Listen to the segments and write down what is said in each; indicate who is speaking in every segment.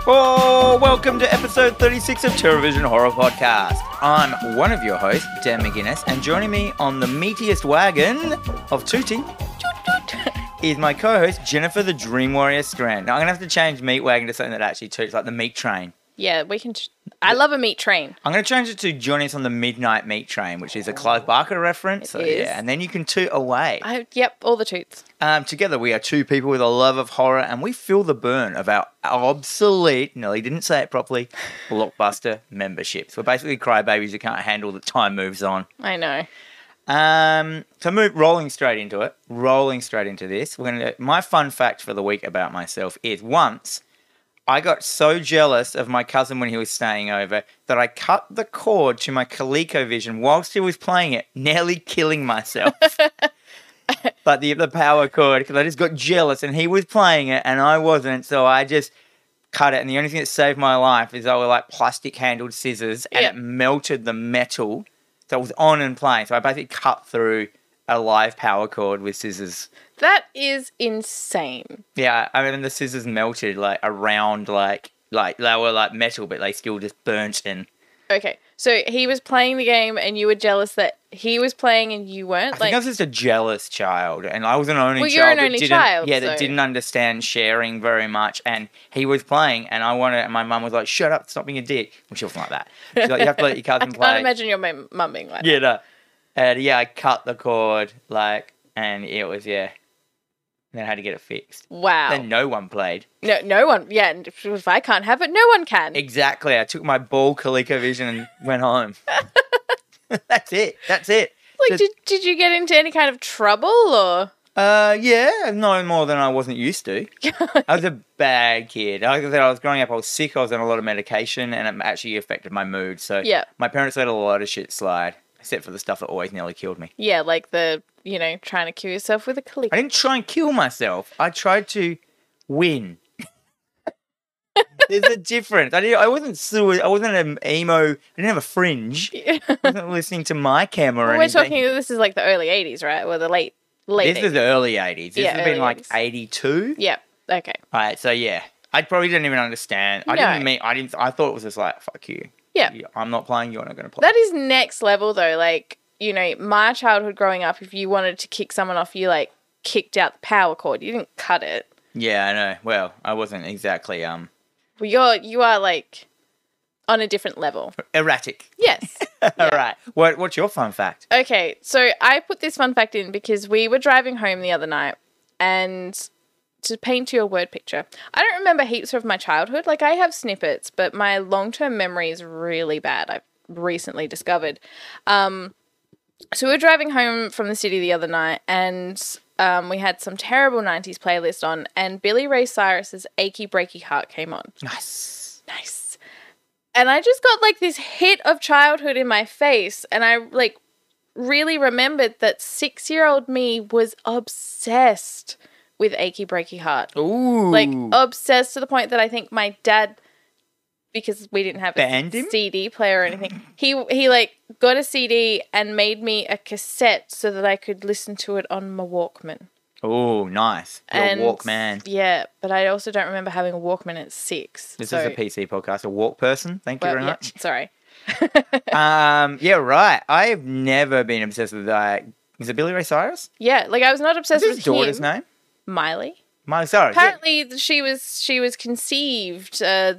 Speaker 1: Hello, Oh, welcome to episode 36 of Terrorvision Horror Podcast. I'm one of your hosts, Dan McGuinness, and joining me on the meatiest wagon of Tootie is my co-host Jennifer the Dream Warrior Strand. Now I'm gonna have to change meat wagon to something that actually toots, like the meat train.
Speaker 2: Yeah, we can. Tr- I love a meat train.
Speaker 1: I'm gonna change it to Johnny's on the Midnight Meat Train, which is a Clive Barker reference. so,
Speaker 2: is.
Speaker 1: yeah, and then you can toot away.
Speaker 2: I, yep, all the toots.
Speaker 1: Um, together, we are two people with a love of horror, and we feel the burn of our obsolete, no, he didn't say it properly, blockbuster memberships. We're basically crybabies who can't handle that time moves on.
Speaker 2: I know.
Speaker 1: Um, so, move, rolling straight into it, rolling straight into this. We're gonna, my fun fact for the week about myself is once I got so jealous of my cousin when he was staying over that I cut the cord to my ColecoVision whilst he was playing it, nearly killing myself. but the the power cord because I just got jealous and he was playing it and I wasn't, so I just cut it. And the only thing that saved my life is I were like plastic handled scissors and
Speaker 2: Yeah.
Speaker 1: it melted the metal that was on and playing. So I basically cut through a live power cord with scissors.
Speaker 2: That is insane.
Speaker 1: Yeah, I mean the scissors melted like around like like they were like metal, but they still just burnt and
Speaker 2: Okay, so he was playing the game, and you were jealous that he was playing and you weren't.
Speaker 1: I
Speaker 2: like,
Speaker 1: think I was just a jealous child, and I was an only
Speaker 2: Well,
Speaker 1: child.
Speaker 2: you're an
Speaker 1: that
Speaker 2: only
Speaker 1: didn't-
Speaker 2: child,
Speaker 1: Yeah, that
Speaker 2: so-
Speaker 1: didn't understand sharing very much, and he was playing, and I wanted. And my mum was like, "Shut up, stop being a dick." Well, she wasn't like that. She's like, "You have to let your cousin play."
Speaker 2: can't imagine your mum mum being like.
Speaker 1: Yeah, no. and yeah, I cut the cord, like, and it was yeah. And then I had to get it fixed.
Speaker 2: Wow.
Speaker 1: Then no one played.
Speaker 2: no, no one. Yeah, and if- if I can't have it, no one can.
Speaker 1: Exactly. I took my ball ColecoVision and went home. That's it. That's it.
Speaker 2: like, did, did you get into any kind of trouble or?
Speaker 1: Uh, yeah, no more than I wasn't used to. I was a bad kid. Like I said, I was growing up, I was sick, I was on a lot of medication, and it actually affected my mood. So
Speaker 2: Yeah.
Speaker 1: my parents let a lot of shit slide, except for the stuff that always nearly killed me.
Speaker 2: yeah, like the you know trying to kill yourself with a click.
Speaker 1: I didn't try and kill myself. I tried to win. There's a difference. I didn't, I wasn't sui- I wasn't an emo. I didn't have a fringe. I wasn't listening to my camera. or
Speaker 2: We're
Speaker 1: anything.
Speaker 2: talking. This is like the early '80s, right? Or the late late.
Speaker 1: This is
Speaker 2: 80s.
Speaker 1: the early '80s. This
Speaker 2: Yeah,
Speaker 1: has been
Speaker 2: early
Speaker 1: like
Speaker 2: 80s.
Speaker 1: '82.
Speaker 2: Yeah. Okay.
Speaker 1: All right, so yeah, I probably didn't even understand. I didn't
Speaker 2: No.
Speaker 1: mean. I didn't. I thought it was just like fuck you.
Speaker 2: Yeah.
Speaker 1: You- I'm not playing. You're not going to play.
Speaker 2: That is next level though. Like, you know, my childhood growing up, if you wanted to kick someone off, you like kicked out the power cord. You didn't cut it.
Speaker 1: yeah, I know. Well, I wasn't exactly um
Speaker 2: Well you're you are like on a different level.
Speaker 1: erratic.
Speaker 2: Yes.
Speaker 1: All right. What What's your fun fact?
Speaker 2: Okay, so I put this fun fact in because we were driving home the other night and to paint you a word picture. I don't remember heaps of my childhood. Like I have snippets, but my long-term memory is really bad. I've recently discovered. Um so we were driving home from the city the other night and um, we had some terrible 90s playlist on and Billy Ray Cyrus's Achy Breaky Heart came on.
Speaker 1: Nice.
Speaker 2: Nice. And I just got like this hit of childhood in my face. And I like really remembered that six year old me was obsessed with Achy Breaky Heart.
Speaker 1: Ooh.
Speaker 2: Like, obsessed to the point that I think my dad, because we didn't have a
Speaker 1: Banned him?
Speaker 2: CD player or anything, he, he like got a CD and made me a cassette so that I could listen to it on my Walkman.
Speaker 1: Ooh, nice. Your
Speaker 2: and
Speaker 1: Walkman.
Speaker 2: Yeah, but I also don't remember having a Walkman at six.
Speaker 1: This
Speaker 2: so-
Speaker 1: is a PC podcast. A walk person. Thank you
Speaker 2: well,
Speaker 1: very
Speaker 2: yeah,
Speaker 1: much.
Speaker 2: Sorry.
Speaker 1: Um. Yeah. Right. I have never been obsessed with like. Is it Billy Ray Cyrus?
Speaker 2: Yeah, like I was
Speaker 1: Is
Speaker 2: not obsessed
Speaker 1: his
Speaker 2: with
Speaker 1: daughter's
Speaker 2: him.
Speaker 1: name?
Speaker 2: Miley.
Speaker 1: Miley Cyrus. yeah.
Speaker 2: Apparently, th- she was she was conceived uh,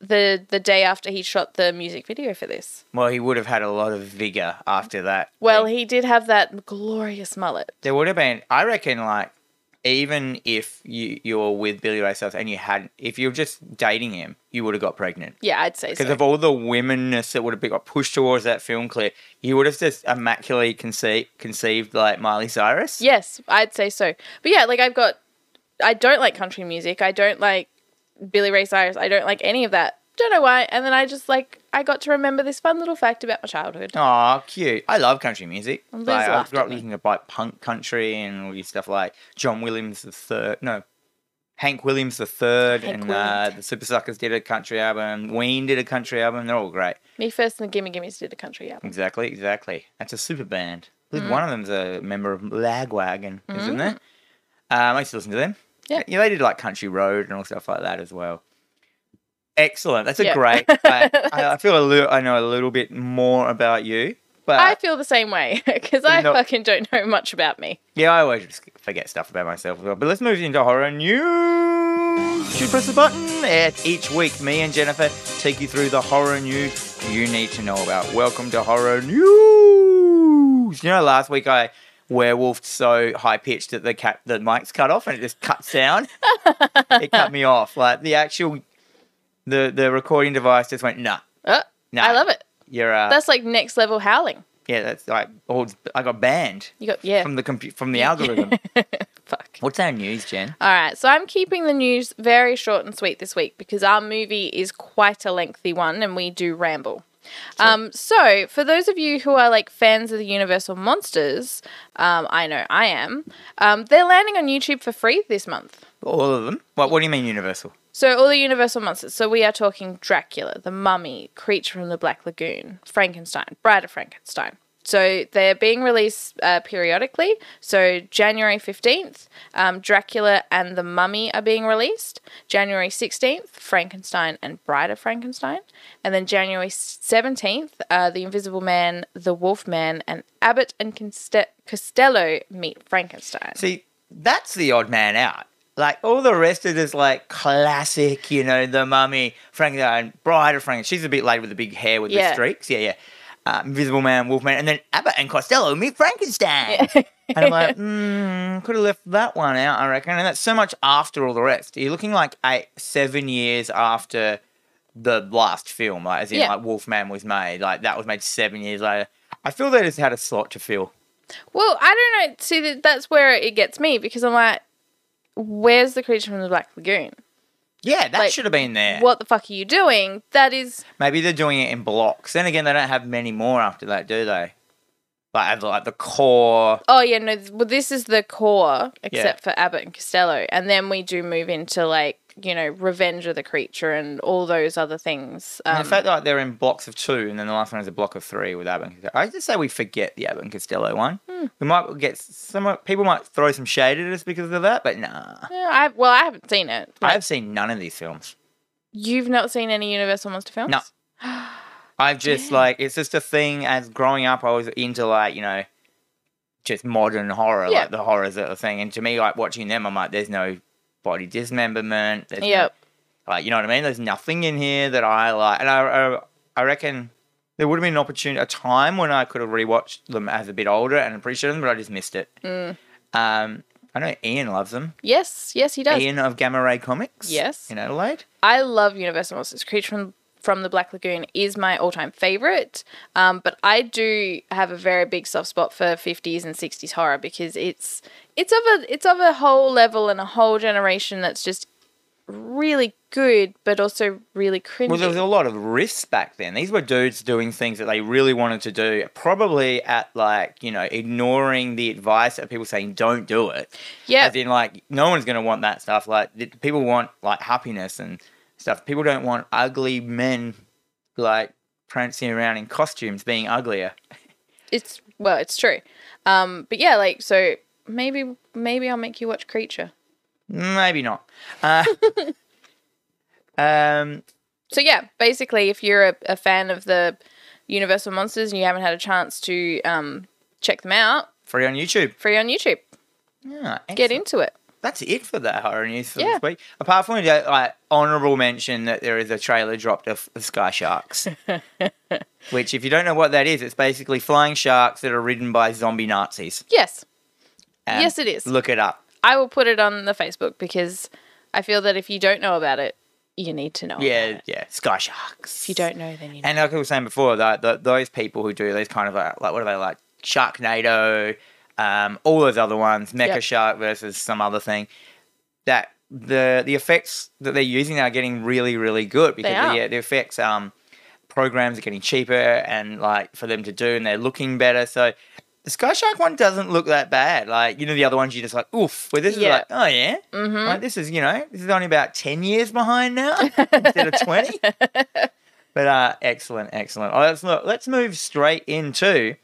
Speaker 2: the the day after he shot the music video for this.
Speaker 1: Well, he would have had a lot of vigor after that.
Speaker 2: Well,
Speaker 1: thing.
Speaker 2: he did have that glorious mullet.
Speaker 1: there would have been i reckon like even if you you're with billy ray cyrus and you had if you're just dating him you would have got pregnant
Speaker 2: Yeah, I'd say so.
Speaker 1: because of all the womenness that would have been got pushed towards that film clip you would have just immaculately conceived conceived like miley cyrus
Speaker 2: yes, I'd say so. But yeah, like I've got, I don't like country music. I don't like Billy Ray Cyrus. I don't like any of that. Don't know why. And then I just like I got to remember this fun little fact about my childhood.
Speaker 1: Aw, cute. I love country music.
Speaker 2: Well, Liz
Speaker 1: Like, I
Speaker 2: laughed
Speaker 1: grew
Speaker 2: at
Speaker 1: up
Speaker 2: me.
Speaker 1: listening to like punk country and all your stuff like John Williams the third. No, Hank Williams the third,
Speaker 2: Hank
Speaker 1: and Uh,
Speaker 2: Williams.
Speaker 1: the Super Suckers did a country album. Ween did a country album. They're all great.
Speaker 2: Me first and the Gimme Gimmes did a country album.
Speaker 1: Exactly, exactly. That's a super band. I
Speaker 2: Mm.
Speaker 1: believe One of them's a member of Lagwagon, isn't it? Um, I used to listen to them.
Speaker 2: Yeah.
Speaker 1: yeah, they did like Country Road and all stuff like that as well. Excellent. That's a
Speaker 2: Yeah.
Speaker 1: great. I, I I feel a little. I know a little bit more about you, but
Speaker 2: I feel the same way because I
Speaker 1: No.
Speaker 2: fucking don't know much about me.
Speaker 1: yeah, I always just forget stuff about myself as well. But let's move into horror news. Should we press the button. It's each week, me and Jennifer take you through the horror news you need to know about. Welcome to horror news. You know, last week I werewolfed so high pitched that the cat the mic's cut off and it just cut sound. it cut me off. Like the actual the the recording device just went nah.
Speaker 2: Uh,
Speaker 1: Nah.
Speaker 2: I love it.
Speaker 1: You're uh,
Speaker 2: That's like next level howling.
Speaker 1: yeah, that's like oh, I got banned
Speaker 2: You got yeah.
Speaker 1: from the compu- from the algorithm.
Speaker 2: Fuck.
Speaker 1: What's our news, Jen?
Speaker 2: All right, so I'm keeping the news very short and sweet this week because our movie is quite a lengthy one and we do ramble. Um, so, for those of you who are like fans of the Universal Monsters, um, I know I am, um, they're landing on YouTube for free this month.
Speaker 1: All of them. What What do you mean Universal?
Speaker 2: So, all the Universal Monsters. So, we are talking Dracula, the Mummy, Creature from the Black Lagoon, Frankenstein, Bride of Frankenstein. So, they're being released uh, periodically. So, January 15th, um, Dracula and the Mummy are being released. January 16th, Frankenstein and Bride of Frankenstein. And then January 17th, uh, The Invisible Man, The Wolf Man, and Abbott and Conste- Costello meet Frankenstein.
Speaker 1: See, that's the odd man out. Like all the rest of this, like classic, you know, the mummy, Frankenstein, Bride of Frankenstein. She's a bit lady with the big hair with the
Speaker 2: Yeah.
Speaker 1: streaks. Yeah, yeah. Uh, Invisible Man, Wolfman, and then Abbott and Costello meet Frankenstein. and I'm like, mm, could have left that one out, I reckon. And that's so much after all the rest. You're looking like eight, seven years after the last film, like as in
Speaker 2: Yeah.
Speaker 1: like Wolfman was made. Like that was made seven years later. I feel they just had a slot to fill.
Speaker 2: Well, I don't know. See, that that's where it gets me because I'm like, where's the creature from the Black Lagoon?
Speaker 1: Yeah, that
Speaker 2: Like,
Speaker 1: should have been there.
Speaker 2: What the fuck are you doing? That is,
Speaker 1: Maybe they're doing it in blocks. Then again, they don't have many more after that, do they? Like, at, like the core.
Speaker 2: oh yeah, no. th- Well, this is the core, except for Abbott and Costello, and then we do move into like you know Revenge of the Creature and all those other things.
Speaker 1: and
Speaker 2: Um,
Speaker 1: the fact that like, they're in blocks of two, and then the last one is a block of three with Abbott. and Costello. I just say we forget the Abbott and Costello one.
Speaker 2: Hmm.
Speaker 1: We might get some people might throw some shade at us because of that, but nah.
Speaker 2: yeah, I well, I haven't seen it. Like,
Speaker 1: I've seen none of these films.
Speaker 2: You've not seen any Universal Monster films?
Speaker 1: No. I've just like it's just a thing. As growing up, I was into like you know, just modern horror,
Speaker 2: Yeah.
Speaker 1: like the horrors that are thing. And to me, like watching them, I'm like, there's no body dismemberment. There's no
Speaker 2: Yep.
Speaker 1: Like, you know what I mean? There's nothing in here that I like. And I, I, I reckon there would have been an opportunity, a time when I could have rewatched them as a bit older and appreciated them, but I just missed it.
Speaker 2: Mm.
Speaker 1: Um, I know Ian loves them.
Speaker 2: Yes. Yes, he does.
Speaker 1: Ian of Gamma Ray Comics.
Speaker 2: Yes.
Speaker 1: In Adelaide.
Speaker 2: I love Universal Monsters. Creature from from the Black Lagoon is my all time favorite, um, but I do have a very big soft spot for fifties and sixties horror because it's it's of a it's of a whole level and a whole generation that's just really good, but also really cringy.
Speaker 1: Well, there was a lot of risks back then. These were dudes doing things that they really wanted to do, probably at like, you know, ignoring the advice of people saying, don't do it.
Speaker 2: yeah,
Speaker 1: As in, like, no one's going to want that stuff. Like, th- people want, like, happiness and stuff. People don't want ugly men, like, prancing around in costumes being uglier.
Speaker 2: it's well, it's true. Um, but yeah, like so maybe maybe I'll make you watch Creature.
Speaker 1: Maybe not. Uh, um,
Speaker 2: So yeah, basically, if you're a, a fan of the Universal Monsters and you haven't had a chance to um, check them out,
Speaker 1: free on YouTube.
Speaker 2: free on YouTube.
Speaker 1: Yeah,
Speaker 2: Get
Speaker 1: excellent.
Speaker 2: into it.
Speaker 1: that's it for that horror news for
Speaker 2: Yeah.
Speaker 1: this week. Apart from the like, honourable mention that there is a trailer dropped of, of Sky Sharks, which, if you don't know what that is, it's basically flying sharks that are ridden by zombie Nazis.
Speaker 2: Yes,
Speaker 1: Um,
Speaker 2: Yes, it is.
Speaker 1: Look it up.
Speaker 2: I will put it on the Facebook because I feel that if you don't know about it, you need to know. about
Speaker 1: Yeah,
Speaker 2: it.
Speaker 1: yeah, Sky Sharks.
Speaker 2: Oh, If you don't know, then you know.
Speaker 1: And like I was saying before, that that those people who do these kind of uh, like, like what are they like Sharknado, um, all those other ones, Mecha
Speaker 2: Yep.
Speaker 1: Shark versus some other thing, that the the effects that they're using are getting really really good because
Speaker 2: are.
Speaker 1: The, the effects um programs are getting cheaper and like for them to do and they're looking better so. The Sky Shark one doesn't look that bad. Like, you know, the other ones you're just like, oof. Where this
Speaker 2: Yeah.
Speaker 1: is like, oh, yeah. Like, this is, you know, this is only about 10 years behind now instead of 20. But uh, excellent, excellent. Oh, let's look. Let's move straight into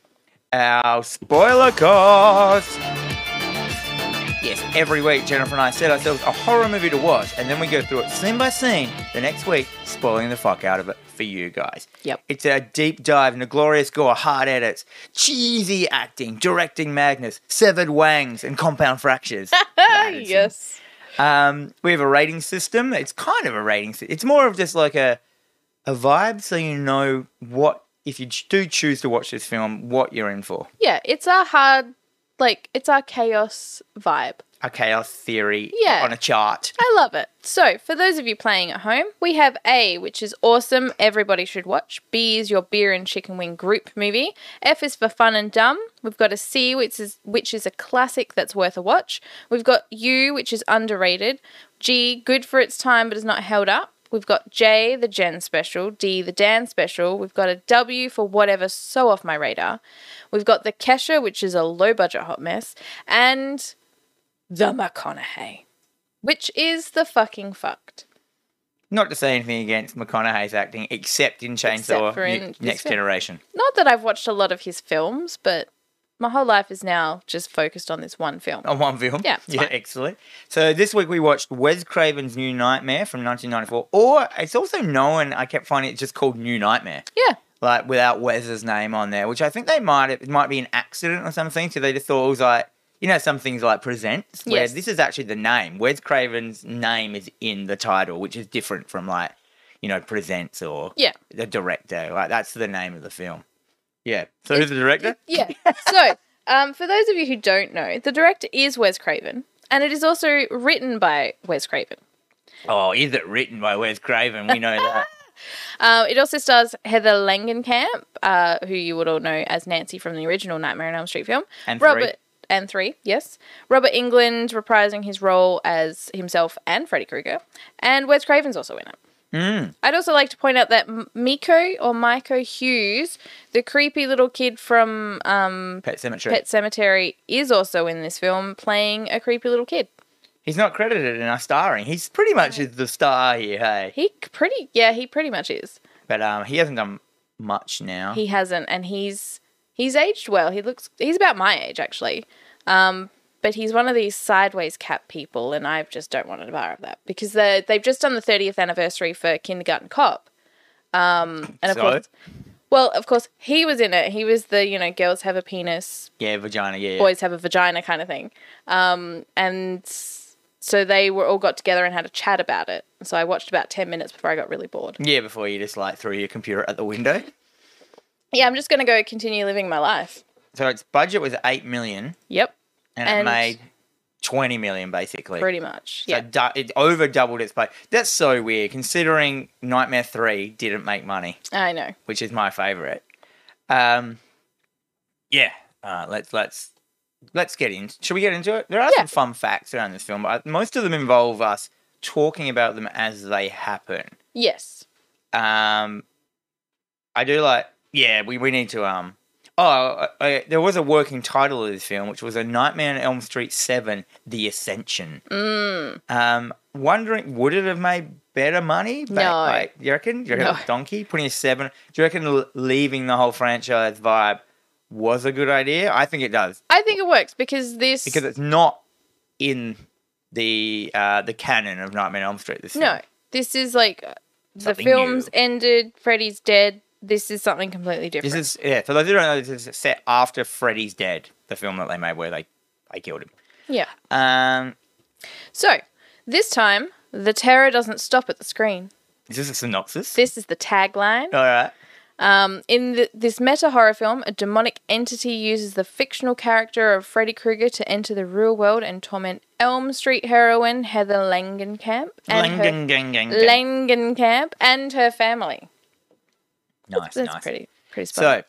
Speaker 1: our spoiler course. Yes, every week, Jennifer and I set ourselves a horror movie to watch, and then we go through it scene by scene the next week, spoiling the fuck out of it for you guys.
Speaker 2: Yep.
Speaker 1: It's a deep dive into glorious gore, hard edits, cheesy acting, directing madness, severed wangs, and compound fractures. That is-
Speaker 2: yes.
Speaker 1: um, we have a rating system. It's kind of a rating. sy- It's more of just like a a vibe, so you know what if you ch- do choose to watch this film, what you're in for.
Speaker 2: Yeah, it's our hard, like, it's our chaos vibe.
Speaker 1: A chaos theory
Speaker 2: Yeah.
Speaker 1: on a chart.
Speaker 2: I love it. So, for those of you playing at home, we have A, which is awesome, everybody should watch. B is your beer and chicken wing group movie. F is for fun and dumb. We've got a C, which is which is a classic that's worth a watch. We've got U, which is underrated. G, good for its time but is not held up. We've got J, the Jen special. D, the Dan special. We've got a W for whatever, so off my radar. We've got the Kesha, which is a low budget hot mess, and the McConaughey which is the fucking fucked.
Speaker 1: Not to say anything against McConaughey's acting, except in Chainsaw
Speaker 2: Except for in
Speaker 1: Ne-
Speaker 2: this
Speaker 1: Next
Speaker 2: film.
Speaker 1: Generation.
Speaker 2: Not that I've watched a lot of his films, but my whole life is now just focused on this one film.
Speaker 1: On one film.
Speaker 2: Yeah, it's
Speaker 1: Yeah,
Speaker 2: fine.
Speaker 1: excellent. So this week we watched Wes Craven's New Nightmare from 1994, or it's also known, I kept finding it just called New Nightmare.
Speaker 2: Yeah,
Speaker 1: like without Wes's name on there, which I think they might it might be an accident or something. So they just thought it was like you know some things like presents where
Speaker 2: Yes.
Speaker 1: this is actually the name. Wes Craven's name is in the title, which is different from like you know presents or
Speaker 2: yeah,
Speaker 1: the director. Like that's the name of the film. Yeah. So who's the director?
Speaker 2: yeah. so, um, for those of you who don't know, the director is Wes Craven, and it is also written by Wes Craven.
Speaker 1: Oh, is it written by Wes Craven? We know that.
Speaker 2: Uh, it also stars Heather Langenkamp, uh, who you would all know as Nancy from the original Nightmare on Elm Street film.
Speaker 1: And three.
Speaker 2: Robert and three, yes. Robert England reprising his role as himself and Freddy Krueger, and Wes Craven's also in it.
Speaker 1: Mm.
Speaker 2: I'd also like to point out that M- Miko or Miko Hughes, the creepy little kid from um,
Speaker 1: Pet Cemetery.
Speaker 2: Pet Cemetery, is also in this film playing a creepy little kid.
Speaker 1: He's not credited in our starring. He's pretty much is the star here. Hey,
Speaker 2: He c- pretty, yeah, he pretty much is.
Speaker 1: but um, he hasn't done much now.
Speaker 2: He hasn't, and he's he's aged well. He looks he's about my age actually, um, but he's one of these sideways cat people, and I just don't want to borrow that because they they've just done the thirtieth anniversary for Kindergarten Cop, um, and of
Speaker 1: So?
Speaker 2: course, well, of course he was in it. He was the you know girls have a penis,
Speaker 1: yeah, vagina. Yeah. yeah.
Speaker 2: boys have a vagina kind of thing, um, and s- so they were all got together and had a chat about it. So I watched about ten minutes before I got really bored.
Speaker 1: Yeah, before you just like threw your computer at the window.
Speaker 2: Yeah, I'm just gonna go continue living my life.
Speaker 1: So its budget was eight million,
Speaker 2: Yep,
Speaker 1: and,
Speaker 2: And-
Speaker 1: it made twenty million basically.
Speaker 2: pretty much.
Speaker 1: So
Speaker 2: Yeah.
Speaker 1: du- it over doubled its budget. That's so weird, considering Nightmare Three didn't make money,
Speaker 2: I know.
Speaker 1: which is my favorite. Um, yeah, uh, let's let's let's get in. Should we get into it? There are
Speaker 2: Yeah.
Speaker 1: some fun facts around this film, but most of them involve us talking about them as they happen.
Speaker 2: Yes.
Speaker 1: Um, I do like. Yeah, we, we need to. Um, oh, I, I, there was a working title of this film, which was a Nightmare on Elm Street Seven: The Ascension.
Speaker 2: Mm.
Speaker 1: Um, wondering would it have made better money? But,
Speaker 2: No.
Speaker 1: like, you reckon? Do you reckon
Speaker 2: No.
Speaker 1: Donkey putting a seven? Do you reckon l- leaving the whole franchise vibe was a good idea? I think it does
Speaker 2: I think it works because this.
Speaker 1: because it's not in the uh the canon of Nightmare on Elm Street. This
Speaker 2: no,
Speaker 1: film.
Speaker 2: this is like uh, the
Speaker 1: Something
Speaker 2: film's
Speaker 1: new.
Speaker 2: ended. Freddy's dead. This is something completely different.
Speaker 1: This is yeah. For those who don't know, this is set after Freddy's dead, the film that they made where they they killed him.
Speaker 2: yeah.
Speaker 1: Um,
Speaker 2: So this time the terror doesn't stop at the screen.
Speaker 1: is this a synopsis?
Speaker 2: This is the tagline.
Speaker 1: All right.
Speaker 2: Um, in th this meta horror film, a demonic entity uses the fictional character of Freddy Krueger to enter the real world and torment Elm Street heroine Heather Langenkamp and her-
Speaker 1: Lang, gang, gang, gang.
Speaker 2: Langenkamp and her family.
Speaker 1: Nice,
Speaker 2: That's
Speaker 1: nice.
Speaker 2: pretty pretty spot.
Speaker 1: So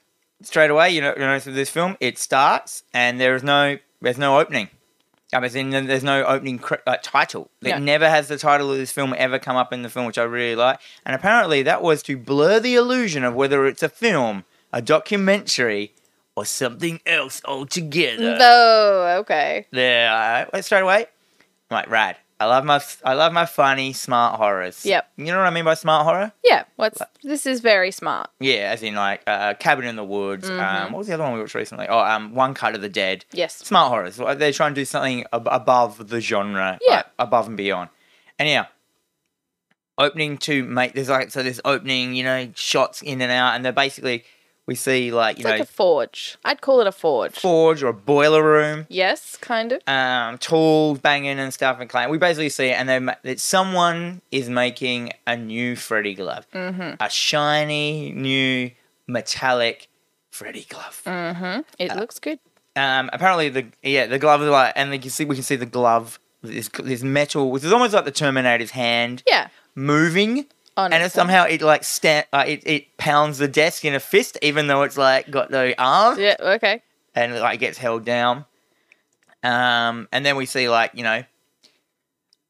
Speaker 1: straight away, you know, you notice with this film, it starts and there is no, there's no opening. I mean, as in, there's no opening cre- like, title. It
Speaker 2: No.
Speaker 1: never has the title of this film ever come up in the film, which I really like. And apparently, that was to blur the illusion of whether it's a film, a documentary, or something else altogether.
Speaker 2: Oh, okay.
Speaker 1: Yeah, all right. Well, straight away. I'm like, rad. I love my I love my funny smart horrors.
Speaker 2: Yep.
Speaker 1: You know what I mean by smart horror?
Speaker 2: Yeah, what's this is very smart.
Speaker 1: Yeah, as in like uh, Cabin in the Woods.
Speaker 2: Mm-hmm.
Speaker 1: Um, what was the other one we watched recently? Oh, um, One Cut of the Dead.
Speaker 2: Yes.
Speaker 1: Smart horrors. Like, They try and do something ab- above the genre.
Speaker 2: Yeah.
Speaker 1: like, above and beyond. And yeah. Opening to make there's like so there's opening you know shots in and out and they're basically we see like you
Speaker 2: It's like
Speaker 1: know
Speaker 2: a forge. I'd call it a forge.
Speaker 1: forge or a boiler room
Speaker 2: yes, kind of.
Speaker 1: um, tools banging and stuff and clang. We basically see it, and they ma- that someone is making a new Freddy glove, mm-hmm. a shiny new metallic Freddy glove.
Speaker 2: It looks good.
Speaker 1: Um, apparently the yeah the glove is like, and they can see we can see the glove this this metal, which is almost like the Terminator's hand,
Speaker 2: Yeah.
Speaker 1: moving. And
Speaker 2: Honestly.
Speaker 1: it somehow it like stand uh, it, it pounds the desk in a fist, even though it's like got no arm
Speaker 2: Yeah, okay.
Speaker 1: and it, like gets held down. Um, and then we see like you know,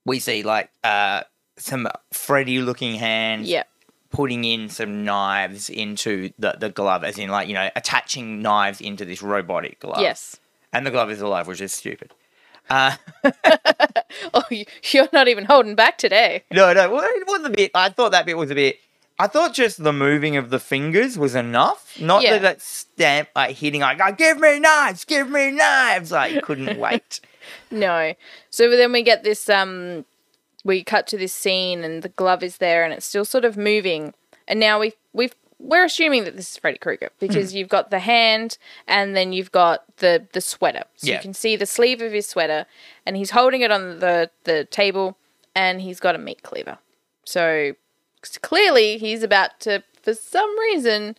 Speaker 1: we see like uh some Freddy looking hands
Speaker 2: Yeah.
Speaker 1: putting in some knives into the the glove, as in like you know attaching knives into this robotic glove.
Speaker 2: Yes.
Speaker 1: and the glove is alive, which is stupid.
Speaker 2: Oh, you- you're not even holding back today.
Speaker 1: No, no, well, it was a bit. I thought that bit was a bit. I thought just the moving of the fingers was enough. Not
Speaker 2: Yeah.
Speaker 1: that that stamp like hitting like "Oh, give me knives, give me knives. Like couldn't wait.
Speaker 2: No. So then we get this um we cut to this scene and the glove is there and it's still sort of moving. And now we we've we're assuming that this is Freddy Krueger
Speaker 1: Hmm.
Speaker 2: because you've got the hand and then you've got the the sweater. So
Speaker 1: Yeah.
Speaker 2: you can see the sleeve of his sweater and he's holding it on the the table and he's got a meat cleaver. So c- clearly he's about to for some reason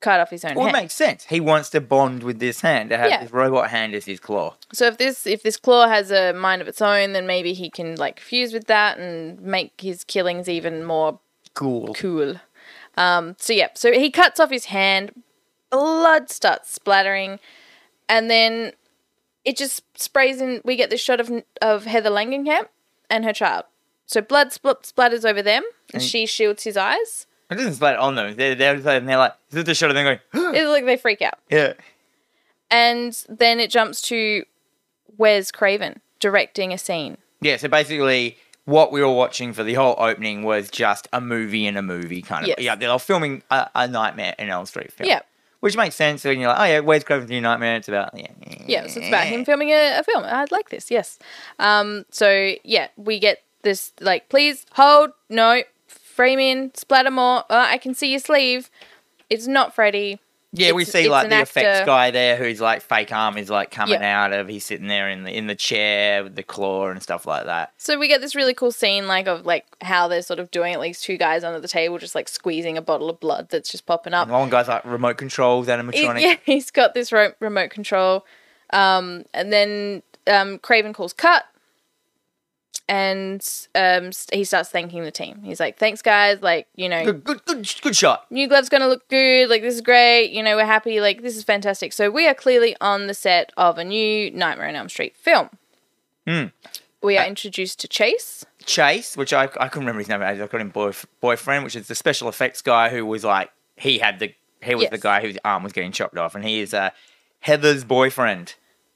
Speaker 2: cut off his own
Speaker 1: Well, it
Speaker 2: hand.
Speaker 1: makes sense. He wants to bond with this hand, to have
Speaker 2: Yeah.
Speaker 1: this robot hand as his claw.
Speaker 2: So if this if this claw has a mind of its own, then maybe he can like fuse with that and make his killings even more
Speaker 1: Cool.
Speaker 2: cool. Um, so yeah, so he cuts off his hand, blood starts splattering, and then it just sprays in. We get this shot of of Heather Langenkamp and her child. So blood spl- splatters over them, and she shields his eyes.
Speaker 1: It doesn't splatter on them. They're, they're, they're like, is this the shot of them going,
Speaker 2: It's like they freak out.
Speaker 1: yeah.
Speaker 2: And then it jumps to where's Craven directing a scene.
Speaker 1: Yeah, so basically, what we were watching for the whole opening was just a movie in a movie kind of.
Speaker 2: Yes.
Speaker 1: Yeah, they were filming a, a Nightmare in Elm Street film.
Speaker 2: Yeah.
Speaker 1: Which makes sense when you're like, oh, yeah, where's Craven's New Nightmare? It's about, yeah.
Speaker 2: Yeah, so it's about him filming a, a film. I'd like this, yes. Um, so yeah, we get this like, please hold, no, frame in, splatter more. Uh, I can see your sleeve. It's not Freddy.
Speaker 1: Yeah, we
Speaker 2: It's-
Speaker 1: see
Speaker 2: it's
Speaker 1: like
Speaker 2: an
Speaker 1: the effects
Speaker 2: actor.
Speaker 1: guy there who's like fake arm is like coming
Speaker 2: Yeah.
Speaker 1: out of. He's sitting there in the in the chair with the claw and stuff like that.
Speaker 2: So we get this really cool scene, like of like how they're sort of doing at least two guys under the table, just like squeezing a bottle of blood that's just popping up.
Speaker 1: And one guy's like remote controls,
Speaker 2: He-
Speaker 1: animatronic.
Speaker 2: yeah, he's got this ro- remote control. Um, and then um, Craven calls cut, and um, s- he starts thanking the team. He's like, "Thanks, guys! Like, you know,
Speaker 1: Good, good, good, good shot.
Speaker 2: new glove's gonna look good. Like, this is great. You know, we're happy. Like, this is fantastic." So we are clearly on the set of a new Nightmare on Elm Street film.
Speaker 1: Hmm.
Speaker 2: We
Speaker 1: Uh,
Speaker 2: are introduced to Chase.
Speaker 1: Chase, which I, I couldn't remember his name. I called him boy, boyfriend, which is the special effects guy who was like he had the he was the
Speaker 2: Yes.
Speaker 1: guy whose arm was getting chopped off, and he is uh, Heather's boyfriend.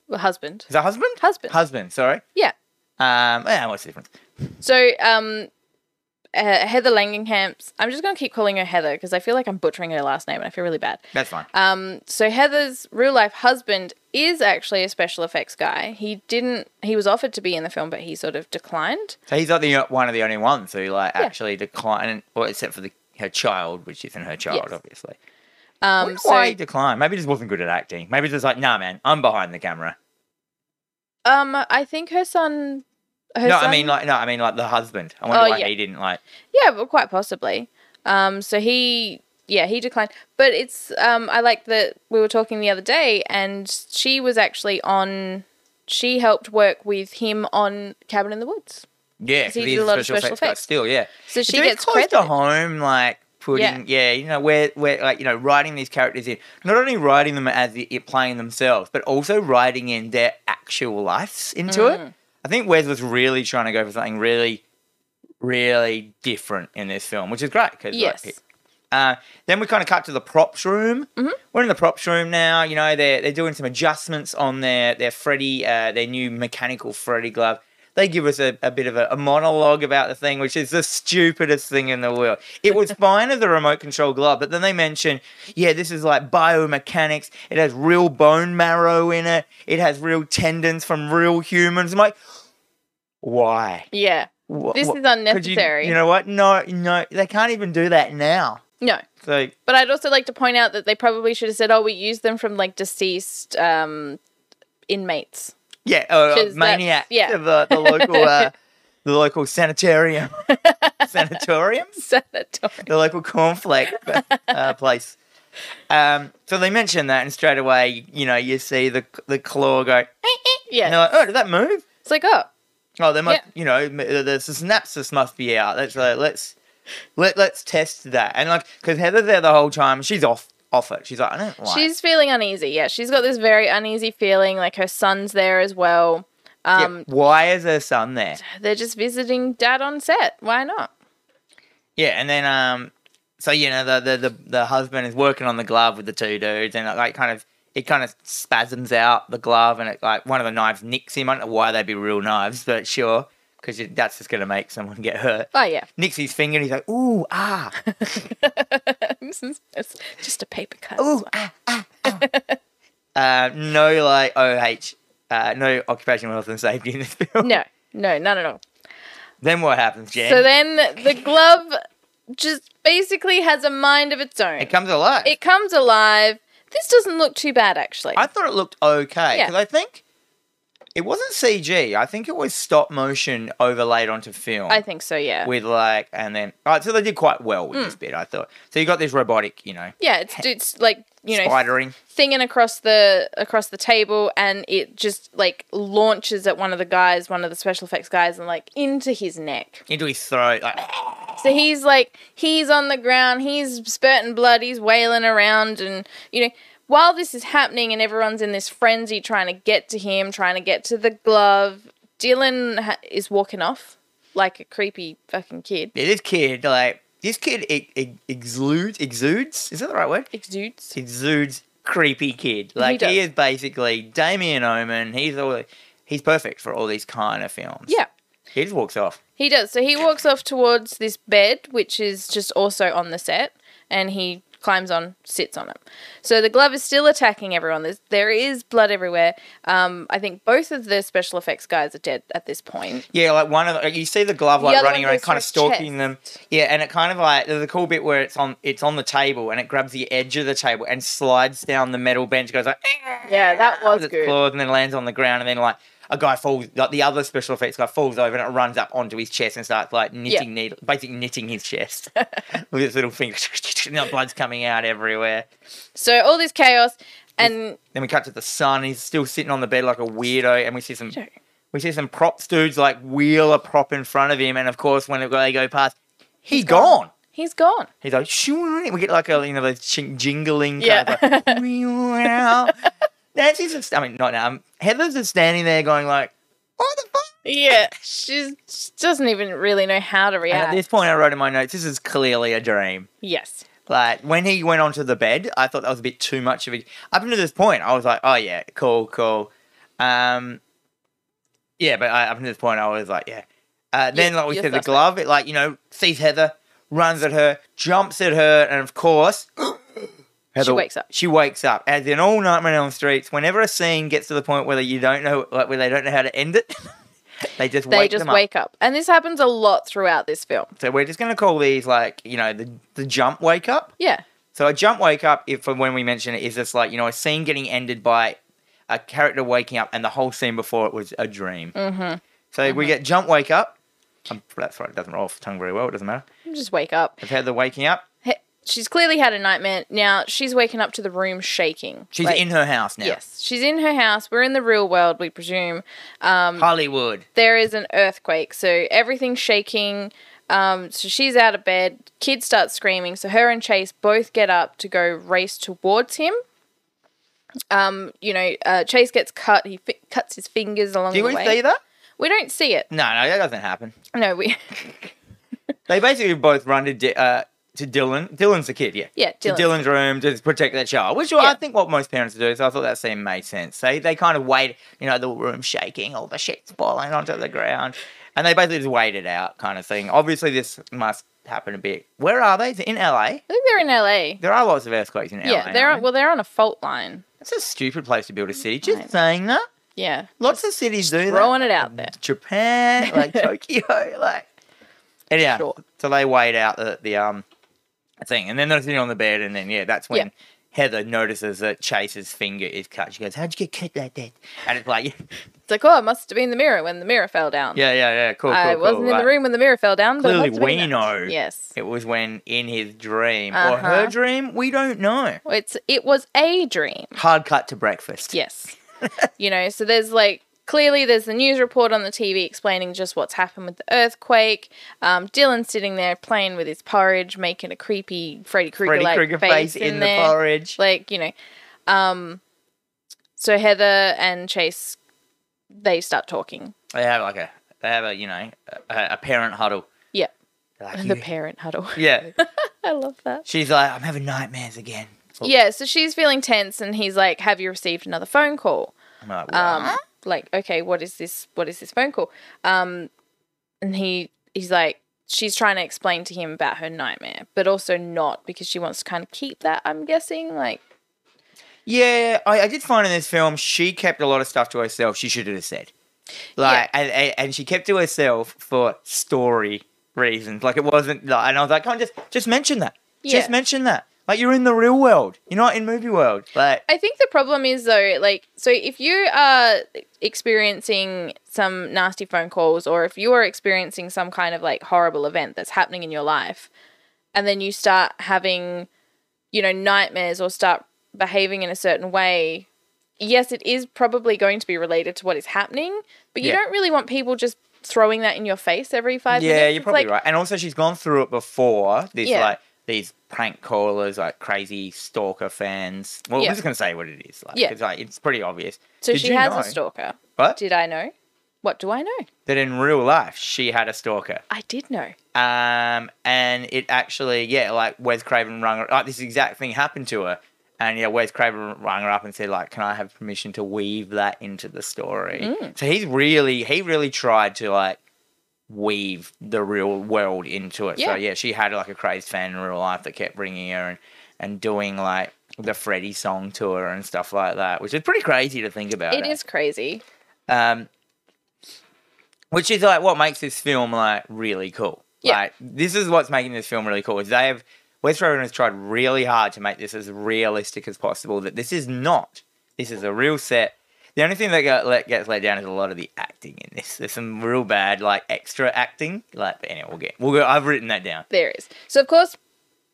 Speaker 2: Well, husband.
Speaker 1: Is that husband?
Speaker 2: Husband.
Speaker 1: Husband. Sorry.
Speaker 2: Yeah.
Speaker 1: Um. Yeah. What's the difference?
Speaker 2: So, um, uh, Heather Langenkamp's. I'm just gonna keep calling her Heather because I feel like I'm butchering her last name and I feel really bad.
Speaker 1: That's fine.
Speaker 2: Um, so Heather's real life husband is actually a special effects guy. He didn't. He was offered to be in the film, but he sort of declined.
Speaker 1: so he's like the one of the only ones who like actually declined, well, except for the her child, which isn't her child,
Speaker 2: Yes.
Speaker 1: obviously. I
Speaker 2: Um,
Speaker 1: wonder why he
Speaker 2: so
Speaker 1: declined? Maybe he just wasn't good at acting. Maybe just like, nah, man, I'm behind the camera.
Speaker 2: um, I think her son. Her
Speaker 1: no,
Speaker 2: son,
Speaker 1: I mean like, no, I mean like the husband. I wonder
Speaker 2: Oh,
Speaker 1: why
Speaker 2: yeah.
Speaker 1: he didn't like.
Speaker 2: yeah, well, quite possibly. Um, so he, yeah, he declined. But it's um, I like that we were talking the other day, and she was actually on. She helped work with him on Cabin in the Woods.
Speaker 1: Yeah,
Speaker 2: 'Cause
Speaker 1: 'cause
Speaker 2: he
Speaker 1: he
Speaker 2: did
Speaker 1: is
Speaker 2: a lot of
Speaker 1: special
Speaker 2: special
Speaker 1: effects, guy
Speaker 2: effects.
Speaker 1: still, yeah.
Speaker 2: So she
Speaker 1: It's
Speaker 2: gets
Speaker 1: close
Speaker 2: credited.
Speaker 1: to home, like putting, yeah. you know, where where like you know, writing these characters in, not only writing them as the, it playing themselves, but also writing in their actual lives into
Speaker 2: Mm.
Speaker 1: it. I think Wes was really trying to go for something really, really different in this film, which is great. 'cause, like,
Speaker 2: Yes.
Speaker 1: pe- uh, then we kind of cut to the props room.
Speaker 2: Mm-hmm.
Speaker 1: We're in the props room now. You know, they're they're doing some adjustments on their their Freddy, uh, their new mechanical Freddy glove. They give us a, a bit of a, a monologue about the thing, which is the stupidest thing in the world. It was fine as a remote control glove, but then they mention, yeah, this is like biomechanics. It has real bone marrow in it. It has real tendons from real humans. I'm like, why?
Speaker 2: Yeah.
Speaker 1: Wh-
Speaker 2: This
Speaker 1: wh-
Speaker 2: is
Speaker 1: could you-
Speaker 2: unnecessary.
Speaker 1: You, know what? No, no, they can't even do that now.
Speaker 2: no.
Speaker 1: It's like,
Speaker 2: But I'd also like to point out that they probably should have said, "Oh, we use them from like deceased um, inmates."
Speaker 1: yeah, oh,
Speaker 2: Which is-
Speaker 1: maniac.
Speaker 2: that's- yeah.
Speaker 1: of The, the local, uh, the local sanitarium, sanatorium,
Speaker 2: Sanatory.
Speaker 1: the local cornflake uh, place. Um, so they mention that, and straight away, you know, you see the the claw go. And
Speaker 2: Yeah.
Speaker 1: they're like, oh, did that move?
Speaker 2: It's like, oh,
Speaker 1: Oh, they must,
Speaker 2: Yeah.
Speaker 1: you know, m- the, the synapses must be out. Let's uh, let's let let's test that. And like, because Heather's there the whole time, she's off off it. She's like, I don't like.
Speaker 2: she's feeling uneasy. Yeah, she's got this very uneasy feeling. Like her son's there as well.
Speaker 1: Yeah,
Speaker 2: Um,
Speaker 1: why is her son there?
Speaker 2: They're just visiting dad on set. Why not?
Speaker 1: Yeah, and then um, so you know the the the, the husband is working on the glove with the two dudes, and it, like kind of it kind of spasms out the glove, and it like one of the knives nicks him. I don't know why they'd be real knives, but sure, because that's just gonna make someone get hurt.
Speaker 2: Oh yeah,
Speaker 1: Nicks his finger, and he's like, ooh ah,
Speaker 2: This is- it's just a paper cut.
Speaker 1: ooh ah ah. ah. uh, no like OH, uh, no occupational health and safety in this film.
Speaker 2: No, no, none at all.
Speaker 1: Then what happens, Jen?
Speaker 2: So then the glove just basically has a mind of its own.
Speaker 1: it comes alive.
Speaker 2: it comes alive. This doesn't look too bad actually.
Speaker 1: I thought it looked okay
Speaker 2: Yeah.
Speaker 1: because I think it wasn't CG. I think it was stop motion overlaid onto film
Speaker 2: I think so, yeah.
Speaker 1: with like, and then all right, so they did quite well with
Speaker 2: Mm.
Speaker 1: this bit. I thought so. You got this robotic, you know,
Speaker 2: yeah, it's it's like you know
Speaker 1: spidering.
Speaker 2: thinging across the across the table, and it just like launches at one of the guys, one of the special effects guys, and like into his neck.
Speaker 1: Into his throat, like,
Speaker 2: So he's like he's on the ground, he's spurting blood, he's wailing around, and you know while this is happening, and everyone's in this frenzy trying to get to him, trying to get to the glove. Dylan ha- is walking off like a creepy fucking kid.
Speaker 1: yeah, this kid, like this kid, it, exudes, exudes. Is that the right word?
Speaker 2: Exudes.
Speaker 1: Exudes creepy kid. Like he,
Speaker 2: does.
Speaker 1: is basically Damien Omen. He's all, he's perfect for all these kind of films.
Speaker 2: Yeah.
Speaker 1: he just walks off.
Speaker 2: He does. So he walks off towards this bed, which is just also on the set, and he climbs on, sits on it. So the glove is still attacking everyone. There's, there is blood everywhere. Um, I think both of the special effects guys are dead at this point.
Speaker 1: Yeah, like one of the, like, you see the glove
Speaker 2: The
Speaker 1: like
Speaker 2: other
Speaker 1: running
Speaker 2: one
Speaker 1: around,
Speaker 2: goes
Speaker 1: kind of
Speaker 2: through his
Speaker 1: stalking them. Yeah, and it kind of like there's a cool bit where it's on it's on the table and it grabs the edge of the table and slides down the metal bench, goes like
Speaker 2: Yeah, that was
Speaker 1: with its
Speaker 2: good.
Speaker 1: claws, and then lands on the ground, and then like a guy falls, like the other special effects guy falls over and it runs up onto his chest and starts like knitting needle, basically knitting his chest with its little finger. and the blood's coming out everywhere.
Speaker 2: So all this chaos, and
Speaker 1: Then we cut to the sun. He's still sitting on the bed like a weirdo, and we see some
Speaker 2: Sure.
Speaker 1: we see some props dudes like wheel a prop in front of him, and of course when they go past, he gone.
Speaker 2: he's gone.
Speaker 1: He's like, shoo. we get like a you know the ching- jingling kind
Speaker 2: Yeah.
Speaker 1: of like, meow. Nancy's just, I mean not now. um, Heather's just standing there going like, what the fuck?
Speaker 2: Yeah, she's, she doesn't even really know how to
Speaker 1: And at
Speaker 2: react.
Speaker 1: this point, I wrote in my notes, this is clearly a dream.
Speaker 2: yes.
Speaker 1: Like when he went onto the bed, I thought that was a bit too much of a. Up until this point, I was like, "Oh yeah, cool, cool." Um, yeah, but I, up until this point, I was like, "Yeah." Uh, then,
Speaker 2: Yeah,
Speaker 1: like we
Speaker 2: you're
Speaker 1: said, the
Speaker 2: first.
Speaker 1: glove, it like you know sees Heather, runs at her, jumps at her, and of course, Heather
Speaker 2: wakes up.
Speaker 1: She wakes up. As in all Nightmare on Elm Streets, whenever a scene gets to the point where you don't know, like where they don't know how to end it, they just
Speaker 2: They
Speaker 1: wake
Speaker 2: just
Speaker 1: them up.
Speaker 2: wake up. And this happens a lot throughout this film.
Speaker 1: So we're just gonna call these like you know the the jump wake up.
Speaker 2: Yeah.
Speaker 1: So a jump wake up, if for when we mention it, is just like you know a scene getting ended by a character waking up, and the whole scene before it was a dream. Mm-hmm. So we get jump wake up. Um, that's right. It doesn't roll off the tongue very well. It doesn't matter.
Speaker 2: Just wake up.
Speaker 1: I've had the waking up.
Speaker 2: He- She's clearly had a nightmare. Now she's waking up to the room shaking.
Speaker 1: She's
Speaker 2: Like,
Speaker 1: in her house now.
Speaker 2: Yes, she's in her house. We're in the real world, we presume. Um,
Speaker 1: Hollywood.
Speaker 2: there is an earthquake, so everything's shaking. Um, so she's out of bed. Kid starts screaming. So her and Chase both get up to go race towards him. Um, you know, uh, Chase gets cut. He fi- cuts his fingers along
Speaker 1: Do you
Speaker 2: the
Speaker 1: want
Speaker 2: way.
Speaker 1: to see that?
Speaker 2: We don't see it.
Speaker 1: No, no, that doesn't happen.
Speaker 2: No, we.
Speaker 1: They basically both run to. Di- uh, to Dylan. Dylan's the kid, yeah.
Speaker 2: Yeah,
Speaker 1: To
Speaker 2: Dylan.
Speaker 1: Dylan's room to protect their child, which I
Speaker 2: Yeah.
Speaker 1: think what most parents do. So I thought that scene made sense. They they kind of wait, you know, the room shaking, all the shit's falling onto the ground, and they basically just wait it out, kind of thing. Obviously, this must happen a bit. Where are they? Is it In LA.
Speaker 2: I think they're in LA.
Speaker 1: There are lots of earthquakes in LA.
Speaker 2: yeah, they're
Speaker 1: aren't
Speaker 2: on, well, they're on a fault line.
Speaker 1: there? It's a stupid place to build a city.
Speaker 2: Right.
Speaker 1: Just saying that.
Speaker 2: Yeah,
Speaker 1: Lots of cities do that.
Speaker 2: throwing it out there.
Speaker 1: Japan, like Tokyo, like anyhow.
Speaker 2: Sure.
Speaker 1: So they weighed out the, the um thing, and then they're sitting on the bed, and then yeah, that's when
Speaker 2: Yeah.
Speaker 1: Heather notices that Chase's finger is cut. She goes, "How'd you get cut like that?" And it's like,
Speaker 2: It's like, oh, it must have been the mirror when the mirror fell down.
Speaker 1: yeah, yeah, yeah, cool. cool
Speaker 2: I wasn't
Speaker 1: cool,
Speaker 2: in
Speaker 1: like,
Speaker 2: the room when the mirror fell down. But it
Speaker 1: Clearly,
Speaker 2: must have been
Speaker 1: we
Speaker 2: that.
Speaker 1: know.
Speaker 2: Yes,
Speaker 1: It was when in his dream or her
Speaker 2: Uh-huh.
Speaker 1: dream, we don't know.
Speaker 2: Well, it's it was a dream.
Speaker 1: Hard cut to breakfast.
Speaker 2: Yes, you know. So there's like clearly there's the news report on the TV explaining just what's happened with the earthquake. Um, Dylan's sitting there playing with his porridge, making a creepy Freddy Krueger
Speaker 1: Freddy Krueger
Speaker 2: like
Speaker 1: face in, the
Speaker 2: there.
Speaker 1: porridge.
Speaker 2: like you know um so heather and chase they start talking
Speaker 1: They have like a, they have a, you know, a, a parent huddle.
Speaker 2: yeah
Speaker 1: They're like,
Speaker 2: the
Speaker 1: "You-
Speaker 2: parent huddle
Speaker 1: yeah,
Speaker 2: i love that
Speaker 1: She's like, I'm having nightmares again.
Speaker 2: yeah so she's feeling tense and he's like have you received another phone call
Speaker 1: I'm like, what?
Speaker 2: um like okay what is this what is this phone call um and he he's like she's trying to explain to him about her nightmare but also not because she wants to kind of keep that i'm guessing like
Speaker 1: yeah, I, I did find in this film she kept a lot of stuff to herself. She should have said, like, and, and and she kept to herself for story reasons. Like it wasn't, like, and I was like, come on, just just mention that.
Speaker 2: Yeah.
Speaker 1: Just mention that. Like you're in the real world. You're not in movie world. Like
Speaker 2: I think the problem is though, like, so if you are experiencing some nasty phone calls, or if you are experiencing some kind of like horrible event that's happening in your life, and then you start having, you know, nightmares or start behaving in a certain way, yes, it is probably going to be related to what is happening, but you
Speaker 1: Yeah.
Speaker 2: don't really want people just throwing that in your face every five minutes.
Speaker 1: yeah, you're
Speaker 2: It's
Speaker 1: probably
Speaker 2: like,
Speaker 1: right. And also, she's gone through it before. These
Speaker 2: Yeah.
Speaker 1: like these prank callers, like crazy stalker fans. Well,
Speaker 2: Yeah.
Speaker 1: we're just gonna say what it is. Like,
Speaker 2: Yeah.
Speaker 1: it's like it's pretty obvious.
Speaker 2: So
Speaker 1: Did
Speaker 2: she
Speaker 1: you
Speaker 2: has
Speaker 1: know
Speaker 2: a stalker.
Speaker 1: What?
Speaker 2: Did I know? What do I know?
Speaker 1: that in real life she had a stalker.
Speaker 2: I did know.
Speaker 1: Um, and it actually, yeah, like Wes Craven rung her, like this exact thing happened to her. And yeah, Wes Craven rung her up and said, like, can I have permission to weave that into the story?
Speaker 2: Mm.
Speaker 1: So he's really, he really tried to like weave the real world into it. So
Speaker 2: Yeah.
Speaker 1: yeah, she had like a crazed fan in real life that kept bringing her and, and doing like the Freddy song to her and stuff like that, which is pretty crazy to think about.
Speaker 2: It is crazy.
Speaker 1: Um, which is like what makes this film like really cool.
Speaker 2: Yeah.
Speaker 1: Like this is what's making this film really cool is they have Wes Craven has tried really hard to make this as realistic as possible. That this is not. This is a real set. The only thing that got let, gets let down is a lot of the acting in this. There's some real bad like extra acting. Like but anyway, we'll get. We'll go. I've written that down.
Speaker 2: There is. So of course,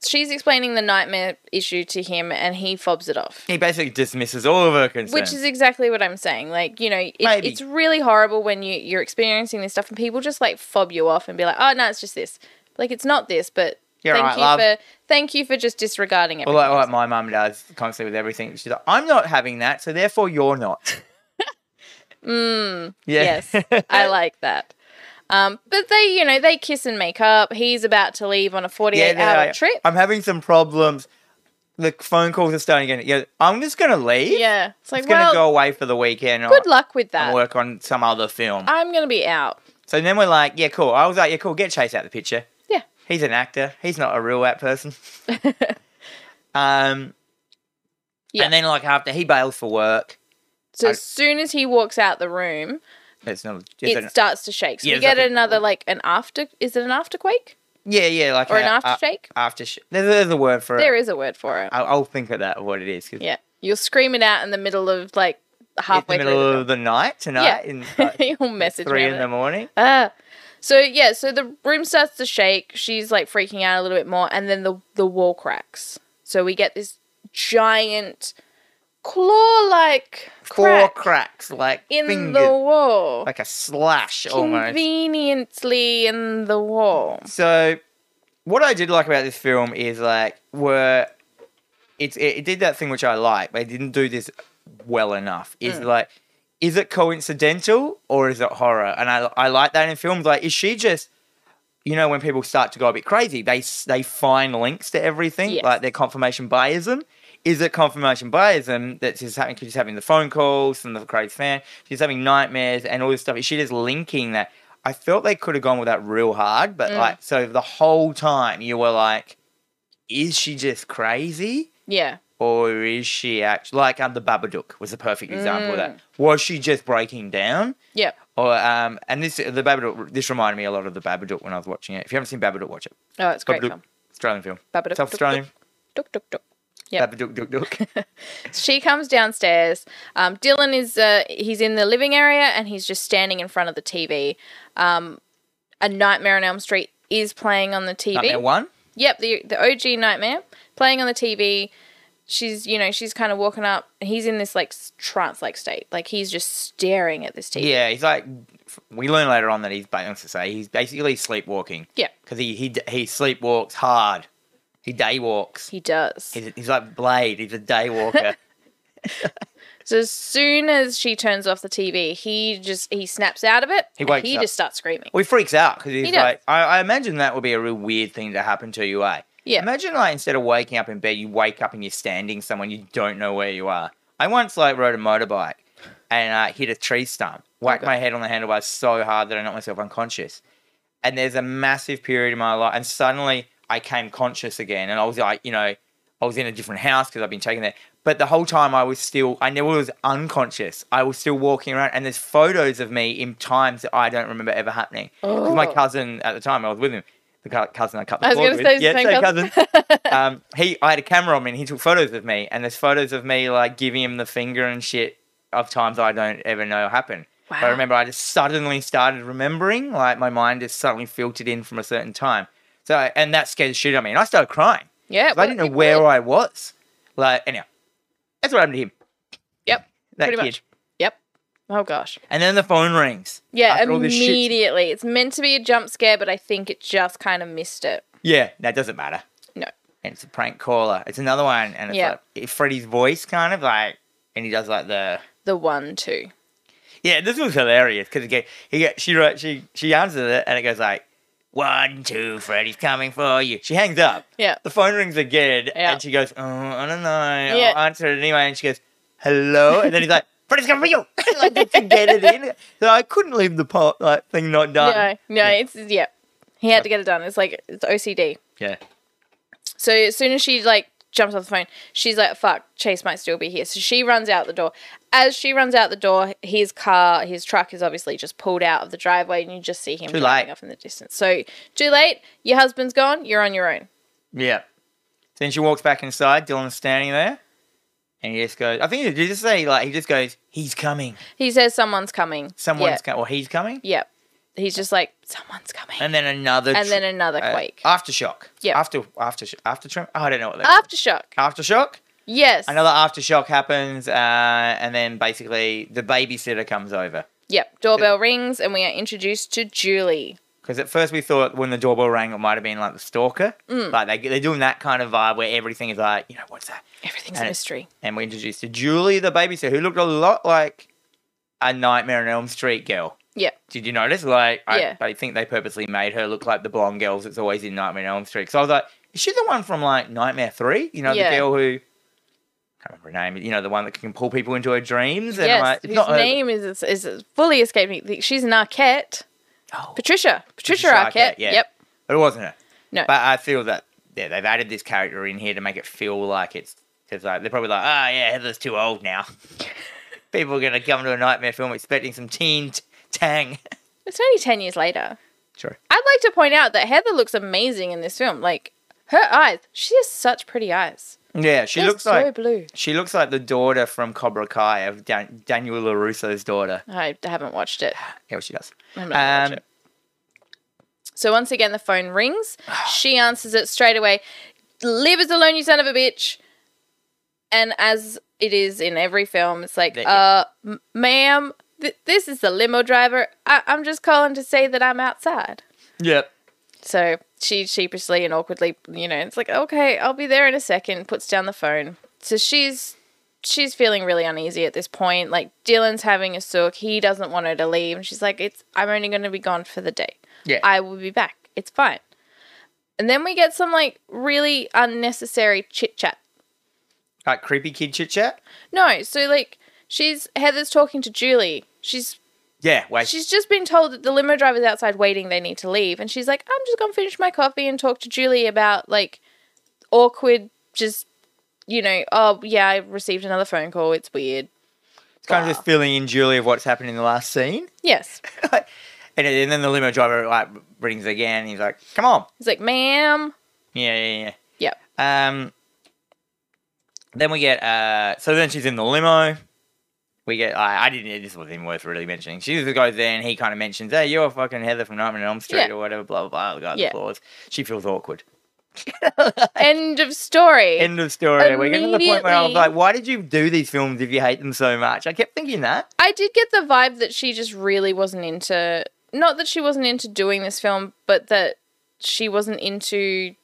Speaker 2: she's explaining the nightmare issue to him, and he fobs it off.
Speaker 1: He basically dismisses all of her concerns.
Speaker 2: Which is exactly what I'm saying. Like, you know, it,
Speaker 1: Maybe.
Speaker 2: it's really horrible when you, you're experiencing this stuff and people just like fob you off and be like, oh, no, it's just this. Like, it's not this, but
Speaker 1: You're
Speaker 2: thank
Speaker 1: right,
Speaker 2: you
Speaker 1: love.
Speaker 2: for thank you for just disregarding
Speaker 1: Well,
Speaker 2: everything.
Speaker 1: like, like
Speaker 2: else."
Speaker 1: my mum does constantly with everything. She's like, I'm not having that, so therefore you're not. mm,
Speaker 2: Hmm. Yes, I like that. Um, but they, you know, they kiss and make up. He's about to leave on a 48
Speaker 1: they're
Speaker 2: hour
Speaker 1: like,
Speaker 2: trip.
Speaker 1: I'm having some problems. The phone calls are starting again. Yeah, I'm just gonna leave.
Speaker 2: yeah. It's
Speaker 1: it's
Speaker 2: like,
Speaker 1: gonna
Speaker 2: well,
Speaker 1: go away for the weekend. or-
Speaker 2: good luck Uh, with
Speaker 1: And
Speaker 2: that.
Speaker 1: work on some other film.
Speaker 2: I'm going to be out.
Speaker 1: so then we're like, yeah, cool. I was like, yeah, cool. Get Chase out of the picture.
Speaker 2: Yeah.
Speaker 1: He's an actor. He's not a real app person. um.
Speaker 2: Yeah.
Speaker 1: And then like after he bails for work,
Speaker 2: So
Speaker 1: I-
Speaker 2: as soon as he walks out the room,
Speaker 1: it's not. It's
Speaker 2: it
Speaker 1: an-
Speaker 2: starts to shake. So
Speaker 1: Yeah,
Speaker 2: we
Speaker 1: it's
Speaker 2: get
Speaker 1: like a-
Speaker 2: another like an after. Is it an afterquake
Speaker 1: yeah, yeah, like
Speaker 2: or an
Speaker 1: a- a-
Speaker 2: aftershake?
Speaker 1: after sh- there's, there's a word uh, for
Speaker 2: there
Speaker 1: it.
Speaker 2: is a word for it.
Speaker 1: I'll, I'll think of that of what it is. 'cause
Speaker 2: yeah, you'll scream it out in the middle of like
Speaker 1: It's
Speaker 2: halfway
Speaker 1: the middle
Speaker 2: through.
Speaker 1: of the night
Speaker 2: Yeah.
Speaker 1: tonight, in like,
Speaker 2: The film. you'll message
Speaker 1: three in
Speaker 2: me on
Speaker 1: the
Speaker 2: it.
Speaker 1: morning.
Speaker 2: Ah. So yeah, so the room starts to shake. She's like freaking out a little bit more, and then the the wall cracks. So we get this giant claw like
Speaker 1: Four
Speaker 2: crack
Speaker 1: cracks, like
Speaker 2: in
Speaker 1: fingers,
Speaker 2: the wall,
Speaker 1: like a slash almost.
Speaker 2: conveniently in the wall.
Speaker 1: So, what I did like about this film is like were it's it, it did that thing which I like, but it didn't do this well enough. Is
Speaker 2: Mm.
Speaker 1: like, is it coincidental or is it horror? And I I like that in films. Like, is she just you know when people start to go a bit crazy, they s- they find links to everything,
Speaker 2: Yes.
Speaker 1: like their confirmation biasm. Is it confirmation biasm that she's having? 'cause She's having the phone calls from the crazy fan. She's having nightmares and all this stuff. Is she just linking that? I felt they could have gone with that real hard, but
Speaker 2: Mm.
Speaker 1: like so the whole time you were like, is she just crazy?
Speaker 2: Yeah.
Speaker 1: or is she actually like um, the Babadook was a perfect example of
Speaker 2: Mm.
Speaker 1: that? Was she just breaking down,
Speaker 2: Yeah.
Speaker 1: or um, and this the Babadook? This reminded me a lot of the Babadook when I was watching it. If you haven't seen Babadook, watch it.
Speaker 2: Oh, it's a great
Speaker 1: Babadook,
Speaker 2: film.
Speaker 1: Australian film,
Speaker 2: Babadook.
Speaker 1: South Australian.
Speaker 2: Duk, duk, duk. Yep.
Speaker 1: Babadook, Dook, Dook.
Speaker 2: She comes downstairs. Um, Dylan is uh, he's in the living area and he's just standing in front of the TV. Um, a Nightmare on Elm Street is playing on the TV.
Speaker 1: Nightmare One.
Speaker 2: Yep, the the OG Nightmare playing on the TV. She's you know she's kind of walking up. and He's in this like trance like state. Like he's just staring at this TV.
Speaker 1: Yeah, he's like. We learn later on that he's balanced to say he's basically sleepwalking.
Speaker 2: Yeah.
Speaker 1: because he he he sleepwalks hard. He day walks.
Speaker 2: He does.
Speaker 1: He's, he's like Blade. He's a day walker.
Speaker 2: So as soon as she turns off the TV, he just he snaps out of it.
Speaker 1: He
Speaker 2: and
Speaker 1: wakes
Speaker 2: He
Speaker 1: up.
Speaker 2: just starts screaming.
Speaker 1: Well, he freaks out because he's
Speaker 2: He does.
Speaker 1: like, I, I imagine that would be a real weird thing to happen to you, eh?
Speaker 2: Yeah.
Speaker 1: Imagine like instead of waking up in bed, you wake up and you're standing somewhere and you don't know where you are. I once like rode a motorbike and uh, hit a tree stump, whacked my head on the handlebars so hard that I knocked myself unconscious. And there's a massive period in my life, and suddenly I came conscious again, and I was like, you know, I was in a different house because I've been taken there. But the whole time I was still, I never was unconscious. I was still walking around, and there's photos of me in times that I don't remember ever happening. 'Cause my
Speaker 2: Oh.
Speaker 1: cousin at the time, I was with him, the cou- cousin I cut the
Speaker 2: I was
Speaker 1: cord
Speaker 2: gonna
Speaker 1: with.
Speaker 2: say the same cousin.
Speaker 1: um, he, I had a camera on me, and he took photos of me, and there's photos of me like giving him the finger and shit of times I don't ever know happen. But
Speaker 2: Wow.
Speaker 1: I remember I just suddenly started remembering, like my mind just suddenly filtered in from a certain time. So, and that scared the shit out of me, and I started crying.
Speaker 2: Yeah,
Speaker 1: 'Cause I didn't know where I was. Like, anyhow, that's what happened to him.
Speaker 2: Yep.
Speaker 1: That
Speaker 2: Pretty
Speaker 1: kid.
Speaker 2: much. Yep. Oh gosh.
Speaker 1: And then the phone rings.
Speaker 2: Yeah,
Speaker 1: After all this shit-
Speaker 2: immediately. It's meant to be a jump scare, but I think it just kind of missed it.
Speaker 1: Yeah, that doesn't matter.
Speaker 2: No.
Speaker 1: And it's a prank caller. It's another one, and it's
Speaker 2: Yeah.
Speaker 1: like it- Freddy's voice, kind of like, and he does like the.
Speaker 2: The one, two.
Speaker 1: Yeah, this was hilarious because again, he get, she wrote, she she answers it, and it goes like, one, two, Freddy's coming for you. She hangs up.
Speaker 2: Yeah.
Speaker 1: The phone rings again,
Speaker 2: Yeah.
Speaker 1: and she goes, oh, I don't know.
Speaker 2: Yeah.
Speaker 1: I'll answer it anyway. And she goes, hello. And then he's like, Freddy's coming for you. like, did you get it in? So I couldn't leave the po- like, thing not done.
Speaker 2: No, no,
Speaker 1: Uh, Yeah. Uh,
Speaker 2: it's yeah. He had to get it done. It's like it's OCD.
Speaker 1: Yeah.
Speaker 2: So as soon as she like jumps off the phone, she's like, "Fuck, Chase might still be here." So she runs out the door. As she runs out the door, his car, his truck is obviously just pulled out of the driveway, and you just see him
Speaker 1: Too
Speaker 2: driving
Speaker 1: late.
Speaker 2: off in the distance. So too late. Your husband's gone. You're on your own.
Speaker 1: Yeah. Then she walks back inside. Dylan's standing there, and he just goes. I think he did he just say like he just goes. He's coming.
Speaker 2: He says someone's coming.
Speaker 1: Someone's
Speaker 2: Yep.
Speaker 1: coming. Or he's coming.
Speaker 2: Yep. He's just like, someone's coming.
Speaker 1: And then another.
Speaker 2: And
Speaker 1: tr-
Speaker 2: then another
Speaker 1: uh,
Speaker 2: quake.
Speaker 1: aftershock.
Speaker 2: Yeah. Uh,
Speaker 1: After after after trim. oh, I don't know what that.
Speaker 2: Aftershock.
Speaker 1: aftershock.
Speaker 2: Yes.
Speaker 1: Another aftershock happens, uh, and then basically the babysitter comes over.
Speaker 2: Yep. Doorbell rings and we are introduced to Julie.
Speaker 1: Because at first we thought when the doorbell rang, it might have been like the stalker.
Speaker 2: Mm.
Speaker 1: Like they, they're doing that kind of vibe where everything is like, you know, what's that?
Speaker 2: Everything's
Speaker 1: And
Speaker 2: a
Speaker 1: it-
Speaker 2: mystery.
Speaker 1: and we introduced to Julie, the babysitter, who looked a lot like a Nightmare on Elm Street girl.
Speaker 2: Yep.
Speaker 1: Did you notice? Like, I,
Speaker 2: Yeah.
Speaker 1: I think they purposely made her look like the blonde girls that's always in Nightmare on Elm Street. So I was like, is she the one from like Nightmare Three? You know,
Speaker 2: Yeah.
Speaker 1: the girl who I can't remember her name. You know, the one that can pull people into her dreams. And I'm
Speaker 2: Yes.
Speaker 1: like, it's
Speaker 2: Whose
Speaker 1: not her.
Speaker 2: name is, is is fully escaping me. She's an Arquette.
Speaker 1: Oh,
Speaker 2: Patricia. Patricia, Arquette.
Speaker 1: yeah.
Speaker 2: Yep.
Speaker 1: but it wasn't her.
Speaker 2: No.
Speaker 1: But I feel that yeah, they've added this character in here to make it feel like it's because like they're probably like, oh yeah, Heather's too old now. People are gonna come to a nightmare film expecting some teen t- tang.
Speaker 2: It's only 10 years later.
Speaker 1: Sure.
Speaker 2: I'd like to point out that Heather looks amazing in this film. Like, her eyes. She has such pretty eyes.
Speaker 1: Yeah, she
Speaker 2: They're
Speaker 1: looks
Speaker 2: so
Speaker 1: like
Speaker 2: blue.
Speaker 1: she looks like the daughter from Cobra Kai of Dan- Daniel Larusso's daughter.
Speaker 2: I haven't watched it.
Speaker 1: Yeah, well, she does.
Speaker 2: I'm not gonna watch
Speaker 1: Um,
Speaker 2: it. So once again, the phone rings. she answers it straight away. Leave us alone, you son of a bitch. And as it is in every film, it's like,
Speaker 1: That-
Speaker 2: uh, m- ma'am, th- this is the limo driver. I- I'm just calling to say that I'm outside.
Speaker 1: yep.
Speaker 2: So she sheepishly and awkwardly, you know, it's like, okay, I'll be there in a second, puts down the phone. So she's she's feeling really uneasy at this point. Like Dylan's having a sook, he doesn't want her to leave, and she's like, It's I'm only gonna be gone for the day.
Speaker 1: Yeah.
Speaker 2: I will be back It's fine. And then we get some like really unnecessary chit chat.
Speaker 1: Like creepy kid chit chat.
Speaker 2: No, so like she's Heather's talking to Julie. She's
Speaker 1: Yeah, wait.
Speaker 2: she's just been told that the limo driver's outside waiting. They need to leave, and she's like, "I'm just gonna finish my coffee and talk to Julie about like awkward, just you know, oh yeah, I received another phone call. It's weird.
Speaker 1: it's kind of just filling in Julie of what's happened in the last scene.
Speaker 2: Yes,
Speaker 1: And, and then the limo driver like rings again. And he's like, "Come on,
Speaker 2: he's like, ma'am,
Speaker 1: yeah, yeah, yeah."
Speaker 2: Yep.
Speaker 1: Um. Then we get uh. So then she's in the limo. We get I, I didn't. This wasn't even worth really mentioning. She just goes there and he kind of mentions, "Hey, you're fucking Heather from Nightmare on Elm Street
Speaker 2: Yeah.
Speaker 1: or whatever." Blah blah blah. The guy
Speaker 2: Yeah.
Speaker 1: applauds. She feels awkward.
Speaker 2: end of story.
Speaker 1: End of story. We're getting to the point where I was
Speaker 2: Immediately-
Speaker 1: like, "Why did you do these films if you hate them so much?" I kept thinking that.
Speaker 2: I did get the vibe that she just really wasn't into not that she wasn't into doing this film, but that she wasn't into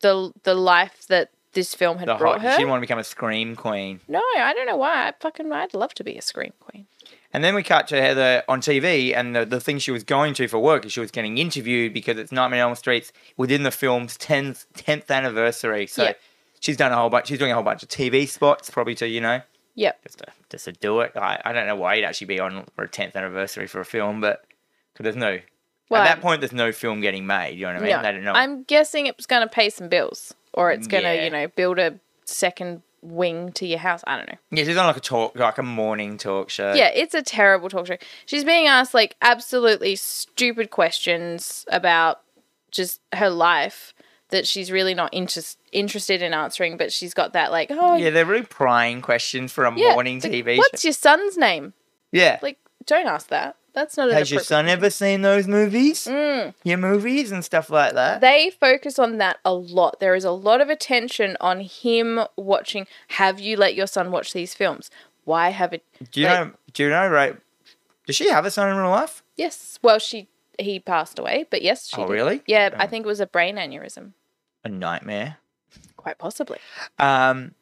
Speaker 2: the the life that this film had
Speaker 1: The
Speaker 2: brought
Speaker 1: hot. She
Speaker 2: her.
Speaker 1: didn't want to become a scream queen.
Speaker 2: no, I don't know why. I fucking I'd love to be a scream queen.
Speaker 1: And then we cut to Heather on TV, and the, the thing she was going to for work is she was getting interviewed because it's Nightmare on Elm Street's within the film's 10th, 10th anniversary. So
Speaker 2: Yeah.
Speaker 1: she's done a whole bunch, she's doing a whole bunch of TV spots, probably to, you know,
Speaker 2: Yep.
Speaker 1: just to, just to do it. I, I don't know why you'd actually be on for a 10th anniversary for a film, but because there's no,
Speaker 2: Well,
Speaker 1: at that point, there's no film getting made. You know what I mean?
Speaker 2: yeah.
Speaker 1: They don't know.
Speaker 2: I'm guessing it's gonna pay some bills. Or it's gonna,
Speaker 1: Yeah.
Speaker 2: you know, build a second wing to your house. I don't know.
Speaker 1: yeah, she's on like a talk, like a morning talk show.
Speaker 2: Yeah, it's a terrible talk show. She's being asked like absolutely stupid questions about just her life that she's really not interest, interested in answering, but she's got that like, oh,
Speaker 1: Yeah, they're really prying questions for a
Speaker 2: yeah,
Speaker 1: morning
Speaker 2: like,
Speaker 1: TV
Speaker 2: What's
Speaker 1: show.
Speaker 2: your son's name?
Speaker 1: Yeah.
Speaker 2: Like, don't ask that. That's not. an
Speaker 1: Has your
Speaker 2: appropriate-
Speaker 1: son ever seen those movies?
Speaker 2: Mm.
Speaker 1: Your movies and stuff like that.
Speaker 2: They focus on that a lot. There is a lot of attention on him watching. Have you let your son watch these films? Why have it?
Speaker 1: do you
Speaker 2: like-
Speaker 1: know? Do you know? Right? Does she have a son in real life?
Speaker 2: Yes. Well, she he passed away, but yes, she.
Speaker 1: oh,
Speaker 2: did.
Speaker 1: really?
Speaker 2: Yeah, I
Speaker 1: Oh.
Speaker 2: think it was a brain aneurysm.
Speaker 1: A nightmare.
Speaker 2: Quite possibly.
Speaker 1: Um.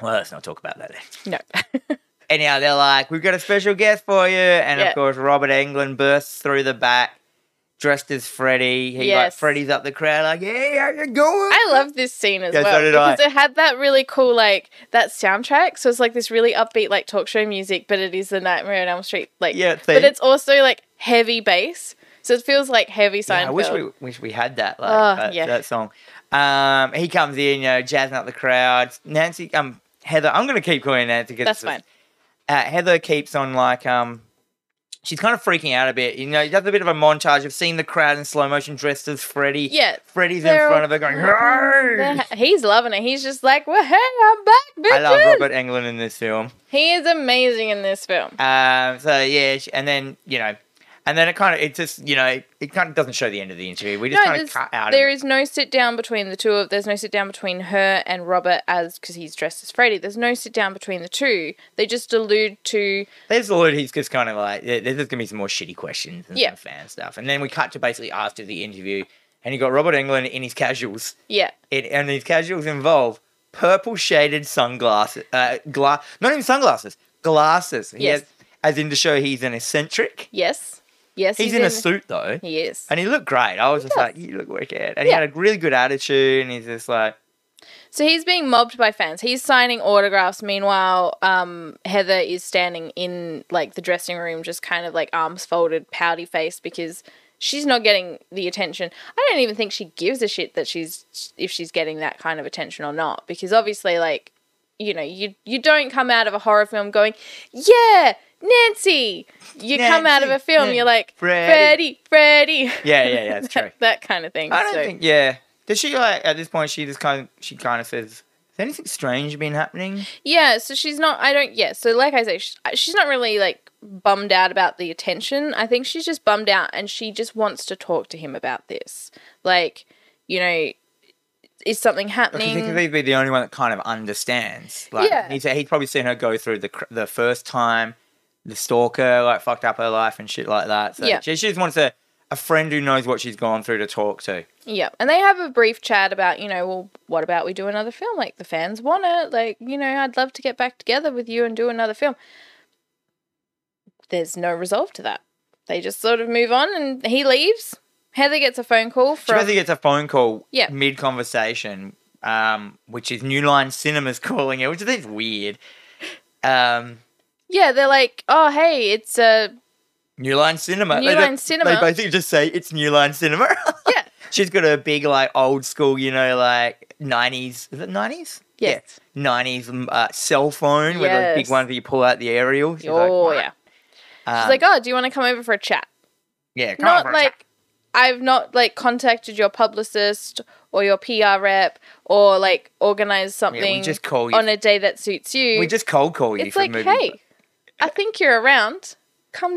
Speaker 1: Well, let's not talk about that then.
Speaker 2: No.
Speaker 1: Anyhow, they're like, we've got a special guest for you, and
Speaker 2: Yeah.
Speaker 1: of course, Robert Englund bursts through the back, dressed as Freddy. He like
Speaker 2: Yes.
Speaker 1: Freddy's up the crowd, like, "Hey, how you going?"
Speaker 2: I love this scene as
Speaker 1: Yeah, so
Speaker 2: well
Speaker 1: did I.
Speaker 2: because it had that really cool like that soundtrack. So it's like this really upbeat like talk show music, but it is the Nightmare on Elm Street like
Speaker 1: Yeah,
Speaker 2: but
Speaker 1: thing.
Speaker 2: it's also like heavy bass. So it feels like heavy Seinfeld.
Speaker 1: Yeah, I wish we wish we had that like
Speaker 2: Oh,
Speaker 1: that,
Speaker 2: yeah.
Speaker 1: that song. Um, he comes in, you know, jazzing up the crowd. Nancy, um, Heather, I'm gonna keep calling her Nancy because
Speaker 2: That's fine.
Speaker 1: Uh, Heather keeps on like um, she's kind of freaking out a bit. You know, does a bit of a montage of seeing the crowd in slow motion dressed as Freddy.
Speaker 2: Yeah.
Speaker 1: Freddy's in
Speaker 2: They're
Speaker 1: front of her going, "Hey!"
Speaker 2: They're- He's loving it. He's just like, well, hey, I'm back, bitches.
Speaker 1: I love Robert Englund in this film.
Speaker 2: He is amazing in this film.
Speaker 1: Um, so yeah, sh- and then you know, and then it kind of it just you know it, kind of doesn't show the end of the interview. We just kind of
Speaker 2: there's-
Speaker 1: cut out. of
Speaker 2: there
Speaker 1: it.
Speaker 2: is no sit down between the two of. There's no sit down between her and Robert as because he's dressed as Freddy. There's no sit down between the two. They just allude to
Speaker 1: There's a lot. He's just kind of like, there- there's just gonna be some more shitty questions and
Speaker 2: Yeah.
Speaker 1: some fan stuff, and then we cut to basically after the interview, and you got Robert Englund in his casuals,
Speaker 2: yeah.
Speaker 1: it, and his casuals involve purple shaded sunglasses, uh, gla- not even sunglasses, glasses. He
Speaker 2: Yes.
Speaker 1: has, as in to show he's an eccentric.
Speaker 2: Yes. Yes.
Speaker 1: He's, in, a suit though,
Speaker 2: He is.
Speaker 1: and he looked great. I was just
Speaker 2: does.
Speaker 1: like, you look wicked, and
Speaker 2: Yeah.
Speaker 1: he had a really good attitude, and he's just like,
Speaker 2: So he's being mobbed by fans. He's signing autographs. Meanwhile, um, Heather is standing in like the dressing room, just kind of like arms folded, pouty face because she's not getting the attention. I don't even think she gives a shit that she's if she's getting that kind of attention or not because obviously, like you know, you you don't come out of a horror film going, yeah. Nancy, you come out of a
Speaker 1: Nancy,
Speaker 2: film,
Speaker 1: Nan-
Speaker 2: you're like Freddy,
Speaker 1: Freddy."
Speaker 2: Freddy,
Speaker 1: yeah, yeah, yeah, it's true.
Speaker 2: that kind of thing.
Speaker 1: I don't
Speaker 2: So-
Speaker 1: think, yeah. Does she like at this point? She just kind of, she kind of says, "Has anything strange been happening?"
Speaker 2: Yeah, so she's not. I don't. Yeah, so like I say, she's, she's not really like bummed out about the attention. I think she's just bummed out, and she just wants to talk to him about this. Like, you know, is something
Speaker 1: Because
Speaker 2: happening?
Speaker 1: he could be the only one that kind of understands. Like
Speaker 2: Yeah.
Speaker 1: he's he's probably seen her go through the cr- the first time, the stalker like fucked up her life and shit like that. So
Speaker 2: Yeah.
Speaker 1: she, she just wants a a friend who knows what she's gone through to talk to.
Speaker 2: Yeah, and they have a brief chat about, you know, well, what about we do another film? Like the fans want it. Like, you know, I'd love to get back together with you and do another film. There's no resolve to that. They just sort of move on, and he leaves. Heather gets a phone call
Speaker 1: She
Speaker 2: from
Speaker 1: basically gets a phone call
Speaker 2: Yeah.
Speaker 1: mid conversation, um, which is New Line Cinemas calling her, which I think is weird. Um,
Speaker 2: yeah. They're like, oh hey, it's uh
Speaker 1: New Line Cinema.
Speaker 2: New
Speaker 1: They don't-
Speaker 2: Line Cinema.
Speaker 1: They basically just say it's New Line Cinema.
Speaker 2: yeah
Speaker 1: She's got a big, like, old school, you know, like 90s. Is it 90s?
Speaker 2: yes
Speaker 1: Yeah. 90s um, uh, cell phone with those big
Speaker 2: Yes.
Speaker 1: ones that you pull out the aerial. She's like,
Speaker 2: oh yeah.
Speaker 1: um,
Speaker 2: She's like, oh, do you want to come over for a chat?
Speaker 1: yeah, come
Speaker 2: not
Speaker 1: over and
Speaker 2: like I've not like contacted your publicist or your PR rep or like organized
Speaker 1: chat."
Speaker 2: something
Speaker 1: Yeah, we just call you.
Speaker 2: on a day that suits you.
Speaker 1: we just cold call you
Speaker 2: it's
Speaker 1: for
Speaker 2: like,
Speaker 1: movie.
Speaker 2: hey, I think you're around. Come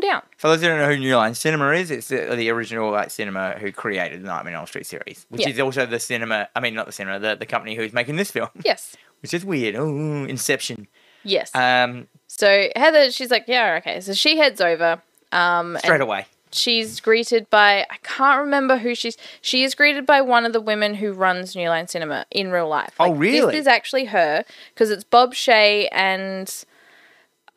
Speaker 2: down.
Speaker 1: For those who don't know who New Line Cinema is, it's the, the original like cinema who created the Nightmare on Elm Street series, which
Speaker 2: Yeah.
Speaker 1: is also the cinema. I mean, not the cinema, the, the company who's making this film,
Speaker 2: Yes.
Speaker 1: which is weird. Oh, Inception.
Speaker 2: Yes.
Speaker 1: Um,
Speaker 2: so Heather, she's like, yeah, okay. So she heads over. Um,
Speaker 1: straight
Speaker 2: and
Speaker 1: away.
Speaker 2: she's greeted by I can't remember who she's. She is greeted by one of the women who runs New Line Cinema in real life.
Speaker 1: Oh,
Speaker 2: this
Speaker 1: really?
Speaker 2: is actually her because it's Bob Shay and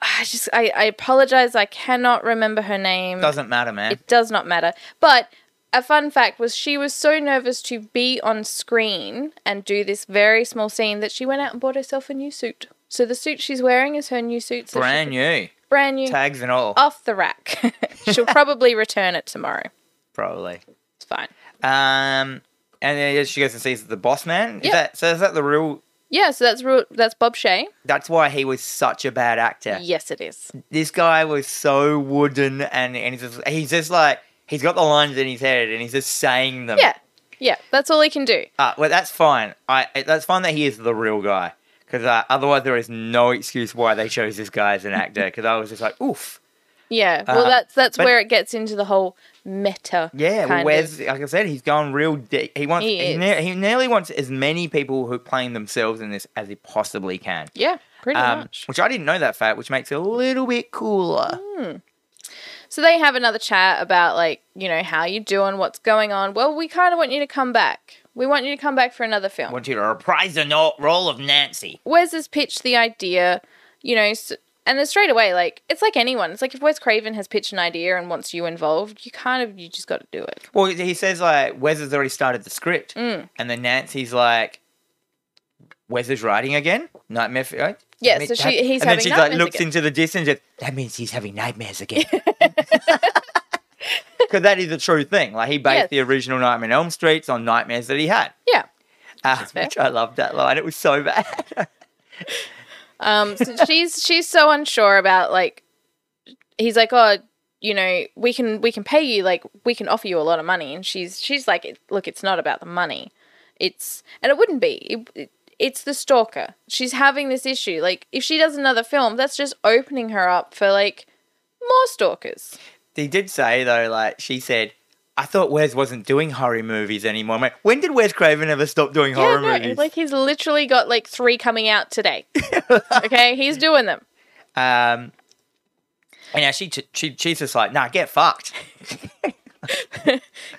Speaker 2: ah, I just I, I apologize. I cannot remember her name.
Speaker 1: Doesn't matter, man.
Speaker 2: It does not matter. But a fun fact was she was so nervous to be on screen and do this very small scene that she went out and bought herself a new suit. So the suit she's wearing is her new suit. So she
Speaker 1: Brand
Speaker 2: could-
Speaker 1: new
Speaker 2: brand new,
Speaker 1: tags and all,
Speaker 2: off the rack. She'll probably return it tomorrow.
Speaker 1: probably.
Speaker 2: It's fine.
Speaker 1: Um, and then yeah, she goes and sees the boss man. Is
Speaker 2: Yeah.
Speaker 1: that so? Is that the real?
Speaker 2: Yeah, so that's real, that's Bob Shay.
Speaker 1: That's why he was such a bad actor.
Speaker 2: Yes, it is.
Speaker 1: this guy was so wooden and, and he's, just, he's just like he's got the lines in his head and he's just saying them
Speaker 2: Yeah, yeah, that's all he can do.
Speaker 1: uh, well that's fine I that's fine that he is the real guy because uh, otherwise there is no excuse why they chose this guy as an actor because I was just like oof
Speaker 2: Yeah, well,
Speaker 1: Uh,
Speaker 2: that's that's
Speaker 1: but-
Speaker 2: where it gets into the whole meta.
Speaker 1: yeah well,
Speaker 2: kind
Speaker 1: where's
Speaker 2: of-
Speaker 1: like I said he's gone real deep he wants
Speaker 2: He
Speaker 1: he,
Speaker 2: is.
Speaker 1: ne- he nearly wants as many people who are playing themselves in this as he possibly can
Speaker 2: yeah, pretty
Speaker 1: um,
Speaker 2: much.
Speaker 1: which I didn't know that fact which makes it a little bit cooler
Speaker 2: So they have another chat about like, you know, how you doing, what's going on. Well, we kind of want you to come back. We want you to come back for another film.
Speaker 1: want you to reprise the no- role of Nancy
Speaker 2: Wes has pitched the idea, you know, s and then straight away, like it's like anyone. It's like if Wes Craven has pitched an idea and wants you involved, you kind of you just got to do it.
Speaker 1: Well, he says like Wes has already started the script,
Speaker 2: Mm.
Speaker 1: and then Nancy's like, "Wes is writing again, nightmare." For, right?
Speaker 2: Yeah,
Speaker 1: That means-
Speaker 2: so she-
Speaker 1: that- and
Speaker 2: he's
Speaker 1: then
Speaker 2: having
Speaker 1: she like
Speaker 2: nightmares
Speaker 1: looks
Speaker 2: again.
Speaker 1: into the distance. And, that means he's having nightmares again. Because that is a true thing. Like he based
Speaker 2: Yes.
Speaker 1: the original Nightmare on Elm Street on nightmares that he had.
Speaker 2: Yeah.
Speaker 1: Uh,
Speaker 2: fair.
Speaker 1: which I loved that line. It was so bad.
Speaker 2: Um, so she's she's so unsure about like, he's like, oh, you know, we can we can pay you like we can offer you a lot of money, and she's she's like, look, it's not about the money, it's and it wouldn't be. It, it- it's the stalker. She's having this issue. Like, if she does another film, that's just opening her up for like more stalkers.
Speaker 1: He did say though, like she said, I thought Wes wasn't doing horror movies anymore. I'm like, when did Wes Craven ever stop doing horror
Speaker 2: yeah, no,
Speaker 1: movies?
Speaker 2: like he's literally got like three coming out today. okay, he's doing them.
Speaker 1: Um, and now she, she she's just like, nah, get fucked.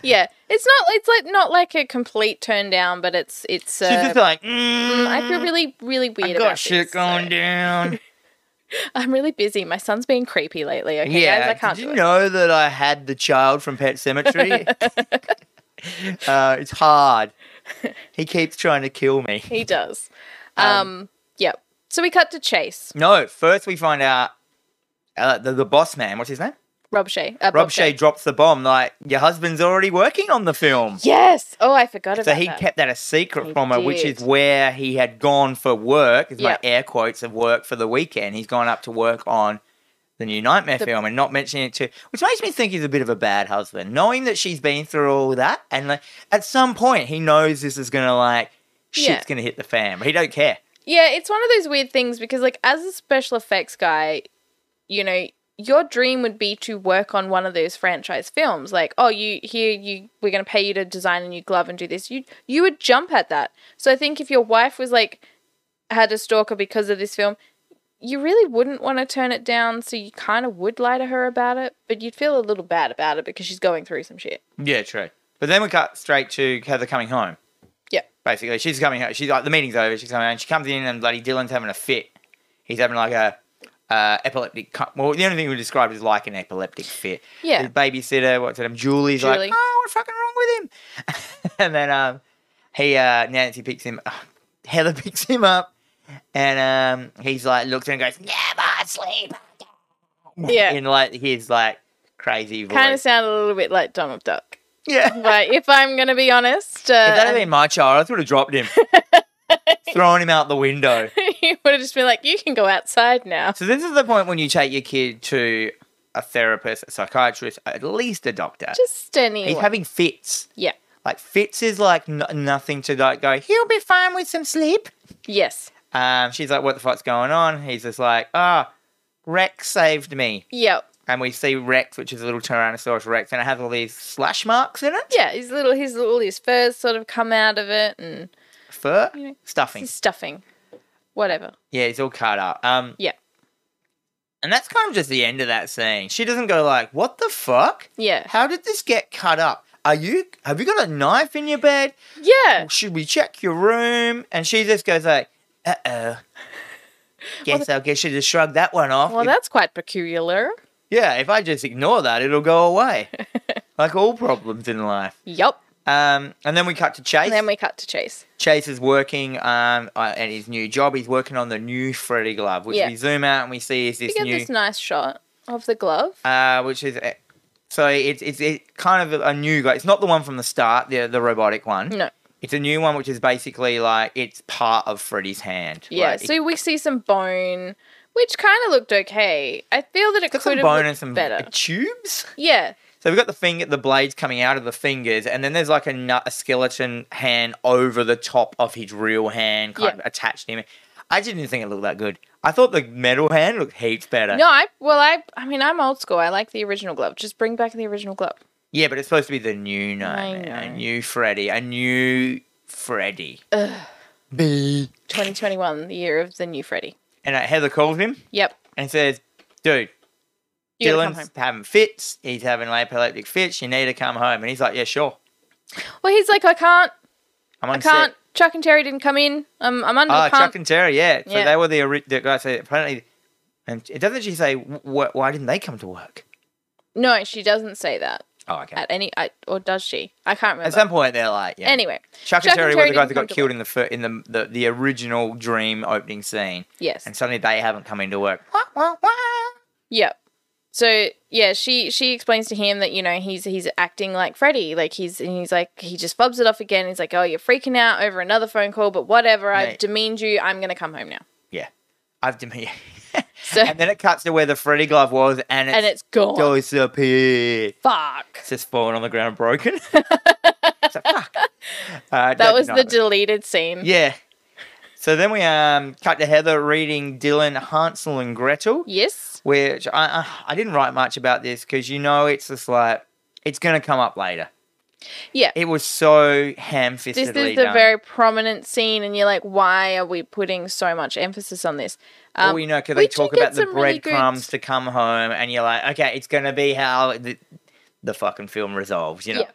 Speaker 2: Yeah, it's not. It's like not like a complete turn down, but it's it's. Uh,
Speaker 1: she's just like, mm,
Speaker 2: I feel really, really weird.
Speaker 1: I
Speaker 2: about
Speaker 1: got shit
Speaker 2: this,
Speaker 1: going
Speaker 2: so-
Speaker 1: down.
Speaker 2: I'm really busy. My son's being creepy lately. Okay,
Speaker 1: yeah,
Speaker 2: guys, I can't
Speaker 1: did
Speaker 2: do
Speaker 1: you
Speaker 2: it.
Speaker 1: know that I had the child from Pet Cemetery? uh, it's hard. He keeps trying to kill me.
Speaker 2: He does. Um,
Speaker 1: Um,
Speaker 2: Yep. So we cut to Chase.
Speaker 1: No, first we find out uh, the the boss man. What's his name?
Speaker 2: Rob Shay. Uh,
Speaker 1: Rob, Shay drops the bomb. Like your husband's already working on the film.
Speaker 2: Yes. Oh, I forgot
Speaker 1: So
Speaker 2: about
Speaker 1: he
Speaker 2: that.
Speaker 1: kept that a secret
Speaker 2: He
Speaker 1: from her, which
Speaker 2: did.
Speaker 1: is where he had gone for work. It's
Speaker 2: Yep.
Speaker 1: my air quotes of work for the weekend. He's gone up to work on the new Nightmare film and not mentioning it to, which makes me think he's a bit of a bad husband, knowing that she's been through all that. And like, at some point, he knows this is gonna like shit's
Speaker 2: Yeah.
Speaker 1: gonna hit the fan, but he don't care.
Speaker 2: Yeah, it's one of those weird things because, like, as a special effects guy, you know, your dream would be to work on one of those franchise films. Like, oh, you here, you we're going to pay you to design a new glove and do this. You you would jump at that. So I think if your wife was like had a stalker because of this film, you really wouldn't want to turn it down. So you kind of would lie to her about it, but you'd feel a little bad about it because she's going through some shit.
Speaker 1: Yeah, true. But then we cut straight to Heather coming home.
Speaker 2: Yeah.
Speaker 1: Basically, she's coming home. She's like, the meeting's over. She's coming home. She comes in and bloody Dylan's having a fit. He's having like a uh, epileptic. cu- Well, the only thing we described is like an epileptic fit.
Speaker 2: Yeah.
Speaker 1: The babysitter, what's her name? Julie's
Speaker 2: Julie.
Speaker 1: like, oh, what's fucking wrong with him?" and then um, he uh, Nancy picks him. Heather picks him up, and um, he's like looks and goes, "Never sleep." again,"
Speaker 2: Yeah.
Speaker 1: in like his like crazy voice.
Speaker 2: Kind of sound a little bit like Donald Duck.
Speaker 1: yeah.
Speaker 2: But if I'm going to be honest, uh,
Speaker 1: If that had been my child, I would have dropped him, thrown him out the window.
Speaker 2: you would have just been like, you can go outside now.
Speaker 1: So this is the point when you take your kid to a therapist, a psychiatrist, at least a doctor.
Speaker 2: Just anyone.
Speaker 1: He's having fits.
Speaker 2: yeah.
Speaker 1: Like fits is like n- nothing to like go. He'll be fine with some sleep.
Speaker 2: Yes.
Speaker 1: Um, she's like, "What the fuck's going on?" He's just like, "Ah, Rex saved me."
Speaker 2: Yep.
Speaker 1: And we see Rex, which is a little Tyrannosaurus Rex, and it has all these slash marks in it,
Speaker 2: Yeah. His little, his little, his furs sort of come out of it and
Speaker 1: fur
Speaker 2: You know,
Speaker 1: stuffing.
Speaker 2: his stuffing. Whatever.
Speaker 1: Yeah, he's all cut up. Um,
Speaker 2: Yeah.
Speaker 1: and that's kind of just the end of that scene. She doesn't go like, "What the fuck?
Speaker 2: Yeah.
Speaker 1: How did this get cut up? Are you? Have you got a knife in your bed?
Speaker 2: Yeah.
Speaker 1: Should we check your room?" And she just goes like, "Uh oh." Guess I guess you just shrug that one off.
Speaker 2: Well,
Speaker 1: If-
Speaker 2: that's quite peculiar.
Speaker 1: Yeah, if I just ignore that, it'll go away. like all problems in life.
Speaker 2: Yep.
Speaker 1: Um, and then we cut to Chase.
Speaker 2: And then we cut to Chase.
Speaker 1: Chase is working um, uh, at his new job. He's working on the new Freddy glove, which
Speaker 2: Yeah.
Speaker 1: we zoom out and we see is
Speaker 2: We
Speaker 1: this
Speaker 2: get
Speaker 1: new,
Speaker 2: this nice shot of the glove.
Speaker 1: uh, which is uh, so it's it's it kind of a new guy. It's not the one from the start, the the robotic one.
Speaker 2: No.
Speaker 1: It's a new one, which is basically like it's part of Freddy's hand.
Speaker 2: Yeah.
Speaker 1: Like, it-
Speaker 2: so we see some bone, which kind of looked okay. I feel that it
Speaker 1: got
Speaker 2: could
Speaker 1: some
Speaker 2: have
Speaker 1: bone
Speaker 2: looked
Speaker 1: and some
Speaker 2: better.
Speaker 1: tubes.
Speaker 2: yeah.
Speaker 1: So we've got the finger, the blades coming out of the fingers, and then there's like a, nut, a skeleton hand over the top of his real hand, kind
Speaker 2: Yeah.
Speaker 1: of attached to him. I didn't think it looked that good. I thought the metal hand looked heaps better.
Speaker 2: No, I well, I I mean, I'm old school. I like the original glove. Just bring back the original glove.
Speaker 1: Yeah, but it's supposed to be the new Nightmare, a
Speaker 2: know.
Speaker 1: new Freddy, a new Freddy.
Speaker 2: Ugh.
Speaker 1: B.
Speaker 2: 2021, the year of the new Freddy.
Speaker 1: And uh, Heather calls him
Speaker 2: Yep.
Speaker 1: and says, "Dude,
Speaker 2: You gotta come
Speaker 1: Dylan's
Speaker 2: home.
Speaker 1: having fits. He's having epileptic fits. You need to come home." And he's like, "Yeah, sure.
Speaker 2: Well, he's like, I can't,
Speaker 1: I'm
Speaker 2: I
Speaker 1: on set."
Speaker 2: can't. Chuck and Terry didn't come in. I'm, I'm under
Speaker 1: Ah,
Speaker 2: the pump.
Speaker 1: Chuck and Terry, yeah. So
Speaker 2: Yeah.
Speaker 1: they were the, ori- the guys that apparently, and it doesn't she say wh- wh- why didn't they come to work?
Speaker 2: no, she doesn't say that
Speaker 1: Oh, okay.
Speaker 2: at any, I, or does she? I can't
Speaker 1: At
Speaker 2: remember.
Speaker 1: some point, they're like, yeah.
Speaker 2: Anyway,
Speaker 1: Chuck,
Speaker 2: Chuck
Speaker 1: and Terry
Speaker 2: and
Speaker 1: were the
Speaker 2: Terry
Speaker 1: guys that
Speaker 2: didn't
Speaker 1: got
Speaker 2: come to
Speaker 1: killed in the fir- in the, the the original Dream opening scene,
Speaker 2: yes.
Speaker 1: and suddenly they haven't come into work. Wah, wah, wah.
Speaker 2: Yep. So yeah, she she explains to him that you know he's he's acting like Freddy, like he's and he's like he just fobs it off again. He's like, oh, you're freaking out over another phone call, but whatever. I've
Speaker 1: Mate.
Speaker 2: demeaned you. I'm gonna come home now.
Speaker 1: I've dem-
Speaker 2: So
Speaker 1: and then it cuts to where the Freddy glove was, and it's,
Speaker 2: and it's gone.
Speaker 1: disappeared.
Speaker 2: Fuck.
Speaker 1: It's just fallen on the ground, broken. It's like, fuck. Uh,
Speaker 2: That
Speaker 1: don't
Speaker 2: was
Speaker 1: deny
Speaker 2: the
Speaker 1: it.
Speaker 2: deleted scene.
Speaker 1: Yeah. So then we um cut to Heather reading Dylan Hansel and Gretel,
Speaker 2: Yes.
Speaker 1: which I I, I didn't write much about this because you know it's just like it's gonna come up later.
Speaker 2: Yeah.
Speaker 1: It was so ham
Speaker 2: This
Speaker 1: fistedly
Speaker 2: is the
Speaker 1: done.
Speaker 2: very prominent scene, and you're like, why are we putting so much emphasis on this?
Speaker 1: All
Speaker 2: Um,
Speaker 1: we know because
Speaker 2: we
Speaker 1: they
Speaker 2: do
Speaker 1: talk
Speaker 2: get
Speaker 1: about the
Speaker 2: some really good-
Speaker 1: breadcrumbs to come home, and you're like, okay, it's gonna be how the, the fucking film resolves. You know,
Speaker 2: Yeah.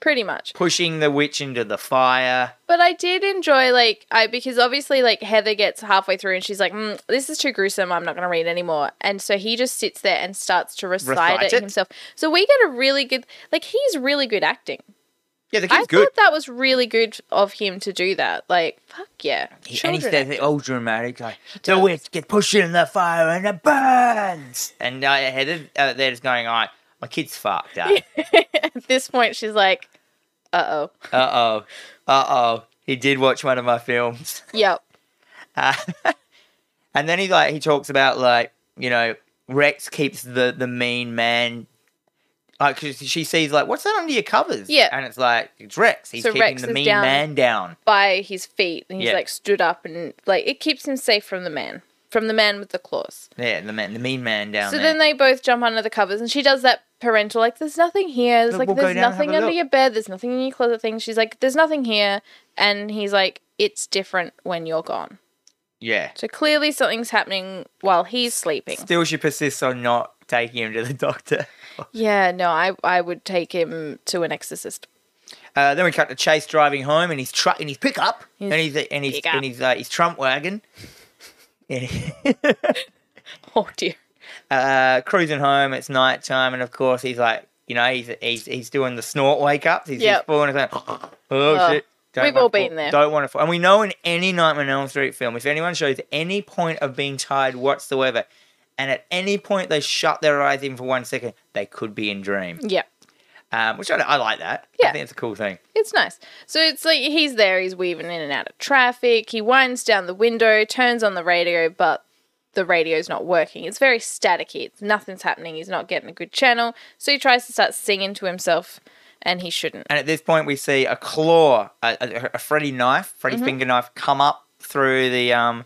Speaker 2: pretty much.
Speaker 1: pushing the witch into the fire.
Speaker 2: But I did enjoy like I because obviously like Heather gets halfway through and she's like, mm, "This is too gruesome. I'm not going to read anymore." And so he just sits there and starts to recite,
Speaker 1: Recite
Speaker 2: it,
Speaker 1: it?
Speaker 2: himself. So we get a really good like he's really good acting.
Speaker 1: Yeah, the
Speaker 2: I
Speaker 1: kid's good.
Speaker 2: thought that was really good of him to do that. Like fuck yeah,
Speaker 1: He- and he
Speaker 2: children.
Speaker 1: says it all dramatic, like the witch gets pushed in the fire and it burns. And uh, Heather, uh, they're just going, "All right, my kid's fucked up.
Speaker 2: At this point, she's like, "Uh oh,
Speaker 1: uh oh, uh oh." He did watch one of my films,
Speaker 2: yep,
Speaker 1: uh, and then he like he talks about like you know Rex keeps the the mean man. Like 'cause she sees like what's that under your covers?
Speaker 2: Yeah.
Speaker 1: and it's like it's Rex. He's
Speaker 2: So
Speaker 1: keeping
Speaker 2: Rex
Speaker 1: the
Speaker 2: is
Speaker 1: mean
Speaker 2: down.
Speaker 1: man down.
Speaker 2: by his feet." And he's
Speaker 1: Yeah.
Speaker 2: like stood up and like it keeps him safe from the man, from the man with the claws.
Speaker 1: Yeah, the man, the mean Oh, man down.
Speaker 2: So
Speaker 1: there.
Speaker 2: then they both jump under the covers, and she does that parental like, "There's nothing here. There's
Speaker 1: Look,
Speaker 2: like,
Speaker 1: we'll go
Speaker 2: there's
Speaker 1: down and have
Speaker 2: nothing
Speaker 1: a
Speaker 2: under
Speaker 1: look."
Speaker 2: your bed. There's nothing in your closet." Thing. She's like, "There's nothing here," and he's like, "It's different when you're gone."
Speaker 1: yeah,
Speaker 2: So clearly something's happening while he's sleeping.
Speaker 1: still she persists on not taking him to the doctor.
Speaker 2: Yeah, no, I I would take him to an exorcist.
Speaker 1: Uh, then we cut to Chase driving home in his truck, in his pickup,
Speaker 2: His
Speaker 1: and he's and he's
Speaker 2: pickup.
Speaker 1: and he's uh, his Trump wagon, and he-
Speaker 2: Oh dear.
Speaker 1: uh, cruising home. It's night time, and of course he's like You know, he's he's, he's doing the snort wake ups. He's
Speaker 2: Yep.
Speaker 1: just falling asleep. Oh,
Speaker 2: Oh,
Speaker 1: shit.
Speaker 2: we've
Speaker 1: wanna
Speaker 2: all
Speaker 1: fall-
Speaker 2: been there.
Speaker 1: Don't want to fall. And we know in any Nightmare on Elm Street film, if anyone shows any point of being tired whatsoever, and at any point they shut their eyes even for one second, they could be in dream.
Speaker 2: Yeah.
Speaker 1: Um, which I, I like that. I
Speaker 2: Yeah.
Speaker 1: think it's a cool thing.
Speaker 2: It's nice. So it's like he's there, he's weaving in and out of traffic. He winds down the window, turns on the radio, but the radio's not working. It's very staticky. It's nothing's happening. He's not getting a good channel. So he tries to start singing to himself, and he shouldn't.
Speaker 1: And at this point, we see a claw, a, a, a Freddy knife, Freddy finger knife, come up through the um,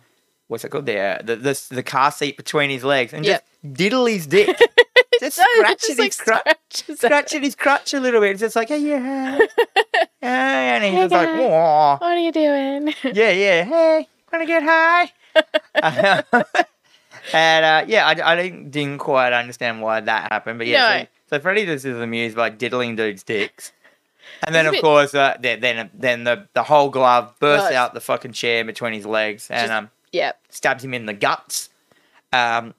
Speaker 1: what's it called there, the the, the car seat between his legs, and
Speaker 2: Yep.
Speaker 1: just diddle his dick, just
Speaker 2: No, it
Speaker 1: scratch at his crutch,
Speaker 2: scratches at
Speaker 1: scratch
Speaker 2: it.
Speaker 1: at his crutch a little bit. It's just like, hey, yeah, hey, and he's
Speaker 2: Hey,
Speaker 1: just like,
Speaker 2: guy.
Speaker 1: Whoa.
Speaker 2: What are you doing?
Speaker 1: yeah, yeah, hey, wanna get high? and uh, yeah, I, I didn't, didn't quite understand why that happened, but yeah,
Speaker 2: No.
Speaker 1: so, so Freddy just is amused by diddling dudes' dicks. And then,
Speaker 2: It's a
Speaker 1: of
Speaker 2: bit-
Speaker 1: course, uh, then then, then the, the whole glove bursts
Speaker 2: Bursts.
Speaker 1: out the fucking chair in between his legs and
Speaker 2: Just-
Speaker 1: um,
Speaker 2: yep.
Speaker 1: stabs him in the guts. Um,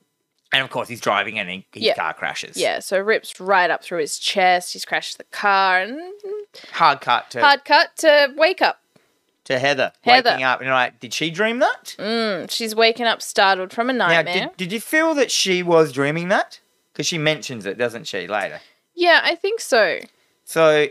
Speaker 1: and of course, he's driving and he, his
Speaker 2: Yeah.
Speaker 1: car crashes.
Speaker 2: Yeah. So it rips right up through his chest. He's crashed the car, and
Speaker 1: Hard cut to,
Speaker 2: hard cut to wake up.
Speaker 1: to Heather,
Speaker 2: Heather.
Speaker 1: waking up. And like, did she dream that?
Speaker 2: Mm, she's waking up startled from a
Speaker 1: Now,
Speaker 2: nightmare.
Speaker 1: did, did you feel that she was dreaming that? Because she mentions it, doesn't she, later?
Speaker 2: yeah, I think so.
Speaker 1: So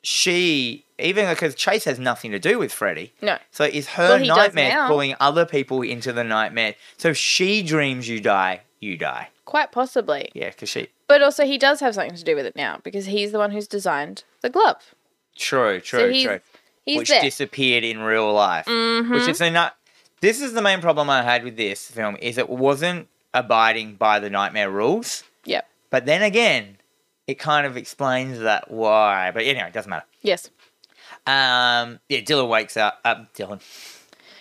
Speaker 1: she, even because Chase has nothing to do with Freddy,
Speaker 2: No.
Speaker 1: so is her
Speaker 2: Well, he does
Speaker 1: nightmare
Speaker 2: now.
Speaker 1: pulling other people into the nightmare? So if she dreams you die, you die.
Speaker 2: Quite possibly.
Speaker 1: Yeah, because she.
Speaker 2: But also, he does have something to do with it now because he's the one who's designed the glove.
Speaker 1: True, true,
Speaker 2: so he's,
Speaker 1: true.
Speaker 2: he's
Speaker 1: which
Speaker 2: there.
Speaker 1: disappeared in real life.
Speaker 2: Mhm.
Speaker 1: Which is a nut. This is the main problem I had with this film is it wasn't abiding by the nightmare rules.
Speaker 2: Yep.
Speaker 1: But then again, it kind of explains that why. But anyway, it doesn't matter.
Speaker 2: yes.
Speaker 1: Um, yeah, Dylan wakes up. Up, Dylan.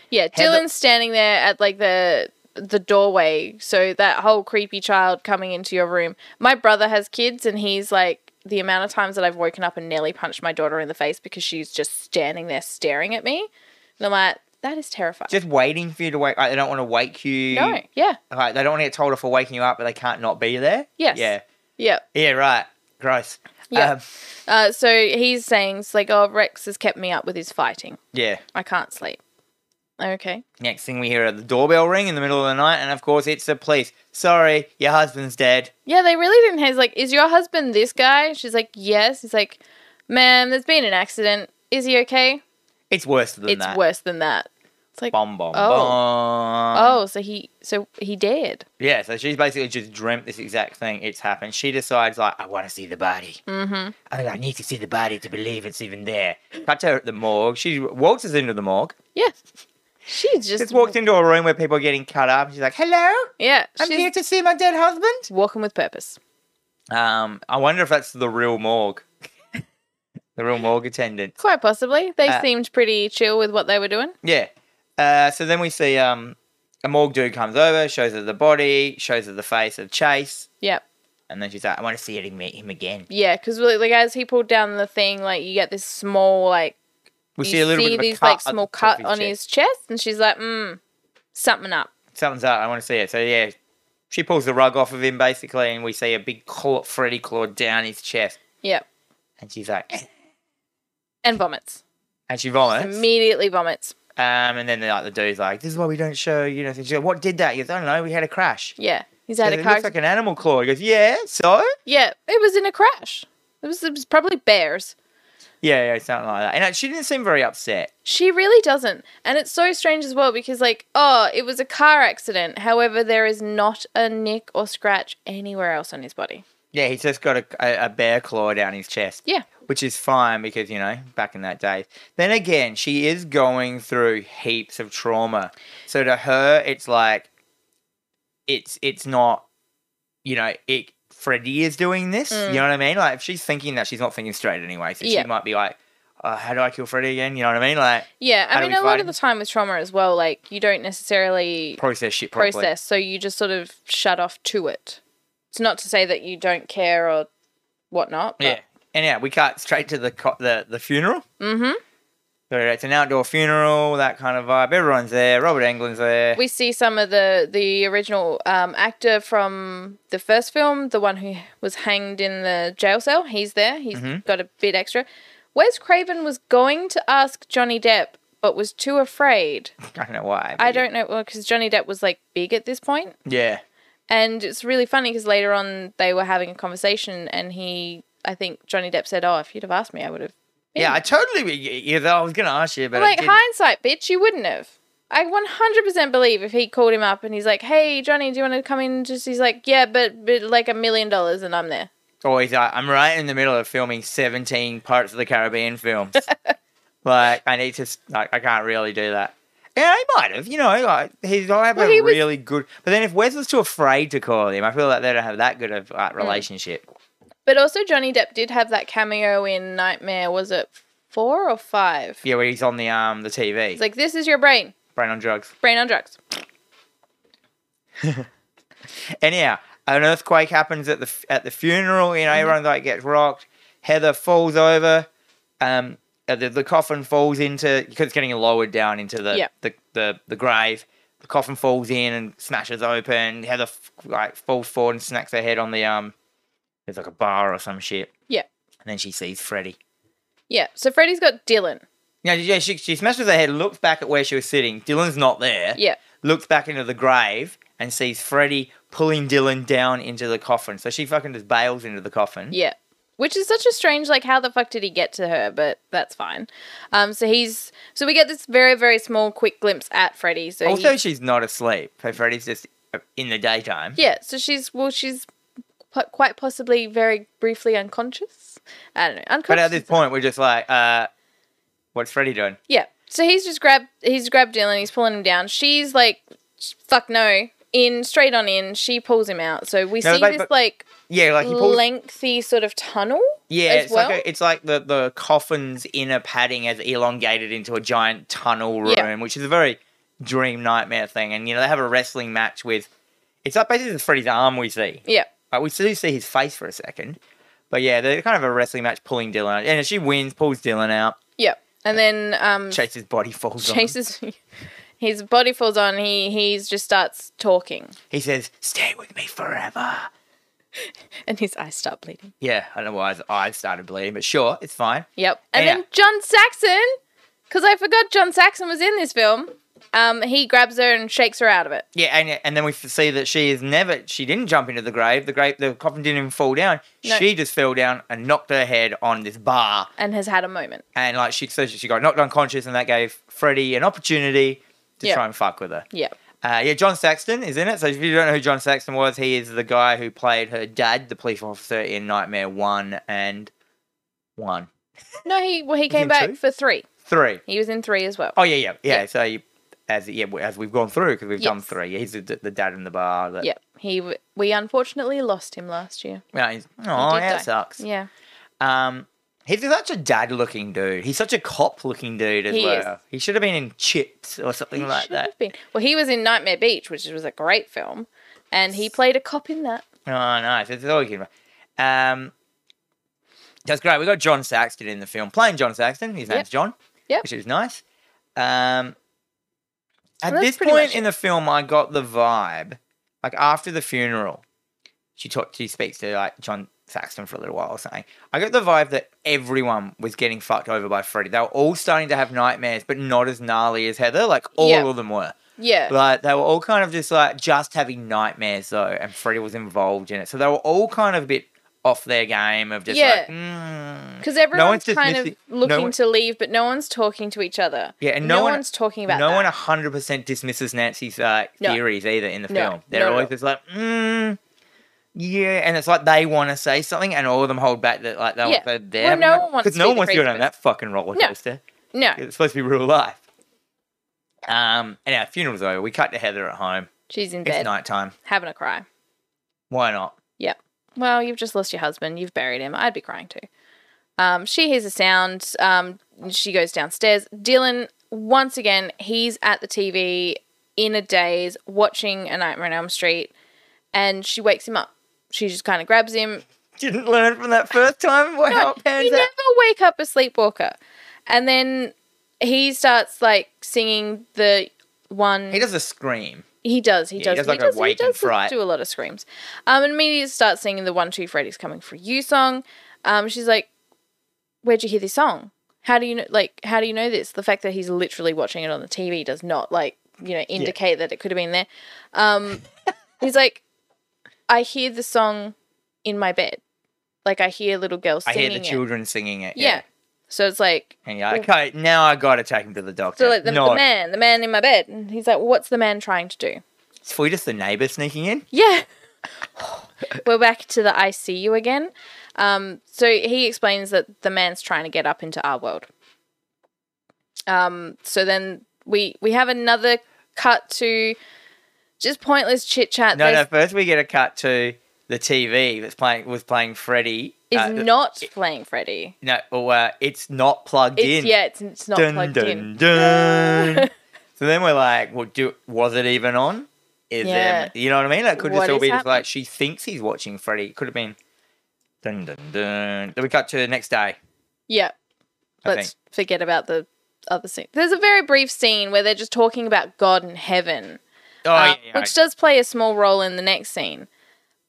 Speaker 2: Yeah.
Speaker 1: Heather-
Speaker 2: Dylan's standing there at like the the doorway. So that whole creepy child coming into your room. My brother has kids, and he's like the amount of times that I've woken up and nearly punched my daughter in the face because she's just standing there staring at me. And I'm like, that is terrifying.
Speaker 1: Just waiting for you to wake. Like, they don't want to wake you.
Speaker 2: no. Yeah.
Speaker 1: Like, they don't want to get told off for waking you up, but they can't not be there.
Speaker 2: Yes.
Speaker 1: Yeah.
Speaker 2: Yeah.
Speaker 1: Yeah. Right. Gross.
Speaker 2: Yeah.
Speaker 1: Um,
Speaker 2: Uh, so he's saying, it's like, oh, Rex has kept me up with his fighting.
Speaker 1: yeah.
Speaker 2: I can't sleep. Okay.
Speaker 1: Next thing we hear are the doorbell ring in the middle of the night, and of course it's the police. Sorry, your husband's dead.
Speaker 2: Yeah, they really didn't. He's like, "Is your husband this guy?" She's like, "Yes." He's like, "Ma'am, there's been an accident. Is he okay?"
Speaker 1: It's worse than
Speaker 2: it's
Speaker 1: that.
Speaker 2: worse than that. It's like,
Speaker 1: Bomb, bomb,
Speaker 2: Oh.
Speaker 1: bomb.
Speaker 2: oh, so he, so he dared.
Speaker 1: Yeah, so she's basically just dreamt this exact thing. It's happened. She decides, like, I want to see the body.
Speaker 2: Mm-hmm.
Speaker 1: I, I need to see the body to believe it's even there. Cut to her at the morgue. She waltzes into the morgue.
Speaker 2: Yeah. She just
Speaker 1: Just walked into a room where people are getting cut up. She's like, hello,
Speaker 2: Yeah,
Speaker 1: I'm
Speaker 2: she's
Speaker 1: here to see my dead husband.
Speaker 2: walking with purpose.
Speaker 1: Um, I wonder if that's the real morgue. the real morgue attendant.
Speaker 2: Quite possibly, they
Speaker 1: Uh,
Speaker 2: seemed pretty chill with what they were doing.
Speaker 1: Yeah. Uh, so then we see um, a morgue dude comes over, shows her the body, shows her the face of Chase,
Speaker 2: Yep.
Speaker 1: and then she's like, I want to see him, him again.
Speaker 2: Yeah, because like as he pulled down the thing, like you get this small like
Speaker 1: We
Speaker 2: you
Speaker 1: see a little
Speaker 2: see
Speaker 1: bit of a
Speaker 2: these
Speaker 1: cut
Speaker 2: like
Speaker 1: at the
Speaker 2: small
Speaker 1: top of
Speaker 2: cut on
Speaker 1: chest.
Speaker 2: his chest, and she's like, "Hmm, something up."
Speaker 1: Something's up. I want to see it. So yeah, she pulls the rug off of him basically, and we see a big claw, Freddy claw down his chest,
Speaker 2: Yep,
Speaker 1: and she's like, "Eh,"
Speaker 2: and vomits.
Speaker 1: and she vomits. Um,
Speaker 2: Immediately vomits.
Speaker 1: and then like the dude's like, this is why we don't show you know. things." She's like, what did that? He goes, I don't know. We had a crash.
Speaker 2: Yeah, he's
Speaker 1: He
Speaker 2: had
Speaker 1: goes,
Speaker 2: a
Speaker 1: it
Speaker 2: car.
Speaker 1: looks like an animal claw. He goes, yeah. So
Speaker 2: yeah, it was in a crash. It was, it was probably bears.
Speaker 1: yeah, yeah, something like that. And like, she didn't seem very upset.
Speaker 2: She really doesn't, and it's so strange as well because like, oh, it was a car accident. However, there is not a nick or scratch anywhere else on his body.
Speaker 1: Yeah, he's just got a, a, a bear claw down his chest.
Speaker 2: Yeah.
Speaker 1: Which is fine because, you know, back in that day. Then again, she is going through heaps of trauma. So to her, it's like, it's it's not, you know, it. Freddie is doing this. You know what I mean? Like, if she's thinking that, she's not thinking straight anyway. So
Speaker 2: Mm. Yeah.
Speaker 1: she might be like, oh, how do I kill Freddie again? You know what I mean? Like,
Speaker 2: Yeah,
Speaker 1: How
Speaker 2: I
Speaker 1: do
Speaker 2: mean,
Speaker 1: we
Speaker 2: a lot
Speaker 1: fight
Speaker 2: of
Speaker 1: him?
Speaker 2: the time with trauma as well, like you don't necessarily
Speaker 1: process shit properly.
Speaker 2: process, so you just sort of shut off to it. It's not to say that you don't care or whatnot. But
Speaker 1: Yeah. And yeah, we cut straight to the, co- the, the funeral.
Speaker 2: Mm-hmm.
Speaker 1: So it's an outdoor funeral, that kind of vibe. Everyone's there. Robert Englund's there.
Speaker 2: We see some of the the original um, actor from the first film, the one who was hanged in the jail cell. He's there. He's got a bit extra. Wes Craven was going to ask Johnny Depp, but was too afraid.
Speaker 1: I don't know why. but
Speaker 2: I don't know because Johnny Depp was like big at this point,
Speaker 1: Yeah.
Speaker 2: and it's really funny because later on they were having a conversation, and he, I think Johnny Depp said, "Oh, if you'd have asked me, I would have."
Speaker 1: Yeah, I totally. Yeah, I was going to ask you, but I
Speaker 2: like
Speaker 1: didn't.
Speaker 2: hindsight, bitch, you wouldn't have. I 100% believe if he called him up and he's like, "Hey, Johnny, do you want to come in?" Just he's like, "Yeah, but, but like a million dollars, and I'm there."
Speaker 1: Oh, he's like, I'm right in the middle of filming 17 Pirates of the Caribbean films. like, I need to, s- like, I can't really do that. Yeah, he might have, you know, like, he's, I have
Speaker 2: Well,
Speaker 1: a
Speaker 2: he was-
Speaker 1: really good, but then if Wes was too afraid to call him, I feel like they don't have that good of
Speaker 2: Mm.
Speaker 1: like, relationship.
Speaker 2: But also, Johnny Depp did have that cameo in Nightmare. Was it four or five?
Speaker 1: Yeah, where he's on the, um, the TV,
Speaker 2: It's like this is your brain,
Speaker 1: brain on drugs.
Speaker 2: brain on drugs.
Speaker 1: Anyhow, an earthquake happens at the, f- at the funeral, you know,
Speaker 2: Mm-hmm.
Speaker 1: everyone like gets rocked. Heather falls over, um, uh, the, the coffin falls into, because it's getting lowered down into the,
Speaker 2: Yeah.
Speaker 1: the, the, the grave. The coffin falls in and smashes open. Heather f- like falls forward and smacks her head on the um. There's like a bar or some shit.
Speaker 2: Yeah.
Speaker 1: And then she sees Freddy.
Speaker 2: Yeah. So Freddy's got Dylan.
Speaker 1: Yeah, yeah. She she smashes her head, looks back at where she was sitting. Dylan's not there.
Speaker 2: Yeah.
Speaker 1: Looks back into the grave and sees Freddy pulling Dylan down into the coffin. So she fucking just bails into the coffin.
Speaker 2: Yeah. Which is such a strange, like, how the fuck did he get to her? But that's fine. Um, so he's, so we get this very, very small, quick glimpse at Freddy. So he-
Speaker 1: Also, she's not asleep. So Freddy's just uh, in the daytime.
Speaker 2: Yeah, so she's well, she's po- quite possibly very briefly unconscious. I don't know,
Speaker 1: But
Speaker 2: unconscious.
Speaker 1: at this point, we're just like, uh, what's Freddy doing?
Speaker 2: yeah, so he's just grabbed he's grabbed Dylan, he's pulling him down. She's like, fuck no, in straight on in. She pulls him out. So we
Speaker 1: No,
Speaker 2: see
Speaker 1: but-
Speaker 2: this
Speaker 1: but-
Speaker 2: like
Speaker 1: Yeah, like he pulls
Speaker 2: lengthy sort of tunnel.
Speaker 1: Yeah,
Speaker 2: as
Speaker 1: it's
Speaker 2: well.
Speaker 1: like a, it's like the the coffin's inner padding has elongated into a giant tunnel room,
Speaker 2: Yeah.
Speaker 1: which is a very dream nightmare thing. And you know they have a wrestling match with. It's like basically it's Freddy's arm we see.
Speaker 2: yeah,
Speaker 1: Like, Uh, we still see his face for a second, but yeah, they're kind of a wrestling match pulling Dylan, out. and she wins, pulls Dylan out,
Speaker 2: yeah, and then um,
Speaker 1: Chase's body falls on.
Speaker 2: chases. His body falls on. He he's just starts talking,
Speaker 1: He says, "Stay with me forever."
Speaker 2: and his eyes start bleeding.
Speaker 1: Yeah, I don't know why his eyes started bleeding, but sure, it's fine.
Speaker 2: Yep. And
Speaker 1: Yeah.
Speaker 2: then John Saxon, because I forgot John Saxon was in this film. Um, he grabs her and shakes her out of it.
Speaker 1: Yeah, and and then we f- see that she is never. She didn't jump into the grave. The grave, the coffin didn't even fall down.
Speaker 2: No.
Speaker 1: She just fell down and knocked her head on this bar,
Speaker 2: And has had a moment.
Speaker 1: and like she so she got knocked unconscious, and that gave Freddie an opportunity to
Speaker 2: Yeah.
Speaker 1: try and fuck with her.
Speaker 2: Yeah.
Speaker 1: Uh, yeah, John Saxton is in it. So if you don't know who John Saxton was, he is the guy who played her dad, the police officer in Nightmare One and One
Speaker 2: No, he well he came
Speaker 1: in
Speaker 2: back
Speaker 1: two?
Speaker 2: for three.
Speaker 1: Three.
Speaker 2: He was in three as well.
Speaker 1: Oh yeah, yeah, yeah.
Speaker 2: Yeah.
Speaker 1: So you, as yeah, as we've gone through because we've done
Speaker 2: Yes.
Speaker 1: three. Yeah, he's the, the dad in the bar. That,
Speaker 2: Yep. He w- we unfortunately lost him last year.
Speaker 1: Yeah, he's, oh,
Speaker 2: He did
Speaker 1: yeah,
Speaker 2: die.
Speaker 1: it sucks.
Speaker 2: Yeah.
Speaker 1: Um, he's such a dad looking dude. He's such a cop looking dude as
Speaker 2: He
Speaker 1: well.
Speaker 2: is.
Speaker 1: He should have been in Chips or something
Speaker 2: He
Speaker 1: like
Speaker 2: should
Speaker 1: that.
Speaker 2: have been. Well, he was in Nightmare Beach, which was a great film, and he played a cop in that.
Speaker 1: Oh, nice. It's all you can. Um, that's great. We got John Saxton in the film playing John Saxton. His
Speaker 2: Yep.
Speaker 1: name's John.
Speaker 2: Yep.
Speaker 1: which is nice. Um, at
Speaker 2: And that's
Speaker 1: this
Speaker 2: pretty
Speaker 1: point
Speaker 2: much
Speaker 1: in the film, I got the vibe, like after the funeral, she talked. She speaks to like John Saxton for a little while or something. I got the vibe that everyone was getting fucked over by Freddy. They were all starting to have nightmares, but not as gnarly as Heather. Like all
Speaker 2: Yeah.
Speaker 1: of them were.
Speaker 2: Yeah.
Speaker 1: Like they were all kind of just like just having nightmares though, and Freddy was involved in it. So they were all kind of a bit off their game of just
Speaker 2: Yeah.
Speaker 1: like. Mm.
Speaker 2: Because everyone's
Speaker 1: one's
Speaker 2: kind of
Speaker 1: dismissing- no
Speaker 2: looking
Speaker 1: one-
Speaker 2: to leave, but no one's talking to each other.
Speaker 1: Yeah, and no one-
Speaker 2: one's talking about
Speaker 1: no
Speaker 2: that.
Speaker 1: one 100% dismisses Nancy's uh,
Speaker 2: No.
Speaker 1: theories either in the
Speaker 2: No,
Speaker 1: film. They're
Speaker 2: no, no.
Speaker 1: always just like, mm, yeah, and it's like they want to say something, and all of them hold back that like they
Speaker 2: Yeah.
Speaker 1: they're
Speaker 2: Well,
Speaker 1: there.
Speaker 2: no one wants
Speaker 1: because
Speaker 2: to
Speaker 1: no
Speaker 2: be
Speaker 1: one
Speaker 2: the
Speaker 1: wants to go
Speaker 2: crazy
Speaker 1: down that fucking roller
Speaker 2: No.
Speaker 1: coaster.
Speaker 2: no.
Speaker 1: It's supposed to be real life. Um, and our funeral's over. We cut to Heather at home.
Speaker 2: She's in
Speaker 1: It's
Speaker 2: bed
Speaker 1: nighttime.
Speaker 2: having a cry.
Speaker 1: Why not?
Speaker 2: Yeah. Well, you've just lost your husband. You've buried him. I'd be crying too. Um, she hears a sound. Um, she goes downstairs. Dylan, once again, he's at the TV in a daze watching A Nightmare on Elm Street, and she wakes him up. She just kind of grabs him.
Speaker 1: Didn't learn from that first time. Wow,
Speaker 2: You never wake up a sleepwalker. And then he starts like singing the one
Speaker 1: He does a scream.
Speaker 2: He does. He
Speaker 1: Yeah, he
Speaker 2: does.
Speaker 1: does, like, a wake and fright.
Speaker 2: do a lot of screams. Um, and immediately starts singing the "One Two Freddy's Coming for You" song. Um, she's like, "Where'd you hear this song? How do you know? Like, how do you know this? The fact that he's literally watching it on the TV does not like you know indicate that it could have been there." Um, he's like, "I hear the song in my bed. Like, I hear little girls
Speaker 1: I
Speaker 2: singing
Speaker 1: hear the
Speaker 2: it.
Speaker 1: children singing it.
Speaker 2: Yeah. So it's like,
Speaker 1: And you're like, okay, now I gotta take him to the doctor.
Speaker 2: so like the,
Speaker 1: no,
Speaker 2: the man, the man in my bed, and he's like, "What's the man trying to do?"
Speaker 1: it's we just the neighbour sneaking in.
Speaker 2: Yeah. We're back to the I see you again. Um, so he explains that the man's trying to get up into our world. Um, so then we we have another cut to just pointless chit chat.
Speaker 1: No, no. First, we get a cut to the TV that's playing was playing Freddy.
Speaker 2: is
Speaker 1: uh,
Speaker 2: not playing Freddy.
Speaker 1: no, or, uh, it's not plugged
Speaker 2: It's
Speaker 1: in.
Speaker 2: yeah, it's, it's not
Speaker 1: dun,
Speaker 2: plugged
Speaker 1: dun,
Speaker 2: in.
Speaker 1: dun. so then we're like, well, do was it even on? Is
Speaker 2: Yeah.
Speaker 1: there, you know what I mean? It could
Speaker 2: What
Speaker 1: just all
Speaker 2: is
Speaker 1: be just
Speaker 2: happening?
Speaker 1: like she thinks he's watching Freddy. It could have been. Dun dun dun. Then we cut to the next day.
Speaker 2: Yeah.
Speaker 1: I
Speaker 2: Let's forget about the other scene. There's a very brief scene where they're just talking about God and heaven.
Speaker 1: Oh
Speaker 2: uh,
Speaker 1: yeah, yeah,
Speaker 2: which does play a small role in the next scene.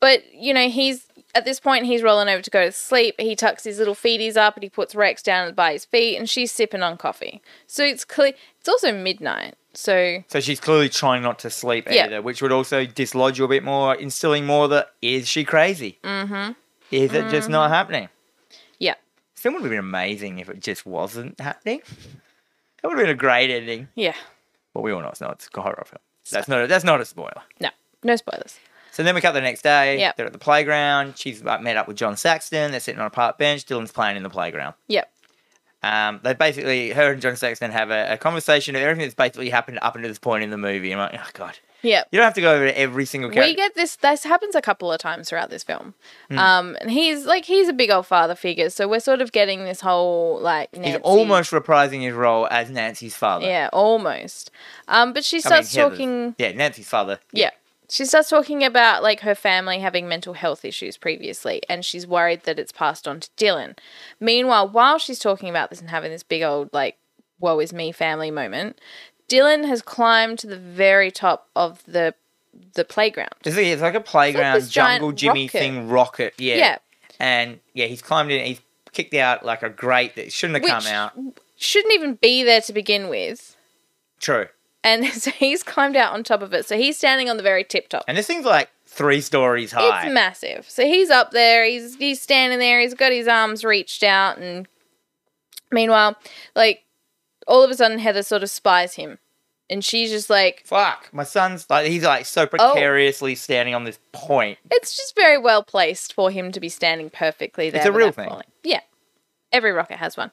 Speaker 2: But you know, he's at this point he's rolling over to go to sleep. He tucks his little feeties up and he puts Rex down by his feet, and she's sipping on coffee. So it's clear. It's also midnight. So
Speaker 1: So she's clearly trying not to sleep
Speaker 2: Yeah.
Speaker 1: either, which would also dislodge you a bit more, instilling more that is she crazy? Mm-hmm. Is it just not happening?
Speaker 2: yeah,
Speaker 1: Still would have been amazing if it just wasn't happening. That would have been a great ending.
Speaker 2: yeah.
Speaker 1: But we all know it's not. It's a horror film. That's not. A, that's not a spoiler.
Speaker 2: No, no spoilers.
Speaker 1: So then we cut the next day.
Speaker 2: Yep.
Speaker 1: They're at the playground. She's like, met up with John Saxton. They're sitting on a park bench. Dylan's playing in the playground.
Speaker 2: Yep.
Speaker 1: Um, they basically, her and John Saxton have a, a conversation of everything that's basically happened up until this point in the movie. I'm like, oh god,
Speaker 2: Yep.
Speaker 1: you don't have to go over to every single character.
Speaker 2: We get this. This happens a couple of times throughout this film,
Speaker 1: Hmm.
Speaker 2: um, and he's like he's a big old father figure. So we're sort of getting this whole like Nancy,
Speaker 1: He's almost reprising his role as Nancy's father.
Speaker 2: yeah, almost. Um, but
Speaker 1: I
Speaker 2: she
Speaker 1: mean,
Speaker 2: starts
Speaker 1: Heather's-
Speaker 2: talking.
Speaker 1: Yeah, Nancy's father.
Speaker 2: Yeah. She starts talking about like her family having mental health issues previously, and she's worried that it's passed on to Dylan. Meanwhile, while she's talking about this and having this big old like woe is me family moment, Dylan has climbed to the very top of the the playground.
Speaker 1: It's like, it's like a playground
Speaker 2: this giant
Speaker 1: jungle Jimmy
Speaker 2: rocket.
Speaker 1: thing rocket. Yeah.
Speaker 2: Yeah.
Speaker 1: And yeah, he's climbed in. He's kicked out like a grate that shouldn't have
Speaker 2: Which-
Speaker 1: come out.
Speaker 2: Shouldn't even be there to begin with.
Speaker 1: True.
Speaker 2: And so he's climbed out on top of it. So he's standing on the very tip top.
Speaker 1: And this thing's like three stories high.
Speaker 2: It's massive. So he's up there. He's he's standing there. He's got his arms reached out, and meanwhile, like all of a sudden, Heather sort of spies him, and she's just like,
Speaker 1: Fuck. My son's like he's like
Speaker 2: Oh.
Speaker 1: so precariously standing on this point.
Speaker 2: it's just very well placed for him to be standing perfectly there.
Speaker 1: a real
Speaker 2: without
Speaker 1: thing.
Speaker 2: falling. Yeah, every rocket has one.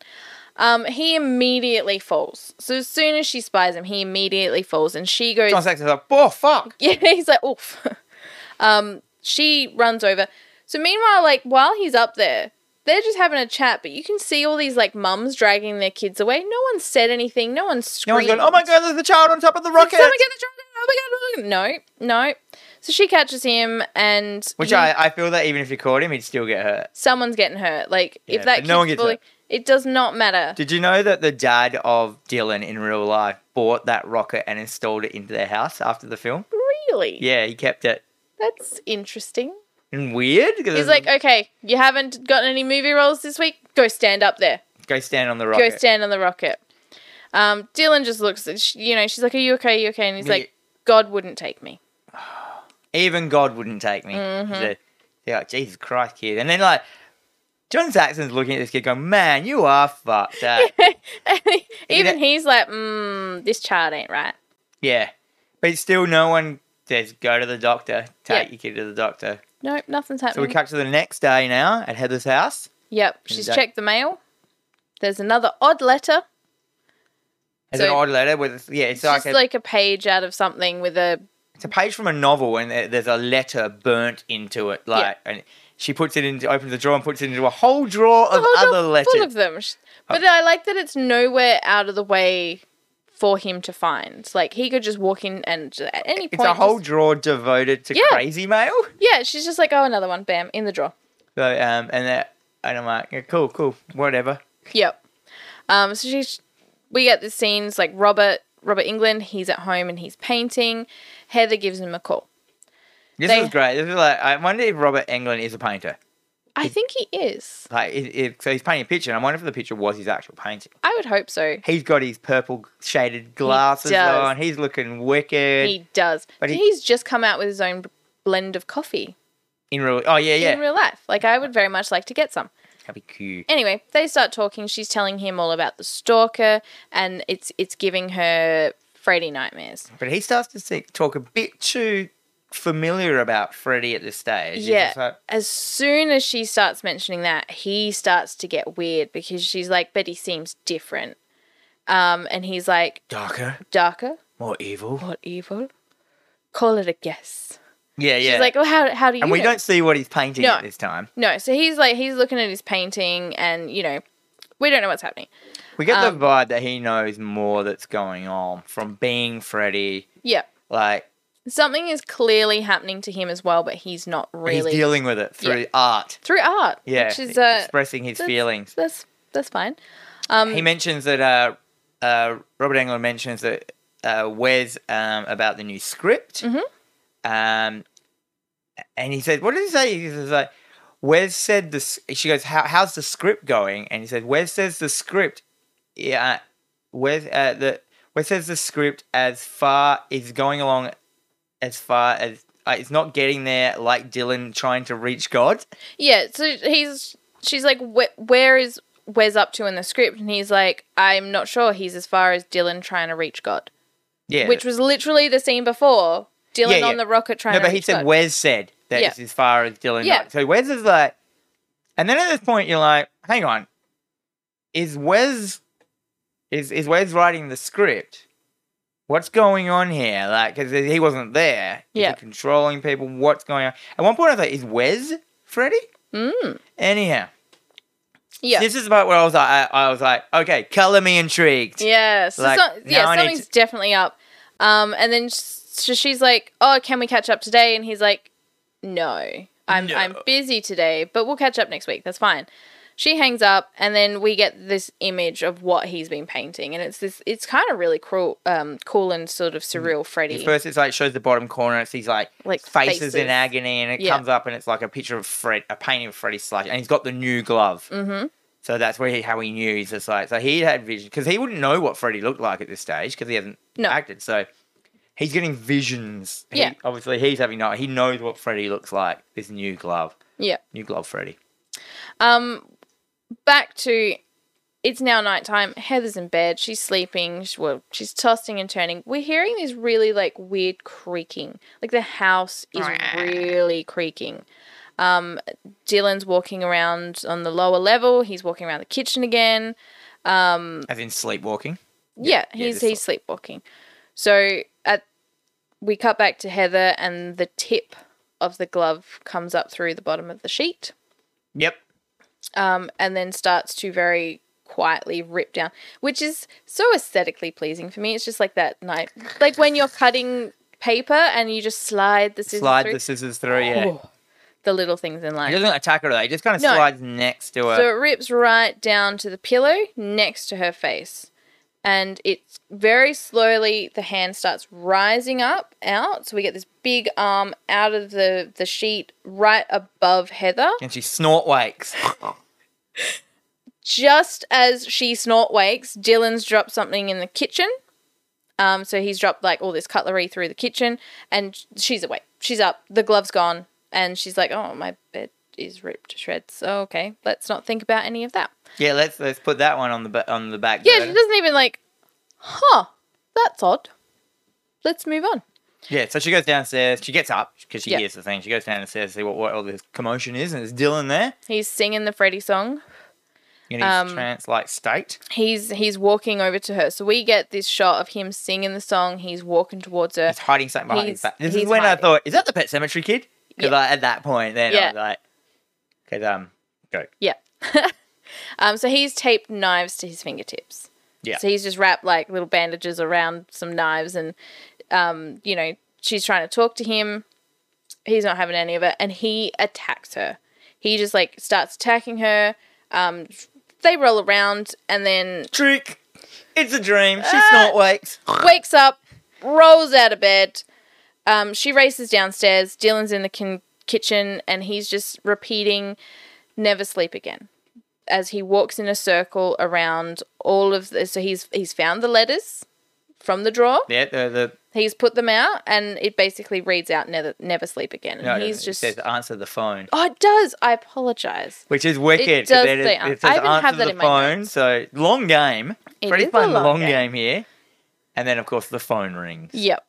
Speaker 2: Um, he immediately falls. So as soon as she spies him, he immediately falls, and she goes.
Speaker 1: John Saxon's like, oh fuck.
Speaker 2: Yeah, he's like, oof. um, she runs over. So meanwhile, like while he's up there, they're just having a chat, but you can see all these like mums dragging their kids away. No one said anything. No one
Speaker 1: No one's
Speaker 2: screamed.
Speaker 1: going, Oh my god, there's a child on top of the
Speaker 2: Someone
Speaker 1: rocket.
Speaker 2: get the child out. Oh my god! Oh my god. No, no. So she catches him, and
Speaker 1: Which
Speaker 2: he-
Speaker 1: I, I feel that even if you caught him, he'd still get hurt.
Speaker 2: someone's getting hurt. Like
Speaker 1: Yeah,
Speaker 2: if that
Speaker 1: but no one
Speaker 2: kid's
Speaker 1: gets
Speaker 2: bully-
Speaker 1: hurt.
Speaker 2: it does not matter.
Speaker 1: Did you know that the dad of Dylan in real life bought that rocket and installed it into their house after the film?
Speaker 2: really?
Speaker 1: Yeah, he kept it.
Speaker 2: That's interesting.
Speaker 1: And weird. 'cause it's-
Speaker 2: He's like, okay, you haven't gotten any movie roles this week. Go stand up there.
Speaker 1: go stand on the rocket.
Speaker 2: go stand on the rocket. Um, Dylan just looks, at sh you know, she's like, "Are you okay? Are you okay?" And he's
Speaker 1: Yeah.
Speaker 2: like, "God wouldn't take me."
Speaker 1: Even God wouldn't take me.
Speaker 2: Mm-hmm.
Speaker 1: He's a- They're like, Jesus Christ, kid. And then like, John Saxon's looking at this kid going, man, you are fucked up.
Speaker 2: Even
Speaker 1: that-
Speaker 2: he's like, "Mm, this child ain't right."
Speaker 1: yeah. But still no one says, go to the doctor. Take
Speaker 2: Yeah. Mm-hmm.
Speaker 1: your kid to the doctor.
Speaker 2: Nope, nothing's
Speaker 1: So we
Speaker 2: happening.
Speaker 1: cut to the next day now at Heather's house.
Speaker 2: yep, she's
Speaker 1: Exact-
Speaker 2: checked the mail. There's another odd letter.
Speaker 1: It's
Speaker 2: So-
Speaker 1: an odd letter with, yeah, it's,
Speaker 2: It's
Speaker 1: like,
Speaker 2: just
Speaker 1: a,
Speaker 2: like a page out of something with a
Speaker 1: it's a page from a novel and there- there's a letter burnt into it. Like, and she puts it into, opens the drawer and puts it into a whole drawer of
Speaker 2: whole
Speaker 1: other
Speaker 2: drawer
Speaker 1: letters. Oh.
Speaker 2: full of them. Sh- But I like that it's nowhere out of the way for him to find. Like he could just walk in and at any
Speaker 1: it's
Speaker 2: point,
Speaker 1: a whole
Speaker 2: just-
Speaker 1: drawer devoted to
Speaker 2: Yeah.
Speaker 1: crazy mail.
Speaker 2: yeah, she's just like, "Oh, another one, bam, in the drawer."
Speaker 1: So um, and that, and I'm like, yeah, cool, cool, whatever.
Speaker 2: Yep. Um, so she we get the scenes like Robert Robert England, he's at home and he's painting. Heather gives him a call.
Speaker 1: This
Speaker 2: They-
Speaker 1: is great. This is like I wonder if Robert Englund is a painter.
Speaker 2: I think he is.
Speaker 1: Like, it, it, so he's painting a picture, and I wonder if the picture was his actual painting.
Speaker 2: I would hope so.
Speaker 1: He's got his purple shaded glasses
Speaker 2: does.
Speaker 1: on. He's looking wicked.
Speaker 2: He does.
Speaker 1: But he-
Speaker 2: he's just come out with his own blend of coffee
Speaker 1: in real, oh yeah, yeah.
Speaker 2: in real life. Like I would very much like to get some.
Speaker 1: That'd be cute.
Speaker 2: Anyway, they start talking. She's telling him all about the stalker, and it's it's giving her Freddy nightmares.
Speaker 1: But he starts to think, talk a bit too familiar about Freddy at this stage. He's
Speaker 2: Yeah.
Speaker 1: just like,
Speaker 2: As soon as she starts mentioning that, he starts to get weird because she's like, "But he seems different," um, and he's like,
Speaker 1: darker,
Speaker 2: "Darker,
Speaker 1: more evil.
Speaker 2: what evil? Call it a guess."
Speaker 1: Yeah, yeah.
Speaker 2: She's like, "Well, how how do you?"
Speaker 1: and we
Speaker 2: know?"
Speaker 1: don't see what he's painting
Speaker 2: No.
Speaker 1: at this time.
Speaker 2: No, so he's like he's looking at his painting, and you know, we don't know what's happening.
Speaker 1: We get
Speaker 2: Um,
Speaker 1: the vibe that he knows more that's going on from being Freddy.
Speaker 2: Yeah,
Speaker 1: Like
Speaker 2: something is clearly happening to him as well, but he's not really
Speaker 1: he's dealing with it through art.
Speaker 2: through art.
Speaker 1: Yeah,
Speaker 2: which is uh,
Speaker 1: expressing his
Speaker 2: that's-
Speaker 1: feelings.
Speaker 2: that's that's fine. Um,
Speaker 1: He mentions that uh, uh, Robert Englund mentions that uh, Wes um, about the new script.
Speaker 2: Mhm.
Speaker 1: Um, and he said, "What did he say?" He says like, "Wes said this." She goes, How, "How's the script going?" And he said, "Wes says the script, yeah, Wes uh, the Wes says the script as far is going along as far as." Uh, it's not getting there like Dylan trying to reach God.
Speaker 2: yeah, so he's she's like, "Wh- where is Wes up to in the script? And he's like, I'm not sure. He's as far as Dylan trying to reach God,
Speaker 1: Yeah,
Speaker 2: which was literally the scene before Dylan
Speaker 1: Yeah, yeah.
Speaker 2: on the rocket trying
Speaker 1: No,
Speaker 2: to
Speaker 1: but he
Speaker 2: reach
Speaker 1: said
Speaker 2: God.
Speaker 1: Wes said that
Speaker 2: Yeah.
Speaker 1: it's as far as Dylan.
Speaker 2: Yeah.
Speaker 1: Yeah. So Wes is like, and then at this point you're like, hang on, is Wes, is is Wes writing the script? What's going on here? Like, because he wasn't there. Is he
Speaker 2: Yeah.
Speaker 1: controlling people. What's going on? At one point I was like, is Wes Freddy?
Speaker 2: mm,
Speaker 1: Anyhow,
Speaker 2: yeah,
Speaker 1: this is about where I was like, I, I was like, okay, color me intrigued.
Speaker 2: Yeah, so
Speaker 1: Like,
Speaker 2: some- yeah,
Speaker 1: now I need
Speaker 2: something's definitely up. Um, and then so she's like, "Oh, can we catch up today?" And he's like, "No, I'm
Speaker 1: No.
Speaker 2: I'm busy today, but we'll catch up next week. That's fine." She hangs up, and then we get this image of what he's been painting, and it's this. It's kind of really cool, um, cool and sort of surreal,
Speaker 1: At
Speaker 2: Freddy.
Speaker 1: first, Mm. it's like shows the bottom corner. It's these like
Speaker 2: Like
Speaker 1: faces, in
Speaker 2: faces.
Speaker 1: agony, and it
Speaker 2: Yeah.
Speaker 1: comes up, and it's like a picture of Fred, a painting of Freddy Slash, and he's got the new glove.
Speaker 2: Mm-hmm.
Speaker 1: So that's where he, how he knew he's just like so he had vision because he wouldn't know what Freddy looked like at this stage because he hasn't
Speaker 2: No.
Speaker 1: acted. So he's getting visions. He-
Speaker 2: Yeah.
Speaker 1: obviously he's having no. He knows what Freddy looks like. This new glove,
Speaker 2: Yeah.
Speaker 1: new glove, Freddy.
Speaker 2: Um, back to it's now nighttime. Heather's in bed. She's sleeping. She, well, she's tossing and turning. We're hearing this really like weird creaking. Like the house is really creaking. Um, Dylan's walking around on the lower level. He's walking around the kitchen again. Um,
Speaker 1: As in sleepwalking.
Speaker 2: yeah,
Speaker 1: yeah,
Speaker 2: he's
Speaker 1: just
Speaker 2: he's sleepwalking. So at we cut back to Heather, and the tip of the glove comes up through the bottom of the sheet
Speaker 1: Yep.
Speaker 2: um, and then starts to very quietly rip down, which is so aesthetically pleasing for me. It's just like that night, like when you're cutting paper and you just slide the scissors
Speaker 1: Slide
Speaker 2: through.
Speaker 1: the scissors through. Yeah.
Speaker 2: Oh, the little things in
Speaker 1: He
Speaker 2: life.
Speaker 1: doesn't attack her though. He just kind of
Speaker 2: No.
Speaker 1: slides next to her.
Speaker 2: So it rips right down to the pillow next to her face. And it's very slowly the hand starts rising up out. So we get this big arm out of the, the sheet right above Heather.
Speaker 1: and she snort wakes.
Speaker 2: just as she snort wakes, Dylan's dropped something in the kitchen. Um, so he's dropped like all this cutlery through the kitchen, and she's awake. She's up. The glove's gone, and she's like, "Oh, my bed is ripped to shreds." Oh, okay, let's not think about any of that.
Speaker 1: yeah. Let's let's put that one on the ba- on the back.
Speaker 2: Yeah,
Speaker 1: burner.
Speaker 2: she doesn't even like, "Huh, that's odd." Let's move on.
Speaker 1: Yeah, so she goes downstairs. She gets up because she
Speaker 2: Yeah.
Speaker 1: hears the thing. She goes downstairs to see what, what all this commotion is, and it's Dylan there
Speaker 2: He's singing the Freddy song.
Speaker 1: in his
Speaker 2: Um,
Speaker 1: trance-like state.
Speaker 2: He's he's walking over to her. So we get this shot of him singing the song. He's walking towards her.
Speaker 1: He's hiding something behind
Speaker 2: he's-
Speaker 1: his back. This
Speaker 2: he's
Speaker 1: is when
Speaker 2: hiding.
Speaker 1: I thought, is that the Pet Cemetery kid? Because
Speaker 2: Yeah.
Speaker 1: at that point, then I
Speaker 2: Yeah.
Speaker 1: was like, because um, go.
Speaker 2: Yeah. um, so he's taped knives to his fingertips.
Speaker 1: Yeah.
Speaker 2: So he's just wrapped like little bandages around some knives, and um, you know she's trying to talk to him. He's not having any of it, and he attacks her. He just like starts attacking her. Um, they roll around, and then
Speaker 1: Trick. It's a dream. She
Speaker 2: Ah.
Speaker 1: snort wakes.
Speaker 2: wakes up, rolls out of bed. Um, she races downstairs. Dylan's in the kin- kitchen and he's just repeating never sleep again as he walks in a circle around all of the so he's he's found the letters from the drawer.
Speaker 1: Yeah, the, the
Speaker 2: He's put them out and it basically reads out never never sleep again. And
Speaker 1: no,
Speaker 2: he's
Speaker 1: it
Speaker 2: just
Speaker 1: says answer the phone,
Speaker 2: Oh, it does. I apologize.
Speaker 1: which is wicked. 'cause
Speaker 2: does
Speaker 1: then
Speaker 2: say an- I even have that
Speaker 1: the
Speaker 2: in my
Speaker 1: phone. So long game.
Speaker 2: It
Speaker 1: Pretty
Speaker 2: is a
Speaker 1: fun
Speaker 2: long
Speaker 1: long,
Speaker 2: game.
Speaker 1: game. here. And then of course the phone rings.
Speaker 2: Yep.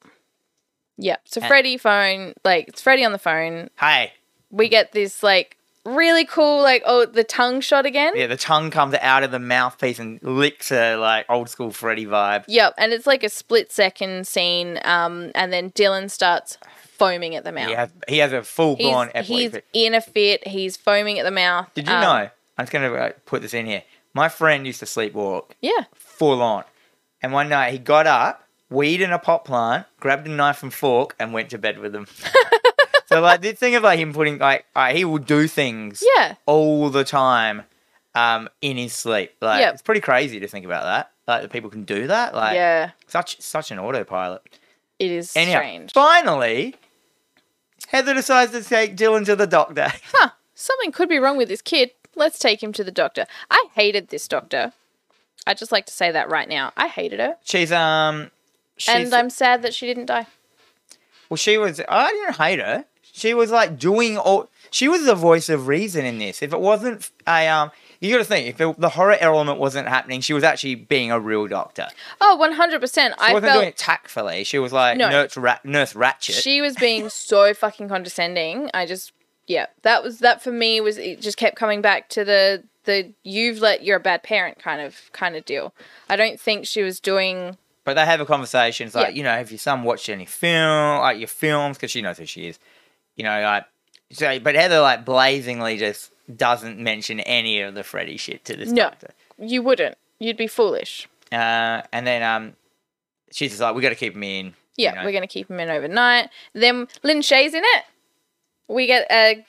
Speaker 2: Yep. So
Speaker 1: And-
Speaker 2: Freddy phone like it's Freddy on the phone
Speaker 1: Hey,
Speaker 2: we get this like really cool like oh the tongue shot again
Speaker 1: yeah, the tongue comes out of the mouthpiece and licks a like old school Freddy vibe.
Speaker 2: yep and it's like a split second scene um and then dylan starts foaming at the mouth
Speaker 1: He has he has a full blown
Speaker 2: he's, he's
Speaker 1: epileptic.
Speaker 2: in a fit he's foaming at the mouth
Speaker 1: Did you
Speaker 2: um,
Speaker 1: know? I'm just gonna uh, put this in here. My friend used to sleepwalk.
Speaker 2: yeah
Speaker 1: full on. And one night he got up, weed in a pot plant, grabbed a knife and fork, and went to bed with them. so like this thing of like him putting like uh, he will do things
Speaker 2: yeah
Speaker 1: all the time, um, in his sleep. Like
Speaker 2: Yep.
Speaker 1: it's pretty crazy to think about that. Like that people can do that. Like
Speaker 2: yeah
Speaker 1: such such an autopilot.
Speaker 2: it is
Speaker 1: Anyhow,
Speaker 2: strange
Speaker 1: finally, Heather decides to take Dylan to the doctor.
Speaker 2: huh something could be wrong with this kid let's take him to the doctor i hated this doctor i just like to say that right now i hated her
Speaker 1: she's um, she's,
Speaker 2: and i'm sad that she didn't die
Speaker 1: Well, she was. I didn't hate her. She was like doing all. She was the voice of reason in this. If it wasn't a um, you got to think if it, the horror element wasn't happening, she was actually being a real doctor.
Speaker 2: oh 100%
Speaker 1: She
Speaker 2: i
Speaker 1: wasn't
Speaker 2: felt
Speaker 1: doing it tactfully. She was like
Speaker 2: No.
Speaker 1: nurse, ra- nurse Ratchet.
Speaker 2: She was being so fucking condescending. I just, yeah, that was that for me was it just kept coming back to the the you've let you're a bad parent kind of kind of deal. I don't think she was doing
Speaker 1: but they have a conversation. It's like
Speaker 2: Yeah.
Speaker 1: you know, have your son watched any film, like your films, because she knows who she is. You know, like so. But Heather like blazingly just doesn't mention any of the Freddy shit to this
Speaker 2: No.
Speaker 1: doctor.
Speaker 2: you wouldn't. You'd be foolish.
Speaker 1: Uh, and then um, she's just like, we got to keep him in. you
Speaker 2: Yeah,
Speaker 1: know.
Speaker 2: we're gonna keep him in overnight. Then Lynn Shay's in it. We get a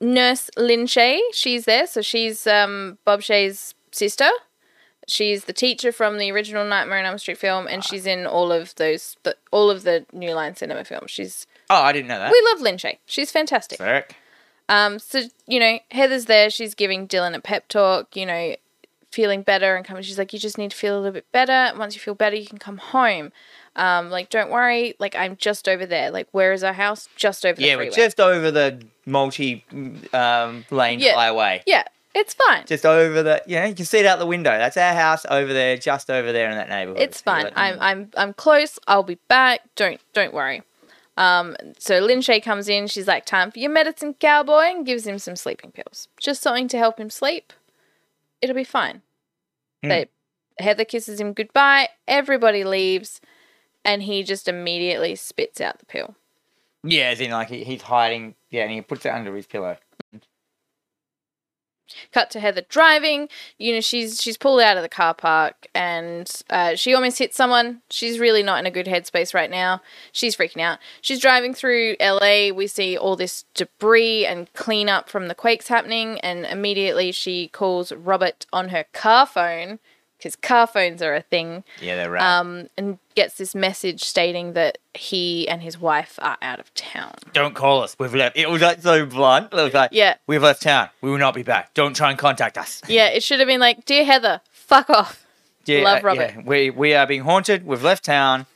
Speaker 2: nurse Lynn Shay. She's there, so she's um, Bob Shay's sister. She's the teacher from the original Nightmare on Elm Street film, and she's in all of those, the, all of the New Line Cinema films. She's
Speaker 1: Oh, I didn't know that.
Speaker 2: we love Lynn Shay. She's fantastic.
Speaker 1: Sick.
Speaker 2: Um, so you know, Heather's there. She's giving Dylan a pep talk. You know, feeling better and coming. She's like, you just need to feel a little bit better. And once you feel better, you can come home. Um, like don't worry. Like I'm just over there. Like where is our house? Just over the
Speaker 1: Yeah,
Speaker 2: freeway.
Speaker 1: we're just over the multi um, lane
Speaker 2: Yeah.
Speaker 1: highway.
Speaker 2: yeah, it's fine.
Speaker 1: Just over the, you know, you can see it out the window. That's our house over there, just over there in that neighborhood.
Speaker 2: it's fine.
Speaker 1: Like,
Speaker 2: I'm I'm I'm close. I'll be back. Don't don't worry. Um, so Lin Shay comes in. She's like, time for your medicine, cowboy, and gives him some sleeping pills. Just something to help him sleep. It'll be fine.
Speaker 1: Hmm.
Speaker 2: But Heather kisses him goodbye. Everybody leaves, and he just immediately spits out the pill.
Speaker 1: Yeah, as in, like, he, he's hiding. Yeah, and he puts it under his pillow.
Speaker 2: cut to Heather driving. You know, she's she's pulled out of the car park and uh, she almost hit someone. She's really not in a good headspace right now. She's freaking out. She's driving through LA. We see all this debris and cleanup from the quakes happening, and immediately she calls Robert on her car phone because car phones are a thing.
Speaker 1: Yeah, they're right.
Speaker 2: Um, and gets this message stating that he and his wife are out of town.
Speaker 1: Don't call us. We've left. It was like so blunt. It was like,
Speaker 2: Yeah.
Speaker 1: we've left town. We will not be back. Don't try and contact us.
Speaker 2: Yeah, it should have been like, dear Heather, fuck off.
Speaker 1: Yeah,
Speaker 2: Love
Speaker 1: uh, yeah.
Speaker 2: Robert.
Speaker 1: We, we are being haunted. We've left town.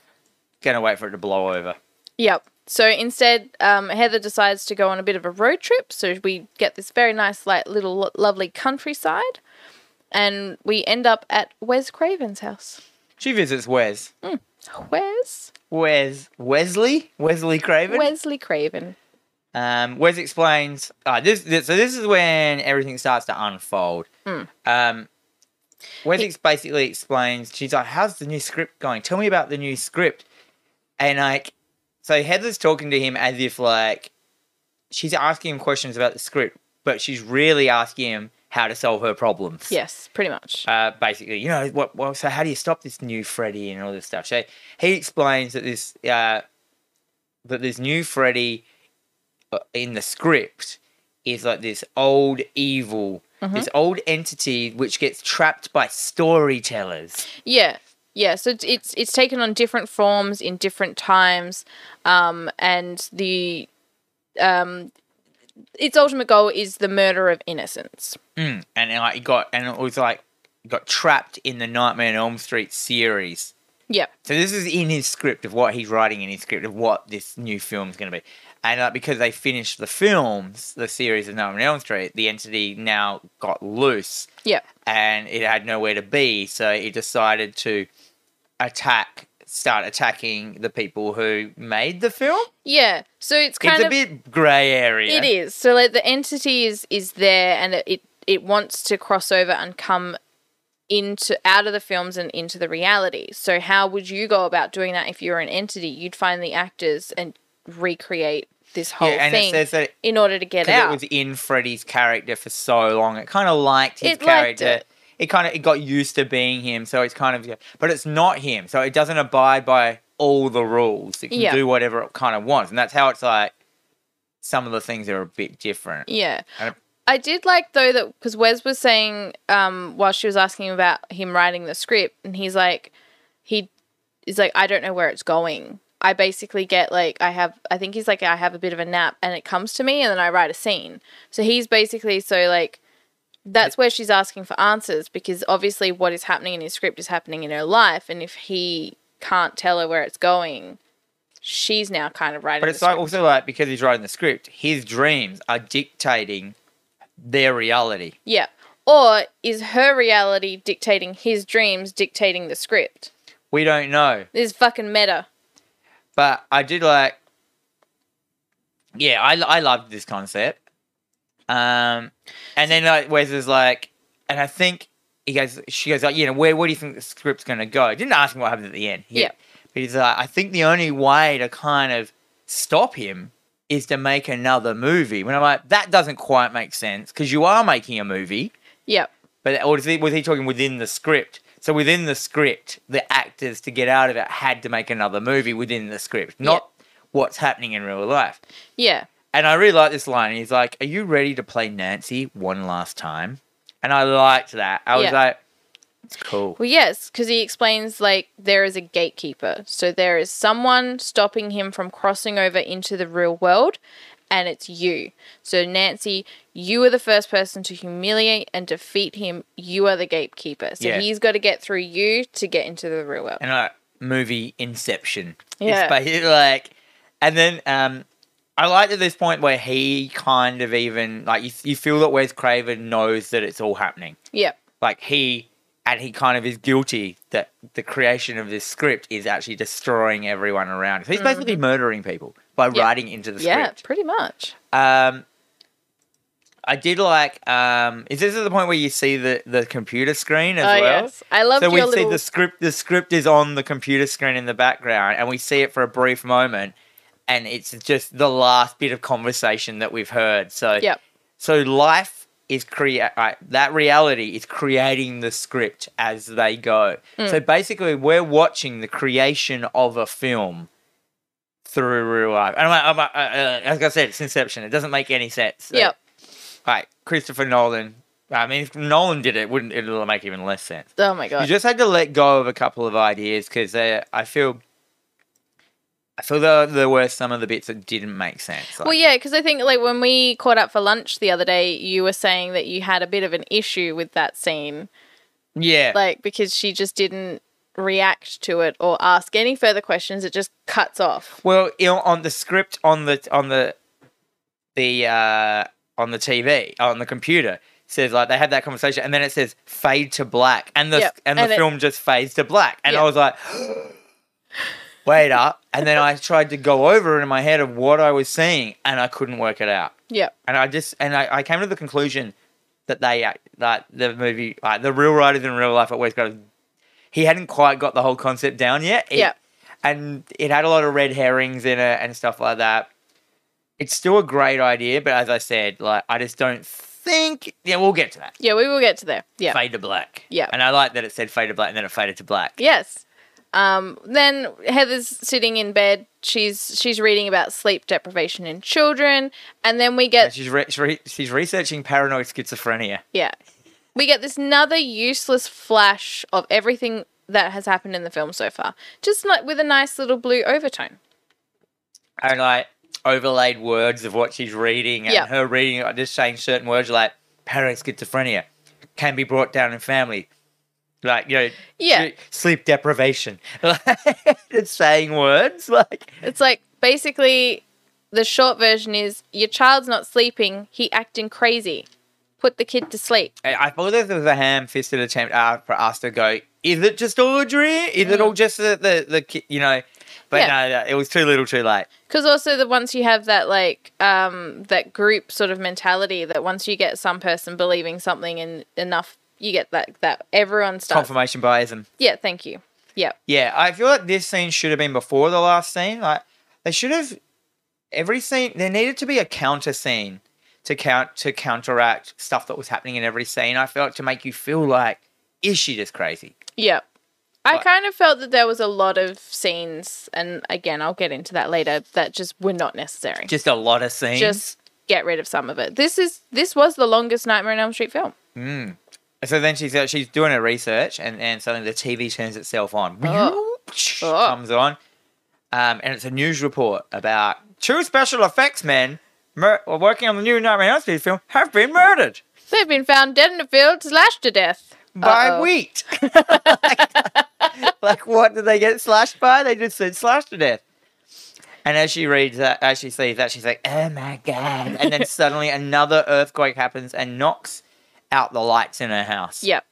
Speaker 1: Gonna wait for it to blow over.
Speaker 2: Yep. So instead, um, Heather decides to go on a bit of a road trip. So we get this very nice, like, little lo- lovely countryside, and we end up at Wes Craven's house.
Speaker 1: She visits Wes.
Speaker 2: Mm. Wes
Speaker 1: Wes. Wesley? Wesley Craven?
Speaker 2: Wesley Craven.
Speaker 1: Um, Wes explains. Uh, this, this so this is when everything starts to unfold. Um, Wes ex- basically explains. She's like, "How's the new script going? Tell me about the new script." And like, so Heather's talking to him as if like she's asking him questions about the script, but she's really asking him how to solve her problems
Speaker 2: Yes, pretty much.
Speaker 1: uh, basically, you know, what, well, so how do you stop this new Freddy and all this stuff? So he explains that this, uh, that this new Freddy uh, in the script is like this old evil, this old entity which gets trapped by storytellers.
Speaker 2: Yeah, yeah. So it's it's, it's taken on different forms in different times, um, and the um, its ultimate goal is the murder of innocence.
Speaker 1: Mm. And like it got and it was like it got trapped in the Nightmare on Elm Street series.
Speaker 2: Yeah,
Speaker 1: So this is in his script of what he's writing in his script of what this new film's going to be. And uh, because they finished the films, the series of Nightmare on Elm Street, the entity now got loose
Speaker 2: yeah,
Speaker 1: and it had nowhere to be. So it decided to attack, start attacking the people who made the film.
Speaker 2: yeah. So it's kind
Speaker 1: it's
Speaker 2: of
Speaker 1: a bit grey area.
Speaker 2: It is. So like the entity is is there and it- it it wants to cross over and come into out of the films and into the reality. So how would you go about doing that if you were an entity? You'd find the actors and recreate this whole
Speaker 1: Yeah, and
Speaker 2: thing
Speaker 1: it says that
Speaker 2: in order to get
Speaker 1: because it
Speaker 2: out.
Speaker 1: was in Freddy's character for so long. It kind of liked his
Speaker 2: It liked
Speaker 1: character.
Speaker 2: it.
Speaker 1: it. kind of it got used to being him, so it's kind of but it's not him, so it doesn't abide by all the rules. It can
Speaker 2: Yeah.
Speaker 1: do whatever it kind of wants, and that's how it's like. Some of the things are a bit different.
Speaker 2: yeah.
Speaker 1: And-
Speaker 2: I did like though that because Wes was saying um, while she was asking about him writing the script, and he's like, he is like, I don't know where it's going. I basically get like I have I think he's like I have a bit of a nap and it comes to me and then I write a scene. So he's basically so like that's where she's asking for answers because obviously what is happening in his script is happening in her life and if he can't tell her where it's going, she's now kind of writing.
Speaker 1: But
Speaker 2: the
Speaker 1: it's like
Speaker 2: script.
Speaker 1: also like because he's writing the script, his dreams are dictating their reality.
Speaker 2: Yeah. Or is her reality dictating his dreams, dictating the script?
Speaker 1: We don't know.
Speaker 2: This is fucking meta.
Speaker 1: But I did like, yeah, I, I loved this concept. Um, and then like Wes is like, and I think he goes, she goes like, you know, where what do you think the script's gonna go? I didn't ask him what happens at the end. He-
Speaker 2: Yeah.
Speaker 1: but he's like, I think the only way to kind of stop him is to make another movie. When I'm like, that doesn't quite make sense because you are making a movie.
Speaker 2: Yep.
Speaker 1: But or is he, was he talking within the script? So within the script, the actors to get out of it had to make another movie within the script, not what's happening in real life.
Speaker 2: Yeah.
Speaker 1: And I really like this line. He's like, "Are you ready to play Nancy one last time?" And I liked that. I was
Speaker 2: Yeah.
Speaker 1: like, "It's cool."
Speaker 2: Well, yes, because he explains like there is a gatekeeper. So there is someone stopping him from crossing over into the real world, and it's you. So, Nancy, you are the first person to humiliate and defeat him. You are the gatekeeper. So
Speaker 1: Yeah.
Speaker 2: he's got to get through you to get into the real world.
Speaker 1: and like movie Inception.
Speaker 2: Yeah.
Speaker 1: It's basically like, and then um, I liked at this point where he kind of even like you, you feel that Wes Craven knows that it's all happening.
Speaker 2: Yep.
Speaker 1: like he and he kind of is guilty that the creation of this script is actually destroying everyone around. him. So he's basically murdering people by
Speaker 2: Mm-hmm. Yeah.
Speaker 1: writing into the
Speaker 2: Yeah,
Speaker 1: script.
Speaker 2: pretty much.
Speaker 1: Um, I did like. Um, is this at the point where you see the, the computer screen as
Speaker 2: oh,
Speaker 1: well?
Speaker 2: yes. I love
Speaker 1: So
Speaker 2: your
Speaker 1: we see
Speaker 2: little...
Speaker 1: the script. The script is on the computer screen in the background, and we see it for a brief moment, and it's just the last bit of conversation that we've heard. So
Speaker 2: Yep.
Speaker 1: so life is create right, that reality is creating the script as they go.
Speaker 2: Hmm.
Speaker 1: So basically, we're watching the creation of a film through real life. And I'm, like- I'm, like, uh, uh, like I said, it's Inception. It doesn't make any sense. So,
Speaker 2: Yep.
Speaker 1: Right, Christopher Nolan. I mean, if Nolan did it, wouldn't it'll make even less sense.
Speaker 2: Oh my god.
Speaker 1: You just had to let go of a couple of ideas because I feel. I feel there, there were some of the bits that didn't make sense.
Speaker 2: well,
Speaker 1: like-
Speaker 2: yeah, because I think like when we caught up for lunch the other day, you were saying that you had a bit of an issue with that scene,
Speaker 1: yeah.
Speaker 2: like because she just didn't react to it or ask any further questions. It just cuts off.
Speaker 1: Well, you know, on the script on the on the the uh, on the TV on the computer says like they had that conversation, and then it says fade to black, and the
Speaker 2: Yep,
Speaker 1: and the
Speaker 2: and it-
Speaker 1: film just fades to black, and I
Speaker 2: Yep.
Speaker 1: was like. Wait up, and then I tried to go over it in my head of what I was seeing, and I couldn't work it out.
Speaker 2: Yep.
Speaker 1: And I just and I, I came to the conclusion that they act like the movie like the real writers in real life at West Coast, he hadn't quite got the whole concept down yet. It-
Speaker 2: Yeah.
Speaker 1: And it had a lot of red herrings in it and stuff like that. It's still a great idea, but as I said, like I just don't think yeah, we'll get to that.
Speaker 2: Yeah, we will get to there. Yeah.
Speaker 1: Fade to black.
Speaker 2: Yeah.
Speaker 1: And I like that it said fade to black and then it faded to black.
Speaker 2: Yes. Um, then Heather's sitting in bed. She's she's reading about sleep deprivation in children, and then we
Speaker 1: And
Speaker 2: get
Speaker 1: she's re- she's re- she's researching paranoid schizophrenia.
Speaker 2: yeah, we get this another useless flash of everything that has happened in the film so far, just like with a nice little blue overtone.
Speaker 1: and like overlaid words of what she's reading and
Speaker 2: Yeah.
Speaker 1: her reading uh, just saying certain words like paranoid schizophrenia can be brought down in family like you know
Speaker 2: Yeah.
Speaker 1: s- sleep deprivation it's saying words like
Speaker 2: It's like basically the short version is your child's not sleeping, he acting crazy. Put the kid to sleep.
Speaker 1: I I thought this was a ham-fisted attempt uh, for us to go. Is it just all a dream? Is it all just the the, the ki- you know? But
Speaker 2: Mm. Yeah.
Speaker 1: no, no, it was too little, too late.
Speaker 2: Because also the once you have that like um, that group sort of mentality that once you get some person believing something and enough, you get that that everyone starts.
Speaker 1: Confirmation biasm.
Speaker 2: Yeah, thank you. Yeah,
Speaker 1: Yeah, I feel like this scene should have been before the last scene. Like they should have every scene there needed to be a counter scene to count to counteract stuff that was happening in every scene. I felt to make you feel like is she just crazy?
Speaker 2: yeah. I
Speaker 1: Right.
Speaker 2: kind of felt that there was a lot of scenes, and again, I'll get into that later. That just were not necessary.
Speaker 1: Just a lot of scenes.
Speaker 2: just get rid of some of it. This is this was the longest Nightmare on Elm Street film.
Speaker 1: so then she's uh, she's doing her research and, and suddenly the TV turns itself on.
Speaker 2: Oh. Oh.
Speaker 1: Comes on. Um, and it's a news report about two special effects men mur- working on the new Nightmare on Elm Street film have been murdered.
Speaker 2: They've been found dead in a field, slashed to death.
Speaker 1: by
Speaker 2: Uh-oh.
Speaker 1: wheat. like, like, what did they get slashed by? They just said slashed to death. And as she reads that, as she sees that, she's like, "Oh my god!" And then suddenly another earthquake happens and knocks out the lights in her house.
Speaker 2: Yep.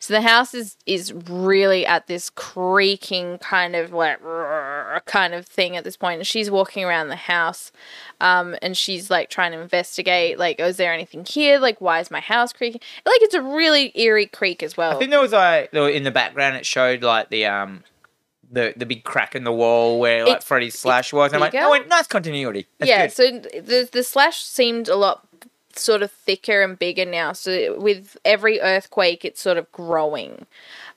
Speaker 2: So the house is is really at this creaking kind of like kind of thing at this point. And she's walking around the house, um, and she's like trying to investigate. Like, oh, is there anything here? Like, why is my house creaking? Like, it's a really eerie creak as well.
Speaker 1: I think there was like there were- in the background it showed like the um the the big crack in the wall where like
Speaker 2: It-
Speaker 1: Freddy's slash was. And I'm like,
Speaker 2: bigger.
Speaker 1: oh, wait, nice continuity. That's
Speaker 2: yeah,
Speaker 1: good.
Speaker 2: so the the slash seemed a lot sort of thicker and bigger now. So with every earthquake, it's sort of growing.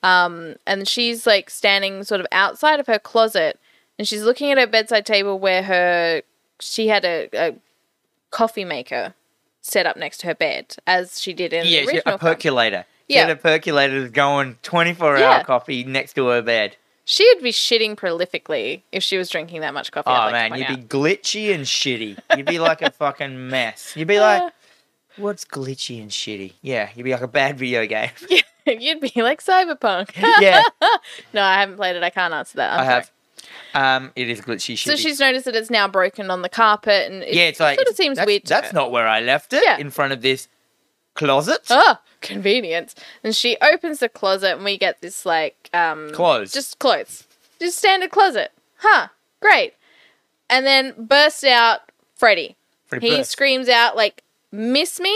Speaker 2: Um, and she's like standing sort of outside of her closet, and she's looking at her bedside table where her she had a, a coffee maker set up next to her bed, as she did in
Speaker 1: yeah,
Speaker 2: the
Speaker 1: she-
Speaker 2: original.
Speaker 1: a
Speaker 2: film.
Speaker 1: percolator. She
Speaker 2: Yeah.
Speaker 1: had a percolator that's going 24
Speaker 2: Yeah.
Speaker 1: hour coffee next to her bed.
Speaker 2: She would be shitting prolifically if she was drinking that much coffee.
Speaker 1: Oh
Speaker 2: I'd like to
Speaker 1: man,
Speaker 2: point
Speaker 1: you'd
Speaker 2: out.
Speaker 1: be glitchy and shitty. You'd be like a fucking mess. You'd be like, what's glitchy and shitty? Yeah, you'd be like a bad video game.
Speaker 2: you'd be like cyberpunk.
Speaker 1: yeah,
Speaker 2: no, I haven't played it. I can't answer that. I'm
Speaker 1: I
Speaker 2: sorry.
Speaker 1: have. Um, it is glitchy shitty.
Speaker 2: So she's noticed that it's now broken on the carpet, and it
Speaker 1: yeah, it's like
Speaker 2: sort of seems
Speaker 1: that's,
Speaker 2: weird. to
Speaker 1: That's
Speaker 2: her.
Speaker 1: not where I left it.
Speaker 2: Yeah.
Speaker 1: in front of this closet.
Speaker 2: oh convenient. And she opens the closet, and we get this like um
Speaker 1: Clothes.
Speaker 2: just clothes, just standard closet. Huh? Great. And then bursts out Freddy.
Speaker 1: Pretty
Speaker 2: he
Speaker 1: burst.
Speaker 2: screams out like, "Miss me!"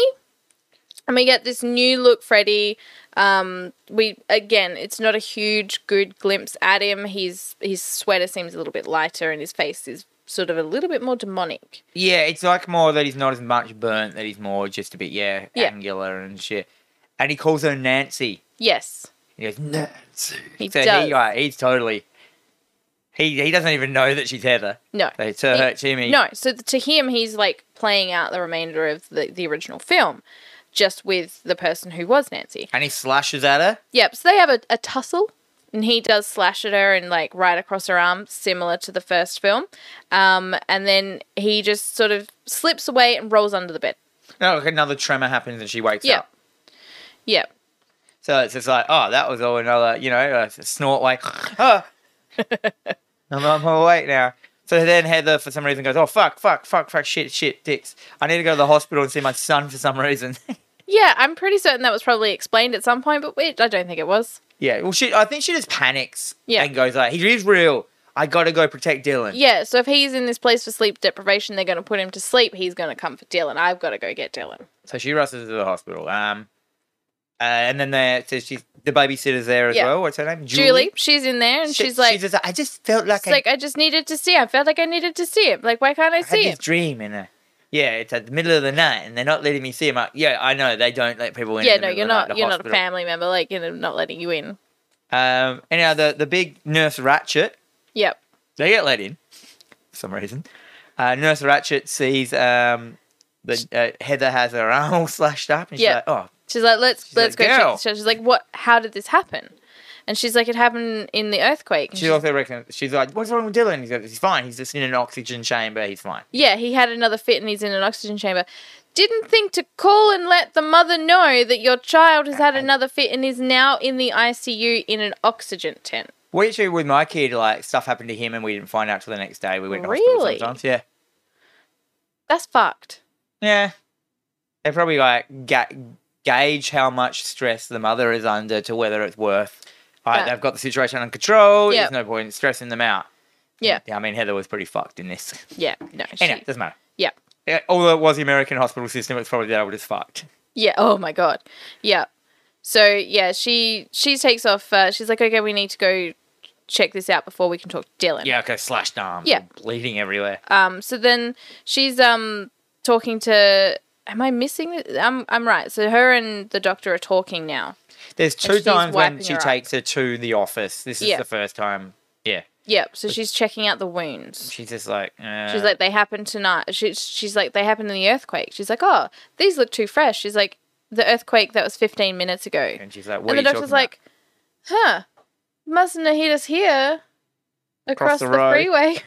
Speaker 2: And we get this new look Freddy. Um, we again, it's not a huge good glimpse at him. His his sweater seems a little bit lighter, and his face is sort of a little bit more demonic.
Speaker 1: Yeah, it's like more that he's not as much burnt. That he's more just a bit yeah,
Speaker 2: Yeah.
Speaker 1: angular and shit. And he calls her Nancy.
Speaker 2: Yes.
Speaker 1: He goes Nancy.
Speaker 2: He
Speaker 1: so
Speaker 2: does.
Speaker 1: he like, he's totally. He he doesn't even know that she's Heather.
Speaker 2: No.
Speaker 1: They to her, to me.
Speaker 2: No. So th- to him, he's like playing out the remainder of the, the original film, just with the person who was Nancy.
Speaker 1: And he slashes at her.
Speaker 2: Yep. So they have a, a tussle, and he does slash at her and like right across her arm, similar to the first film. Um, and then he just sort of slips away and rolls under the bed.
Speaker 1: No, like another tremor happens and she wakes
Speaker 2: Yeah.
Speaker 1: up.
Speaker 2: Yep.
Speaker 1: So it's just like, oh, that was all another, you know, a snort like, oh, I'm, I'm awake now. So then Heather, for some reason, goes, oh, fuck, fuck, fuck, fuck, shit, shit, dicks. I need to go to the hospital and see my son for some reason.
Speaker 2: Yeah, I'm pretty certain that was probably explained at some point, but we, I don't think it was.
Speaker 1: yeah, well, she, I think she just panics
Speaker 2: Yeah.
Speaker 1: and goes like, he is real. I got to go protect Dylan.
Speaker 2: Yeah, so if he's in this place for sleep deprivation, they're going to put him to sleep. He's going to come for Dylan. I've got to go get Dylan.
Speaker 1: So she rushes to the hospital. Um, uh, and then there, so she's, the babysitter's there as
Speaker 2: Yeah.
Speaker 1: well. What's her name?
Speaker 2: Julie, she's in there and
Speaker 1: She-
Speaker 2: she's like,
Speaker 1: she's just like, I just felt like
Speaker 2: It's
Speaker 1: I
Speaker 2: like I just needed to see. I felt like I needed to see it. Like why can't I
Speaker 1: I had
Speaker 2: see
Speaker 1: this
Speaker 2: it?
Speaker 1: dream and uh, yeah, it's at the middle of the night and they're not letting me see him. Like, yeah, I know they don't let people in.
Speaker 2: Yeah,
Speaker 1: in the
Speaker 2: no,
Speaker 1: middle
Speaker 2: you're
Speaker 1: of the night at
Speaker 2: not.
Speaker 1: the
Speaker 2: You're not a
Speaker 1: hospital.
Speaker 2: family member. Like you know, not letting you in.
Speaker 1: Um, anyhow, the, the big Nurse Ratchet,
Speaker 2: Yep.
Speaker 1: they get let in for some reason. Uh, Nurse Ratchet sees um, that uh, Heather has her arm all slashed up and she's
Speaker 2: Yeah.
Speaker 1: like, oh,
Speaker 2: She's like, let's let's
Speaker 1: like,
Speaker 2: go
Speaker 1: "Girl."
Speaker 2: check. So she's like, what? How did this happen? And she's like, it happened in the earthquake. And
Speaker 1: she
Speaker 2: she's-
Speaker 1: also reckons, she's like, what's wrong with Dylan? He's, like, he's fine. He's just in an oxygen chamber. He's fine.
Speaker 2: yeah, he had another fit and he's in an oxygen chamber. Didn't think to call and let the mother know that your child has had another fit and is now in the ICU in an oxygen tent.
Speaker 1: We actually, with my kid, like, stuff happened to him and we didn't find out till the next day. We went to hospital
Speaker 2: Really?
Speaker 1: sometimes. Yeah.
Speaker 2: That's fucked.
Speaker 1: Yeah. They probably like ga- gauge how much stress the mother is under to whether it's worth. All right,
Speaker 2: Yeah.
Speaker 1: they've got the situation under control.
Speaker 2: Yeah.
Speaker 1: There's no point in stressing them out.
Speaker 2: Yeah.
Speaker 1: I mean, Heather was pretty fucked in this.
Speaker 2: Yeah. No. she-
Speaker 1: anyway, doesn't matter.
Speaker 2: Yeah.
Speaker 1: Yeah, Although it was the American hospital system, it's probably that I would have fucked.
Speaker 2: Yeah. Oh my god. Yeah. So yeah, she she takes off. Uh, she's like, okay, we need to go check this out before we can talk to Dylan.
Speaker 1: Yeah, okay, slashed arm.
Speaker 2: Yeah.
Speaker 1: Bleeding everywhere.
Speaker 2: Um. So then she's um talking to. Am I missing? it? I'm I'm right. So her and the doctor are talking now.
Speaker 1: There's two
Speaker 2: she's
Speaker 1: times when
Speaker 2: wiping
Speaker 1: she
Speaker 2: her up.
Speaker 1: takes her to the office. This is
Speaker 2: Yeah.
Speaker 1: the first time. Yeah.
Speaker 2: Yep. So she's checking out the wounds.
Speaker 1: She's just like, uh,
Speaker 2: She's like, they happened tonight. She, she's like, they happened in the earthquake. She's like, oh, these look too fresh. She's like, the earthquake that was 15 minutes ago.
Speaker 1: and she's like, what
Speaker 2: and
Speaker 1: are
Speaker 2: the
Speaker 1: you
Speaker 2: doctor's
Speaker 1: talking about?
Speaker 2: like, huh, mustn't have hit us here across,
Speaker 1: the
Speaker 2: the,
Speaker 1: road."
Speaker 2: freeway.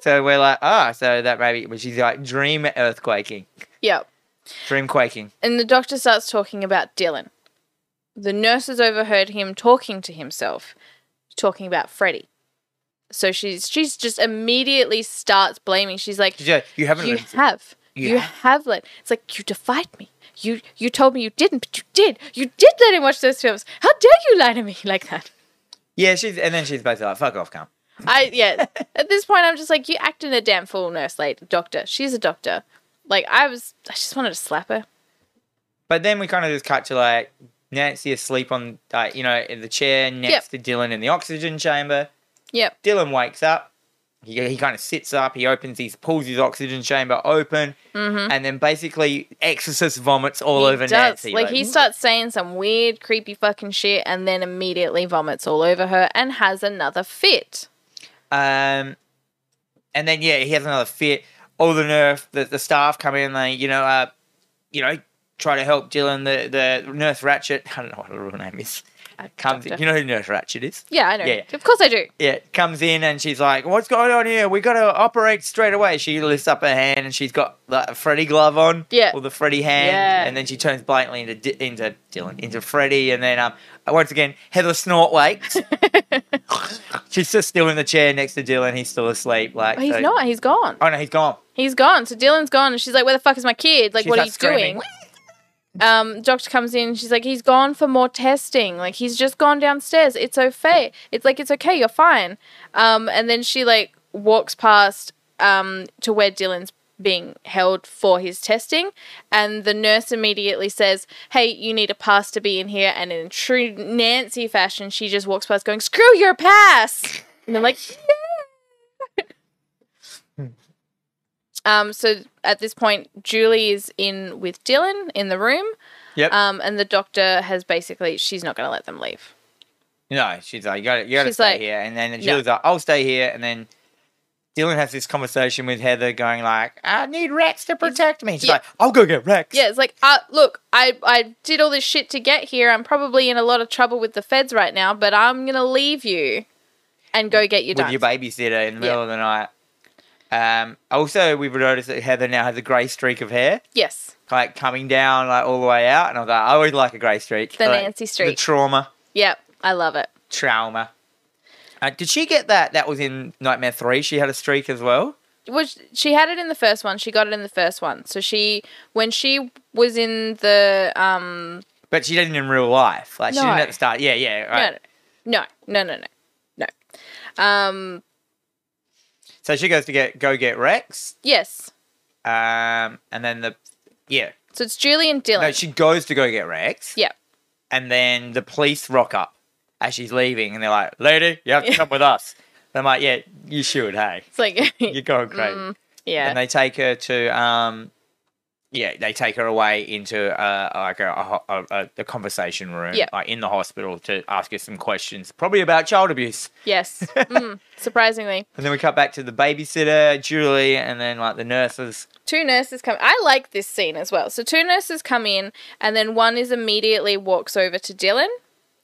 Speaker 1: So we're like, ah, so that maybe, but she's like, dream earthquaking,
Speaker 2: yep.
Speaker 1: dream quaking.
Speaker 2: And the doctor starts talking about Dylan. The nurses overheard him talking to himself, talking about Freddie. So she's she's just immediately starts blaming. She's like,
Speaker 1: She's like, you haven't
Speaker 2: you
Speaker 1: lived it."
Speaker 2: have.
Speaker 1: You
Speaker 2: You,
Speaker 1: have.
Speaker 2: have. let. It's like you defied me. You you told me you didn't, but you did. You did let him watch those films. How dare you lie to me like that?
Speaker 1: Yeah, she's, and then she's basically like, fuck off, come.
Speaker 2: I yeah. At this point, I'm just like, you acting a damn fool, nurse lady, doctor. She's a doctor. Like I was, I just wanted to slap her.
Speaker 1: But then we kind of just cut to like Nancy asleep on, like, you know, in the chair next to Dylan in the oxygen chamber.
Speaker 2: Yep.
Speaker 1: Dylan wakes up. He, he kind of sits up. He opens, he pulls his oxygen chamber open, and then basically exorcist vomits all
Speaker 2: He
Speaker 1: over
Speaker 2: does.
Speaker 1: Nancy.
Speaker 2: Like, he starts saying some weird, creepy fucking shit, and then immediately vomits all over her and has another fit.
Speaker 1: Um, and then yeah, he has another fit. All the nurse, the, the staff come in. They you know, uh, you know, try to help Dylan. The the nurse Ratchet. I don't know what her real name is. Comes in.
Speaker 2: Doctor.
Speaker 1: You know who Nurse Ratchet is?
Speaker 2: Yeah, I know.
Speaker 1: Yeah, yeah.
Speaker 2: Of course I do.
Speaker 1: Yeah, comes in and she's like, "What's going on here? We got to operate straight away." She lifts up her hand and she's got the Freddy glove on.
Speaker 2: Yeah.
Speaker 1: Or the Freddy hand.
Speaker 2: Yeah.
Speaker 1: And then she turns blatantly into Di- into Dylan into Freddy, and then um once again Heather Snort wakes. she's just still in the chair next to Dylan. He's still asleep. Like
Speaker 2: But he's
Speaker 1: so-
Speaker 2: not. He's gone.
Speaker 1: Oh no, he's gone.
Speaker 2: He's gone. So Dylan's gone, and she's like, "Where the fuck is my kid? Like,
Speaker 1: She
Speaker 2: what are you
Speaker 1: starts screaming.
Speaker 2: doing?" Um, doctor comes in. She's like, "He's gone for more testing. Like, he's just gone downstairs. It's okay. It's like it's okay. You're fine." Um, and then she like walks past um to where Dylan's being held for his testing, and the nurse immediately says, "Hey, you need a pass to be in here." And in true Nancy fashion, she just walks past, going, "Screw your pass!" And they're like, Um, so at this point, Julie is in with Dylan in the room.
Speaker 1: Yep.
Speaker 2: Um, and the doctor has basically she's not going to let them leave.
Speaker 1: No, she's like, you gotta, you gotta
Speaker 2: She's
Speaker 1: stay
Speaker 2: like,
Speaker 1: here. And then she
Speaker 2: "No."
Speaker 1: was like, I'll stay here. And then Dylan has this conversation with Heather going like, I need Rex to protect me. She's
Speaker 2: yeah.
Speaker 1: like, I'll go get Rex.
Speaker 2: Yeah, it's like, uh, look, I I did all this shit to get here. I'm probably in a lot of trouble with the feds right now, but I'm going to leave you and go get your
Speaker 1: With
Speaker 2: done.
Speaker 1: your babysitter in the
Speaker 2: Yeah.
Speaker 1: middle of the night. Um, also, we've noticed that Heather now has a grey streak of hair,
Speaker 2: yes.
Speaker 1: like coming down like all the way out. And I was like, I always like a grey streak.
Speaker 2: The
Speaker 1: Like,
Speaker 2: Nancy
Speaker 1: The
Speaker 2: streak.
Speaker 1: trauma.
Speaker 2: Yep. I love it.
Speaker 1: Trauma. Uh, did she get that? That was in Nightmare 3. She had a streak as well.
Speaker 2: Which she had it in the first one. She got it in the first one. So she when she was in the um
Speaker 1: But she didn't in real life. Like, she
Speaker 2: No.
Speaker 1: didn't at the start. Yeah, yeah. Right.
Speaker 2: no, no, no, no, no, no. Um.
Speaker 1: So she goes to get go get Rex.
Speaker 2: Yes.
Speaker 1: Um, and then the yeah,
Speaker 2: So it's Julie and Dylan.
Speaker 1: no, she goes to go get Rex.
Speaker 2: Yeah.
Speaker 1: and then the police rock up as she's leaving, and they're like, "Lady, you have to come with us." And I'm like, "Yeah, you should. Hey,
Speaker 2: It's like,
Speaker 1: you're going crazy."
Speaker 2: Mm, yeah.
Speaker 1: And they take her to um, yeah, they take her away into uh, like a, a ho- a, a, a conversation room
Speaker 2: Yeah.
Speaker 1: like in the hospital to ask her some questions, probably about child abuse.
Speaker 2: Yes. Mm, surprisingly.
Speaker 1: And then we cut back to the babysitter, Julie, and then like the nurses.
Speaker 2: Two nurses come. I like this scene as well. So two nurses come in, and then one is immediately walks over to Dylan,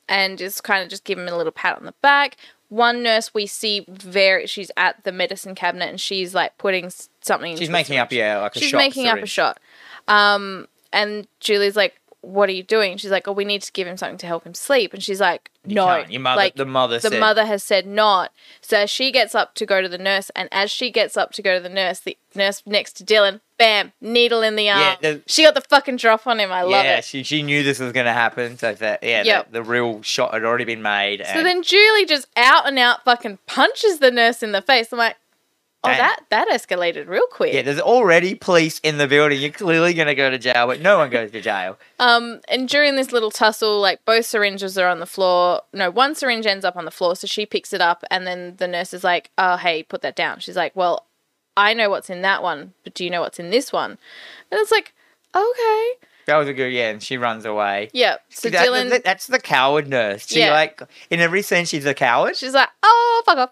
Speaker 2: and is kind of just giving him a little pat on the back. One nurse we see very. She's at the medicine cabinet, and she's like putting s- something.
Speaker 1: She's
Speaker 2: into
Speaker 1: making up, yeah, like a
Speaker 2: she's
Speaker 1: shot
Speaker 2: making up a
Speaker 1: syringe.
Speaker 2: shot. Um, and Julie's like, "What are you doing?" She's like, "Oh, we need to give him something to help him sleep." And she's like,
Speaker 1: You
Speaker 2: "No,
Speaker 1: can't. Your mother,
Speaker 2: like
Speaker 1: the mother,
Speaker 2: the
Speaker 1: said,
Speaker 2: mother has said not." So as she gets up to go to the nurse, and as she gets up to go to the nurse, the nurse next to Dylan, bam, needle in the
Speaker 1: Yeah,
Speaker 2: arm.
Speaker 1: the-
Speaker 2: she got the fucking drop on him. I love
Speaker 1: yeah,
Speaker 2: it.
Speaker 1: she she knew this was going to happen. So that yeah,
Speaker 2: Yep.
Speaker 1: the, the real shot had already been made.
Speaker 2: So then Julie just out and out fucking punches the nurse in the face. I'm like, "Oh,
Speaker 1: Damn.
Speaker 2: that that escalated real quick."
Speaker 1: yeah, there's already police in the building. You're clearly going to go to jail, but no one goes to jail.
Speaker 2: Um, and during this little tussle, like both syringes are on the floor. No, one syringe ends up on the floor, so she picks it up, and then the nurse is like, "Oh, hey, put that down." She's like, "Well, I know what's in that one, but do you know what's in this one?" And it's like, "Okay,
Speaker 1: That was a good yeah, and she runs away.
Speaker 2: yeah." So
Speaker 1: That-
Speaker 2: Dylan,
Speaker 1: that- that's the coward nurse. She
Speaker 2: Yeah.
Speaker 1: like in every sense she's a coward.
Speaker 2: she's like, "Oh, fuck off."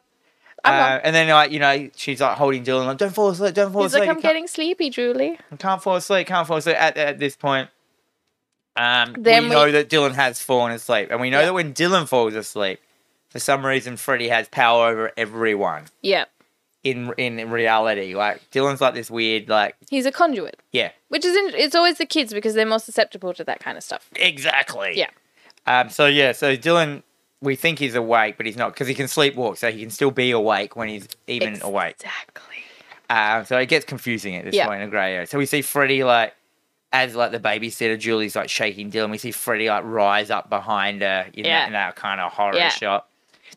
Speaker 2: I'm
Speaker 1: Uh,
Speaker 2: not.
Speaker 1: and then like you know she's like holding Dylan like don't fall asleep, don't fall
Speaker 2: He's
Speaker 1: asleep.
Speaker 2: like, "I'm
Speaker 1: you can't,
Speaker 2: getting sleepy, Julie."
Speaker 1: can't fall asleep, can't fall asleep. At, at this point, um,
Speaker 2: Then
Speaker 1: we,
Speaker 2: we-
Speaker 1: know that Dylan has fallen asleep, and we know
Speaker 2: Yeah.
Speaker 1: that when Dylan falls asleep, for some reason Freddy has power over everyone.
Speaker 2: Yeah,
Speaker 1: In in reality, like Dylan's like this weird like
Speaker 2: he's a conduit,
Speaker 1: yeah
Speaker 2: which is in- it's always the kids because they're more susceptible to that kind of stuff.
Speaker 1: exactly
Speaker 2: Yeah.
Speaker 1: Um, so yeah, so Dylan, we think he's awake, but he's not because he can sleepwalk, so he can still be awake when he's even awake.
Speaker 2: Exactly.
Speaker 1: Um, so it gets confusing at this
Speaker 2: Yeah.
Speaker 1: point in grey area. So we see Freddy like as like the babysitter, Julie's like shaking Dylan. We see Freddy like rise up behind her in,
Speaker 2: Yeah.
Speaker 1: that, in that kind of horror
Speaker 2: Yeah.
Speaker 1: shot.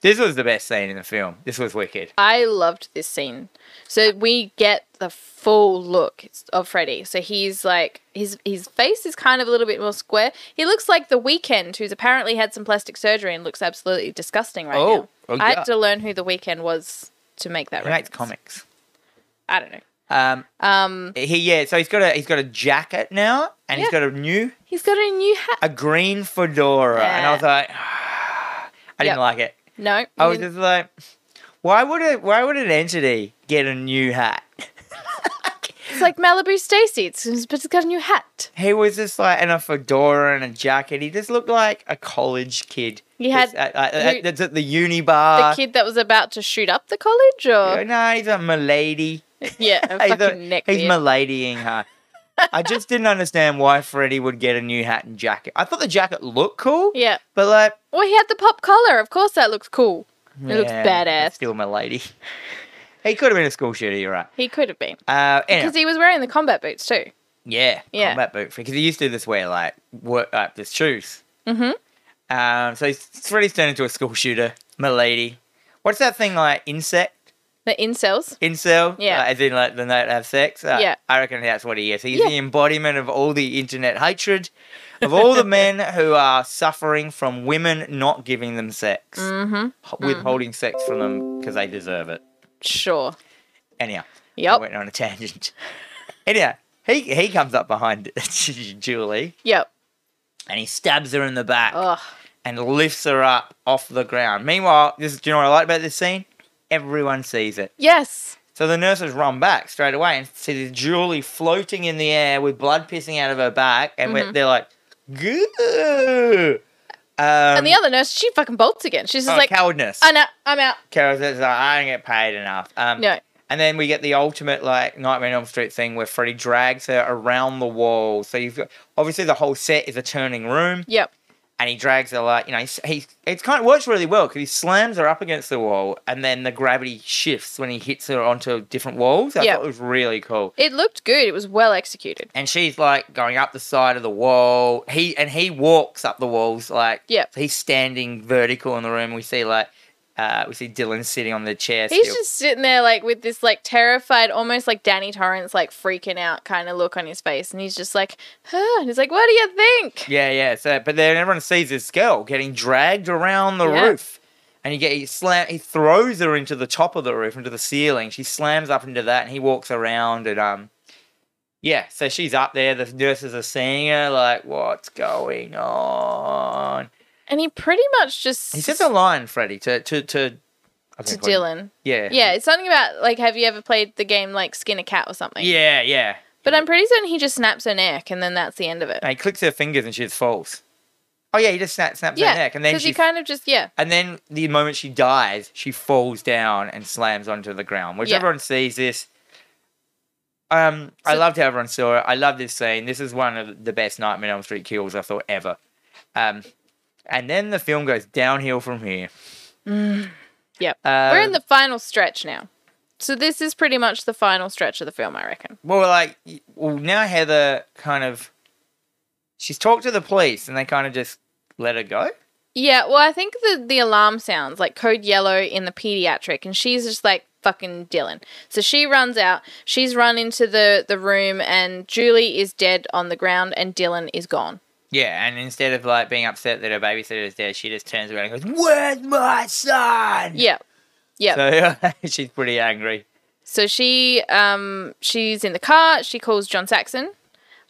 Speaker 1: This was the best scene in the film. This was wicked.
Speaker 2: I loved this scene. So we get the full look of Freddy. So he's like his his face is kind of a little bit more square. He looks like the weekend who's apparently had some plastic surgery and looks absolutely disgusting right
Speaker 1: Oh,
Speaker 2: now.
Speaker 1: oh,
Speaker 2: I
Speaker 1: yeah.
Speaker 2: had to learn who the weekend was to make that
Speaker 1: He makes
Speaker 2: right.
Speaker 1: comics.
Speaker 2: I don't know.
Speaker 1: Um,
Speaker 2: Um
Speaker 1: he yeah. So he's got a he's got a jacket now, and he's
Speaker 2: Yeah.
Speaker 1: got a new
Speaker 2: he's got a new hat.
Speaker 1: a green fedora, and I was
Speaker 2: Yeah.
Speaker 1: like, I didn't
Speaker 2: Yep.
Speaker 1: like it.
Speaker 2: No.
Speaker 1: I was
Speaker 2: he-
Speaker 1: just like, why would it? Why would an entity get a new hat?
Speaker 2: it's like Malibu Stacy. It's but it's got a new hat.
Speaker 1: He was just like in a fedora and a jacket. He just looked like a college kid.
Speaker 2: He had-
Speaker 1: It's at, at,
Speaker 2: who-
Speaker 1: at, that's at the uni
Speaker 2: The
Speaker 1: bar.
Speaker 2: kid that was about to shoot up the college or
Speaker 1: no, he's a milady.
Speaker 2: yeah, a
Speaker 1: He's, a,
Speaker 2: fucking neck.
Speaker 1: he's
Speaker 2: beard.
Speaker 1: miladying her. I just didn't understand why Freddie would get a new hat and jacket. I thought the jacket looked cool,
Speaker 2: yeah.
Speaker 1: but like,
Speaker 2: Well, he had the pop collar. Of course, that looks cool. It looks
Speaker 1: yeah,
Speaker 2: badass.
Speaker 1: Still milady. He could have been a school shooter. You're right.
Speaker 2: He could have been
Speaker 1: Uh, anyway.
Speaker 2: because he was wearing the combat boots too.
Speaker 1: Yeah,
Speaker 2: Yeah.
Speaker 1: combat boot because he used to do this wear like work like this shoes.
Speaker 2: Mhm.
Speaker 1: Um, so he's he's really turned into a school shooter, milady. What's that thing like insect
Speaker 2: The incels.
Speaker 1: incel?
Speaker 2: Yeah.
Speaker 1: like, as in like the night have sex. Uh,
Speaker 2: Yeah.
Speaker 1: I reckon that's what he is. He's
Speaker 2: Yeah.
Speaker 1: the embodiment of all the internet hatred of all the men who are suffering from women not giving them sex,
Speaker 2: Mm-hmm.
Speaker 1: h- withholding sex from them because they deserve it.
Speaker 2: Sure.
Speaker 1: Anyhow, I
Speaker 2: Yep.
Speaker 1: went on a tangent. Anyhow, he he comes up behind Julie.
Speaker 2: Yep.
Speaker 1: and he stabs her in the back
Speaker 2: Ugh.
Speaker 1: and lifts her up off the ground. Meanwhile, this do you know what I like about this scene? Everyone sees it.
Speaker 2: Yes.
Speaker 1: So the nurses run back straight away and see this Julie floating in the air with blood pissing out of her back, and we're-
Speaker 2: Mhm.
Speaker 1: they're like, "Goo!" Um,
Speaker 2: and the other nurse, she fucking bolts again. She's just
Speaker 1: oh,
Speaker 2: like,
Speaker 1: cowardness.
Speaker 2: I'm out. I'm out.
Speaker 1: Carol says, like, "I don't get paid enough." Um,
Speaker 2: No.
Speaker 1: And then we get the ultimate like Nightmare on Elm Street thing where Freddy drags her around the wall. So you've got obviously the whole set is a turning room.
Speaker 2: Yep.
Speaker 1: and he drags her like you know he's, he it's kind of works really well because he slams her up against the wall and then the gravity shifts when he hits her onto different walls. I
Speaker 2: Yeah.
Speaker 1: thought it was really cool.
Speaker 2: It looked good. It was well executed.
Speaker 1: And she's like going up the side of the wall. He and he walks up the walls like
Speaker 2: Yeah.
Speaker 1: so he's standing vertical in the room. We see like uh, we see Dylan sitting on the chair.
Speaker 2: He's
Speaker 1: still.
Speaker 2: just sitting there like with this like terrified, almost like Danny Torrance, like freaking out kind of look on his face, and he's just like, huh. And he's like, what do you think?
Speaker 1: Yeah, yeah. So, but then everyone sees this girl getting dragged around the
Speaker 2: Yeah.
Speaker 1: roof, and he get he slam he throws her into the top of the roof, into the ceiling. She slams up into that, and he walks around, and um, Yeah, so she's up there. The nurses are seeing her, like, what's going on?
Speaker 2: And he pretty much just
Speaker 1: He says a line, Freddie, to to to, I
Speaker 2: to
Speaker 1: think what-
Speaker 2: Dylan.
Speaker 1: Yeah,
Speaker 2: Yeah, it's something about like, have you ever played the game like Skin a Cat or something?
Speaker 1: yeah, yeah.
Speaker 2: But I'm pretty certain he just snaps her neck, and then that's the end of it.
Speaker 1: And he clicks her fingers, and she just falls. Oh yeah, he just snaps, snaps
Speaker 2: yeah,
Speaker 1: her neck, and then
Speaker 2: 'cause
Speaker 1: she
Speaker 2: he kind of just yeah,
Speaker 1: And then the moment she dies, she falls down and slams onto the ground, which
Speaker 2: Yeah.
Speaker 1: everyone sees this. Um, I
Speaker 2: So-
Speaker 1: loved how everyone saw it. I love this scene. This is one of the best Nightmare on Elm Street kills I thought ever. Um, and then the film goes downhill from here.
Speaker 2: Mm, yep.
Speaker 1: Um,
Speaker 2: We're in the final stretch now, so this is pretty much the final stretch of the film, I reckon.
Speaker 1: well, like well now Heather kind of she's talked to the police and they kind of just let her go.
Speaker 2: Yeah, well, I think the the alarm sounds like code yellow in the pediatric, and she's just like fucking Dylan. So she runs out. She's run into the the room, and Julie is dead on the ground, and Dylan is gone.
Speaker 1: Yeah, and instead of like being upset that her babysitter is dead, she just turns around and goes, "Where's my son?"
Speaker 2: Yeah, yeah.
Speaker 1: So yeah, she's pretty angry.
Speaker 2: So she um she's in the car. She calls John Saxon.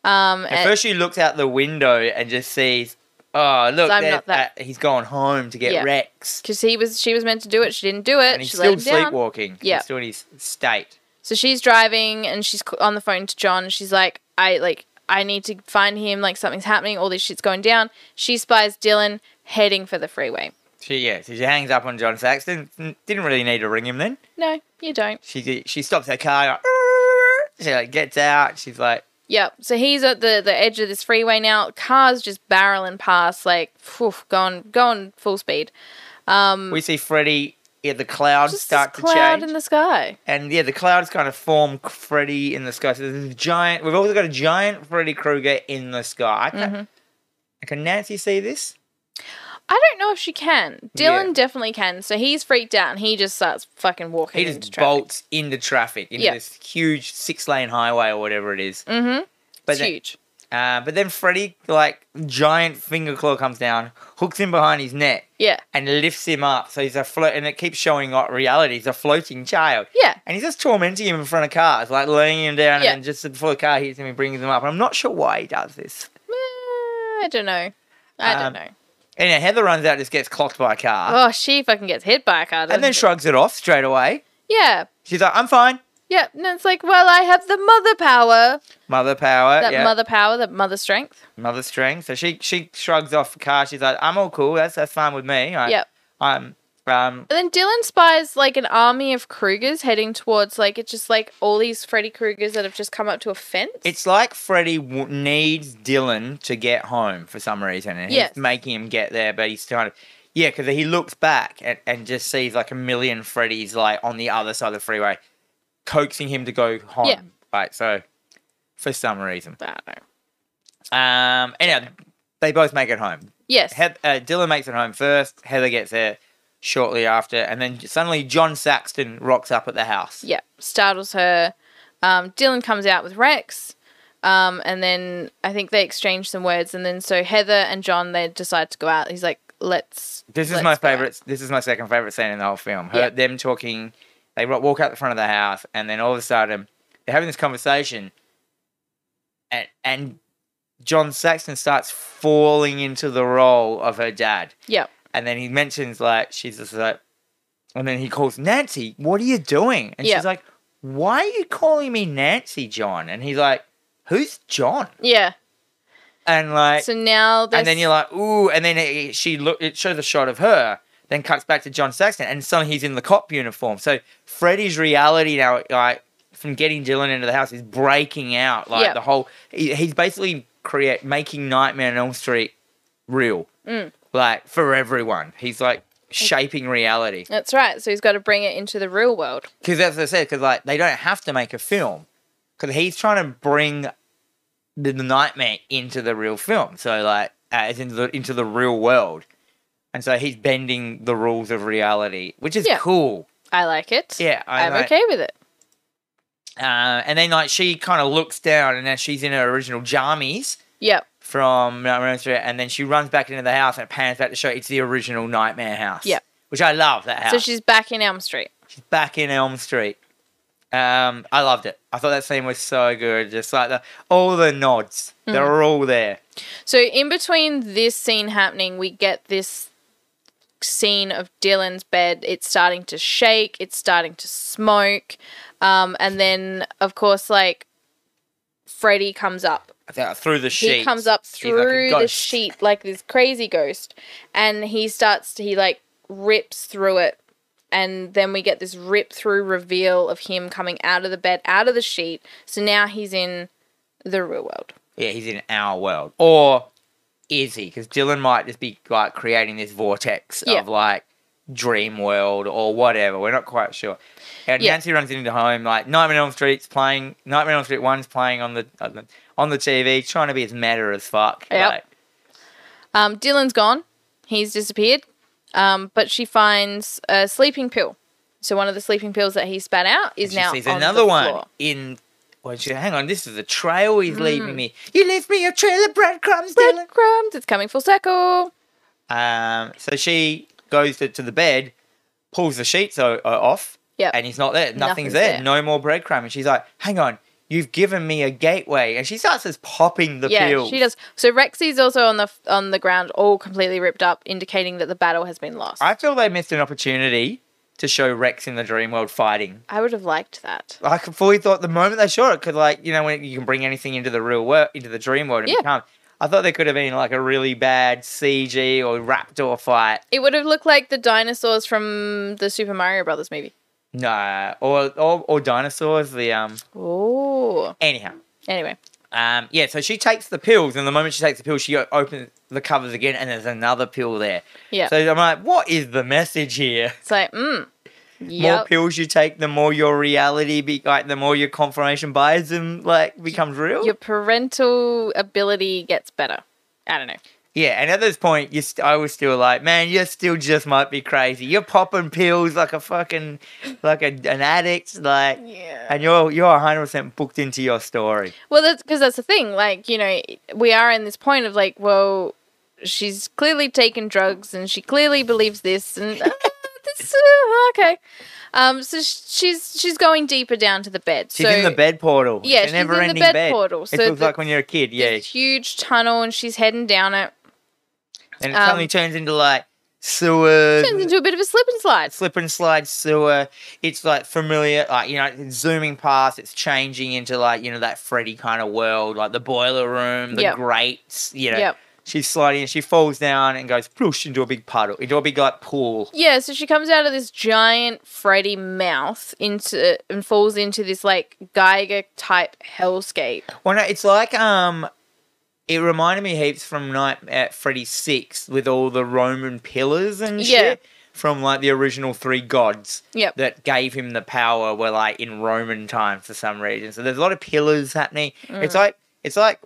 Speaker 2: Um,
Speaker 1: At
Speaker 2: and-
Speaker 1: first, she looks out the window and just sees, oh, look,
Speaker 2: I'm
Speaker 1: there-
Speaker 2: not that-
Speaker 1: that- he's gone home to get
Speaker 2: Yeah.
Speaker 1: Rex.
Speaker 2: because he was she was meant to do it she didn't do it
Speaker 1: And he's
Speaker 2: she let
Speaker 1: still
Speaker 2: him down
Speaker 1: sleepwalking.
Speaker 2: Yeah.
Speaker 1: He's still in his state.
Speaker 2: so she's driving and she's c- on the phone to john and she's like i like i need to find him like something's happening all this shit's going down she spies dylan heading for the freeway
Speaker 1: She, yeah, so she hangs up on John Saxton. N- Didn't really need to ring him then.
Speaker 2: no you don't
Speaker 1: She she stops her car. Like, "Arr!" she like gets out. She's like,
Speaker 2: yep so he's at the the edge of this freeway now cars just barreling past like phew, going going full speed um
Speaker 1: we see Freddy. Yeah, the clouds
Speaker 2: just this
Speaker 1: start to
Speaker 2: cloud
Speaker 1: change,
Speaker 2: in the sky
Speaker 1: and yeah, the clouds kind of form Freddy in the sky. So there's a giant. We've also got a giant Freddy Krueger in the sky. I can,
Speaker 2: Mm-hmm.
Speaker 1: can Nancy see this?
Speaker 2: I don't know if she can. Dylan
Speaker 1: Yeah.
Speaker 2: definitely can. So he's freaked out and he just starts fucking walking.
Speaker 1: He just
Speaker 2: into traffic.
Speaker 1: bolts into traffic into
Speaker 2: Yeah.
Speaker 1: this huge six lane highway or whatever it is.
Speaker 2: Mm-hmm.
Speaker 1: But
Speaker 2: it's
Speaker 1: then,
Speaker 2: huge.
Speaker 1: uh, but then Freddy, like giant finger claw, comes down, hooks him behind his neck,
Speaker 2: Yeah.
Speaker 1: and lifts him up. So he's a float, and it keeps showing like reality. He's a floating child,
Speaker 2: Yeah.
Speaker 1: and he's just tormenting him in front of cars, like laying him down,
Speaker 2: Yeah.
Speaker 1: and then just before the car hits him, he brings him up. And I'm not sure why he does this.
Speaker 2: Mm, I don't know. I
Speaker 1: Um,
Speaker 2: don't know.
Speaker 1: Anyway, Heather runs out, just gets clocked by a car,
Speaker 2: Oh, she fucking gets hit by a car. doesn't
Speaker 1: and then
Speaker 2: she?
Speaker 1: shrugs it off straight away.
Speaker 2: yeah.
Speaker 1: She's like, "I'm fine,
Speaker 2: Yeah. And it's like, well, I have the mother power.
Speaker 1: mother power."
Speaker 2: That
Speaker 1: Uh, yeah.
Speaker 2: mother power, that mother strength.
Speaker 1: mother string. So she she shrugs off the car. She's like, "I'm all cool. That's that's fine with me." I,
Speaker 2: Yep.
Speaker 1: I'm um
Speaker 2: And then Dylan spies like an army of Krugers heading towards like it's just like all these Freddy Krugers that have just come up to a fence.
Speaker 1: it's like Freddy w- needs Dylan to get home for some reason, and he's
Speaker 2: Yes.
Speaker 1: making him get there. But he's kind of yeah, because he looks back and, and just sees like a million Freddys like on the other side of the freeway, coaxing him to go home.
Speaker 2: Yeah.
Speaker 1: Right. So for some reason,
Speaker 2: I don't know.
Speaker 1: um, anyhow, they both make it home.
Speaker 2: Yes.
Speaker 1: Heath- uh, Dylan makes it home first. Heather gets there shortly after, and then suddenly John Saxton rocks up at the house.
Speaker 2: yeah, startles her. Um, Dylan comes out with Rex, um, and then I think they exchange some words, and then so Heather and John they decide to go out. He's like, "Let's."
Speaker 1: This is
Speaker 2: let's
Speaker 1: my
Speaker 2: go out."
Speaker 1: favorite. This is my second favorite scene in the whole film. Her,
Speaker 2: Yeah.
Speaker 1: Them talking. They ro- walk out the front of the house, and then all of a sudden they're having this conversation, and and John Saxton starts falling into the role of her dad,
Speaker 2: Yep.
Speaker 1: and then he mentions like she's just like, and then he calls Nancy. What are you doing? And
Speaker 2: Yeah.
Speaker 1: she's like, Why are you calling me Nancy, John? And he's like, Who's John?
Speaker 2: Yeah.
Speaker 1: And like,
Speaker 2: So now,
Speaker 1: and then you're like, ooh, and then it, she look. It shows a shot of her, then cuts back to John Saxton, and suddenly he's in the cop uniform. So Freddy's reality now, like from getting Dylan into the house, is breaking out. Like
Speaker 2: Yeah.
Speaker 1: the whole, he, he's basically create making Nightmare on Elm Street real, like for everyone. He's like shaping reality
Speaker 2: that's right. So he's got to bring it into the real world.
Speaker 1: because that's what I said. Because like they don't have to make a film, because he's trying to bring the nightmare into the real film. So like uh, it's into the into the real world, and so he's bending the rules of reality, which is
Speaker 2: Yeah.
Speaker 1: cool.
Speaker 2: I like it.
Speaker 1: Yeah, I
Speaker 2: I'm
Speaker 1: like-
Speaker 2: okay with it.
Speaker 1: Uh, and then like she kind of looks down, and then she's in her original jammies
Speaker 2: Yep.
Speaker 1: from Nightmare on Elm Street, and then she runs back into the house and it pans back to show it's the original Nightmare house.
Speaker 2: Yeah.
Speaker 1: which I love that house.
Speaker 2: So she's back in Elm Street.
Speaker 1: back in Elm Street. Um, I loved it. I thought that scene was so good. Just like the, all the nods,
Speaker 2: Mm.
Speaker 1: they're all there.
Speaker 2: So in between this scene happening, we get this scene of Dylan's bed. It's starting to shake. It's starting to smoke. Um, and then of course, like Freddy comes up.
Speaker 1: I think, uh, Through the
Speaker 2: He
Speaker 1: sheet,
Speaker 2: comes up
Speaker 1: like a
Speaker 2: through the
Speaker 1: ghost.
Speaker 2: sheet like this crazy ghost, and he starts to he like rips through it. And then we get this rip through reveal of him coming out of the bed, out of the sheet. So now he's in the real world.
Speaker 1: Yeah, he's in our world. Or is he? Because Dylan might just be like creating this vortex
Speaker 2: Yeah.
Speaker 1: of like dream world or whatever. We're not quite sure. And
Speaker 2: Yeah.
Speaker 1: Nancy runs into home like Nightmare on Elm Street's playing. Nightmare on Elm Street One's playing on the on the- on the TV, trying to be as meta as fuck.
Speaker 2: Yep.
Speaker 1: Like,
Speaker 2: Um, Dylan's gone. He's disappeared. Um, but she finds a sleeping pill. So one of the sleeping pills that he spat out is
Speaker 1: she
Speaker 2: now
Speaker 1: sees
Speaker 2: on
Speaker 1: another
Speaker 2: the
Speaker 1: one
Speaker 2: floor. Mm.
Speaker 1: in. Well, she, hang on, this is a trail he's leaving me. You left me a trail of breadcrumbs, Dylan.
Speaker 2: Breadcrumbs. It's coming full circle.
Speaker 1: Um, so she goes to, to the bed, pulls the sheets o- o- off,
Speaker 2: Yep.
Speaker 1: and he's not there. Nothing's,
Speaker 2: Nothing's
Speaker 1: there.
Speaker 2: there.
Speaker 1: No more breadcrumb. And she's like, "Hang on, you've given me a gateway." And she starts just popping the
Speaker 2: yeah,
Speaker 1: pills.
Speaker 2: she does. So Rexy's also on the f- on the ground, all completely ripped up, indicating that the battle has been lost. I,
Speaker 1: I feel they missed an opportunity to show Rex in the dream world fighting.
Speaker 2: would have liked that.
Speaker 1: I fully thought the moment they showed it could, like, you know, when you can bring anything into the real world, into the dream world, and
Speaker 2: Yeah.
Speaker 1: become. I thought there could have been like a really bad CG or raptor fight.
Speaker 2: It would have looked like the dinosaurs from the Super Mario Brothers movie.
Speaker 1: Nah, or or, or dinosaurs. The um.
Speaker 2: Oh,
Speaker 1: Anyhow.
Speaker 2: anyway,
Speaker 1: Um, yeah, so she takes the pills, and the moment she takes the pill, she o- opens the covers again, and there's another pill there.
Speaker 2: yeah.
Speaker 1: So I'm like, what is the message here?
Speaker 2: it's like, mm,
Speaker 1: More
Speaker 2: yep,
Speaker 1: pills you take, the more your reality, be- like the more your confirmation biasism like becomes real.
Speaker 2: your parental ability gets better. I don't know.
Speaker 1: Yeah, and at this point, you st- I was still like, man, you still just might be crazy. You're popping pills like a fucking, like a, an addict, like,
Speaker 2: Yeah.
Speaker 1: and you're you're 100 percent booked into your story.
Speaker 2: Well, that's because that's the thing. Like, you know, we are in this point of like, well, she's clearly taken drugs and she clearly believes this, and uh, this, uh, okay. Um, so sh- she's she's going deeper down to the bed.
Speaker 1: She's
Speaker 2: so
Speaker 1: in the bed portal.
Speaker 2: yeah,
Speaker 1: it's
Speaker 2: she's
Speaker 1: a
Speaker 2: in the
Speaker 1: never ending
Speaker 2: bed
Speaker 1: bed,
Speaker 2: portal,
Speaker 1: it
Speaker 2: so
Speaker 1: looks like
Speaker 2: the-
Speaker 1: when you're a kid. Yeah,
Speaker 2: This huge tunnel, and she's heading down it.
Speaker 1: and it
Speaker 2: Um,
Speaker 1: suddenly turns into like sewers,
Speaker 2: Turns into a bit of a slip and slide.
Speaker 1: slip and slide sewer. It's like familiar, like you know, it's zooming past. It's changing into like you know that Freddy kind of world, like the boiler room, the
Speaker 2: Yep.
Speaker 1: grates. You know,
Speaker 2: Yep.
Speaker 1: she's sliding and she falls down and goes ploosh into a big puddle, into a big like pool.
Speaker 2: Yeah, so she comes out of this giant Freddy mouth into and falls into this like Geiger type hellscape.
Speaker 1: Well, no, it's like um, it reminded me heaps from Night at Freddy Six with all the Roman pillars and
Speaker 2: Yeah.
Speaker 1: shit from like the original three gods.
Speaker 2: Yep.
Speaker 1: that gave him the power were like in Roman times for some reason. So there's a lot of pillars happening.
Speaker 2: Mm.
Speaker 1: It's like it's like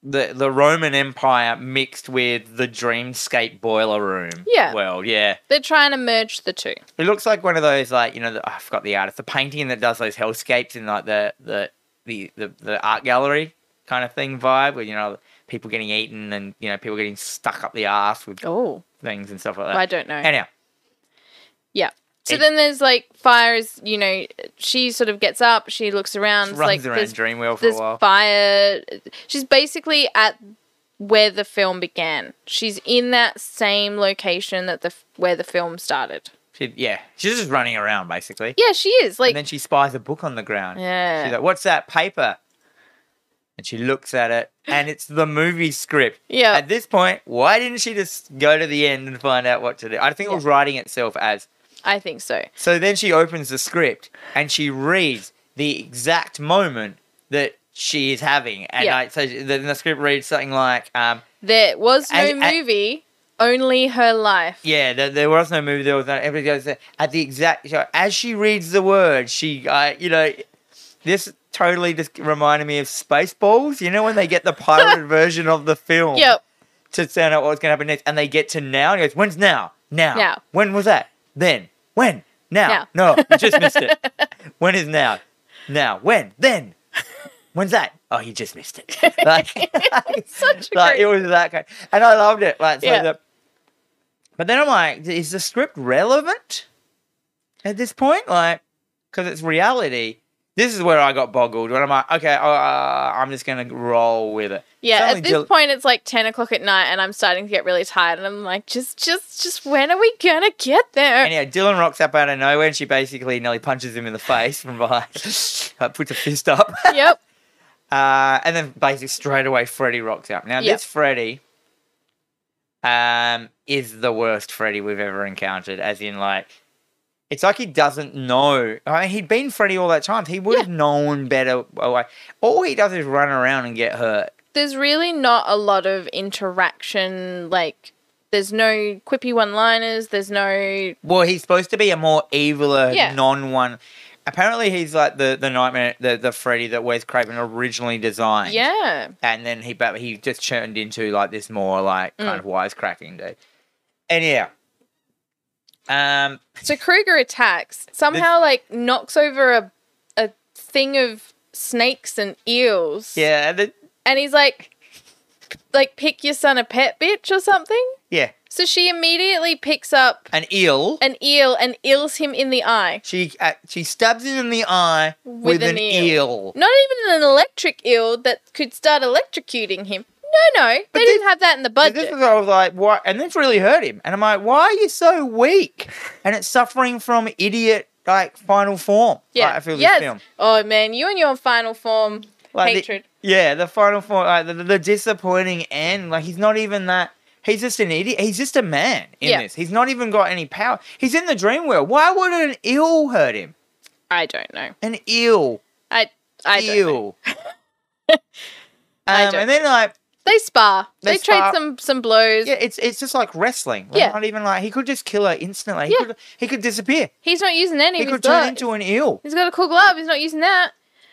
Speaker 1: the the Roman Empire mixed with the dreamscape boiler room.
Speaker 2: Yeah.
Speaker 1: World, yeah.
Speaker 2: They're trying to merge the two.
Speaker 1: It looks like one of those like you know the, I forgot the artist, the painting that does those hellscapes in like the the the the, the art gallery kind of thing vibe where you know people getting eaten and you know people getting stuck up the ass with
Speaker 2: Oh,
Speaker 1: things and stuff like that.
Speaker 2: I don't know.
Speaker 1: Anyhow,
Speaker 2: yeah. So
Speaker 1: It-
Speaker 2: then there's like fires. You know, she sort of gets up. She looks around.
Speaker 1: runs
Speaker 2: it's like
Speaker 1: around
Speaker 2: there's,
Speaker 1: Dreamwell for a
Speaker 2: there's
Speaker 1: while.
Speaker 2: fire. She's basically at where the film began. She's in that same location that the f- where the film started.
Speaker 1: She, yeah, she's just running around basically.
Speaker 2: Yeah, she is like
Speaker 1: and then she spies a book on the ground.
Speaker 2: Yeah.
Speaker 1: She's like, "What's that paper?" And she looks at it, and it's the movie script.
Speaker 2: Yeah.
Speaker 1: At this point, why didn't she just go to the end and find out what to do? I think it was writing itself as.
Speaker 2: I think so.
Speaker 1: So then she opens the script and she reads the exact moment that she is having, and
Speaker 2: Yeah.
Speaker 1: like, so then the script reads something like, um,
Speaker 2: There was no
Speaker 1: And- and-
Speaker 2: movie, only her life.
Speaker 1: Yeah, there, there was no movie. There was no. Everybody goes there. at the exact. So as she reads the word, she, uh, you know, this totally just reminded me of Spaceballs. You know when they get the pirated version of the film
Speaker 2: Yep.
Speaker 1: to sound out what's going to happen next, and they get to now and he goes, "When's now? Now?
Speaker 2: Now.
Speaker 1: When was that? Then? When? Now? No, you just missed it. when is now? Now? When? Then? When's that? Oh, you just missed it. Like,
Speaker 2: Such a
Speaker 1: like
Speaker 2: great-
Speaker 1: it was that kind, and I loved it. Like, so
Speaker 2: Yeah.
Speaker 1: the, but then I'm like, is the script relevant at this point? Like, because it's reality. This is where I got boggled when I'm like, okay, uh, I'm just gonna roll with it.
Speaker 2: Yeah,
Speaker 1: Suddenly
Speaker 2: at this
Speaker 1: Jill-
Speaker 2: point it's like ten o'clock at night, and I'm starting to get really tired, and I'm like, just, just, just, when are we gonna get there?
Speaker 1: Anyhow, Dylan rocks up out of nowhere and she basically nearly punches him in the face from behind, like puts a fist up.
Speaker 2: yep.
Speaker 1: Uh, and then basically straight away, Freddy rocks up. Now,
Speaker 2: Yeah.
Speaker 1: this Freddy um, is the worst Freddy we've ever encountered, as in, like, it's like he doesn't know. I mean, he'd been Freddy all that time. He would have known better. Away. All he does is run around and get hurt.
Speaker 2: There's really not a lot of interaction. Like, there's no quippy one-liners. There's no
Speaker 1: Well, he's supposed to be a more eviler,
Speaker 2: Yeah.
Speaker 1: non one. Apparently, he's like the, the nightmare, the, the Freddy that Wes Craven originally designed.
Speaker 2: yeah.
Speaker 1: and then he but he just turned into like this more like kind
Speaker 2: Mm.
Speaker 1: of wisecracking dude. And yeah, um,
Speaker 2: So Kruger attacks somehow, like knocks over a a thing of snakes and eels.
Speaker 1: yeah, the,
Speaker 2: and he's like, like pick your son a pet, bitch, or something.
Speaker 1: yeah,
Speaker 2: So she immediately picks up
Speaker 1: an eel.
Speaker 2: an eel and eels him in the eye.
Speaker 1: she uh, she stabs him in the eye with, an, eel.
Speaker 2: Not even an electric eel that could start electrocuting him. No, no,
Speaker 1: But
Speaker 2: they
Speaker 1: this-
Speaker 2: didn't have that in the
Speaker 1: So
Speaker 2: budget.
Speaker 1: this is I was like, why? And this really hurt him. And I'm like, why are you so weak? And it's suffering from idiot like final form.
Speaker 2: yeah,
Speaker 1: like, I feel
Speaker 2: yes.
Speaker 1: this film.
Speaker 2: Oh man, you and your final form
Speaker 1: Like, the-
Speaker 2: hatred.
Speaker 1: Yeah, the final four, like the, the disappointing end. Like he's not even that. He's just an idiot. He's just a man in
Speaker 2: Yeah.
Speaker 1: this. He's not even got any power. He's in the dream world. Why would an eel hurt him?
Speaker 2: I don't know.
Speaker 1: An eel,
Speaker 2: I I don't know.
Speaker 1: eel. um,
Speaker 2: I don't
Speaker 1: and then like
Speaker 2: They spar. They,
Speaker 1: They
Speaker 2: trade
Speaker 1: spar.
Speaker 2: some some blows.
Speaker 1: yeah, it's it's just like wrestling. Like,
Speaker 2: Yeah.
Speaker 1: Not even like he could just kill her instantly. He
Speaker 2: Yeah.
Speaker 1: could he could disappear.
Speaker 2: He's not using any
Speaker 1: He
Speaker 2: of his
Speaker 1: could turn
Speaker 2: gloves.
Speaker 1: into an eel.
Speaker 2: He's got a cool glove. He's not using that.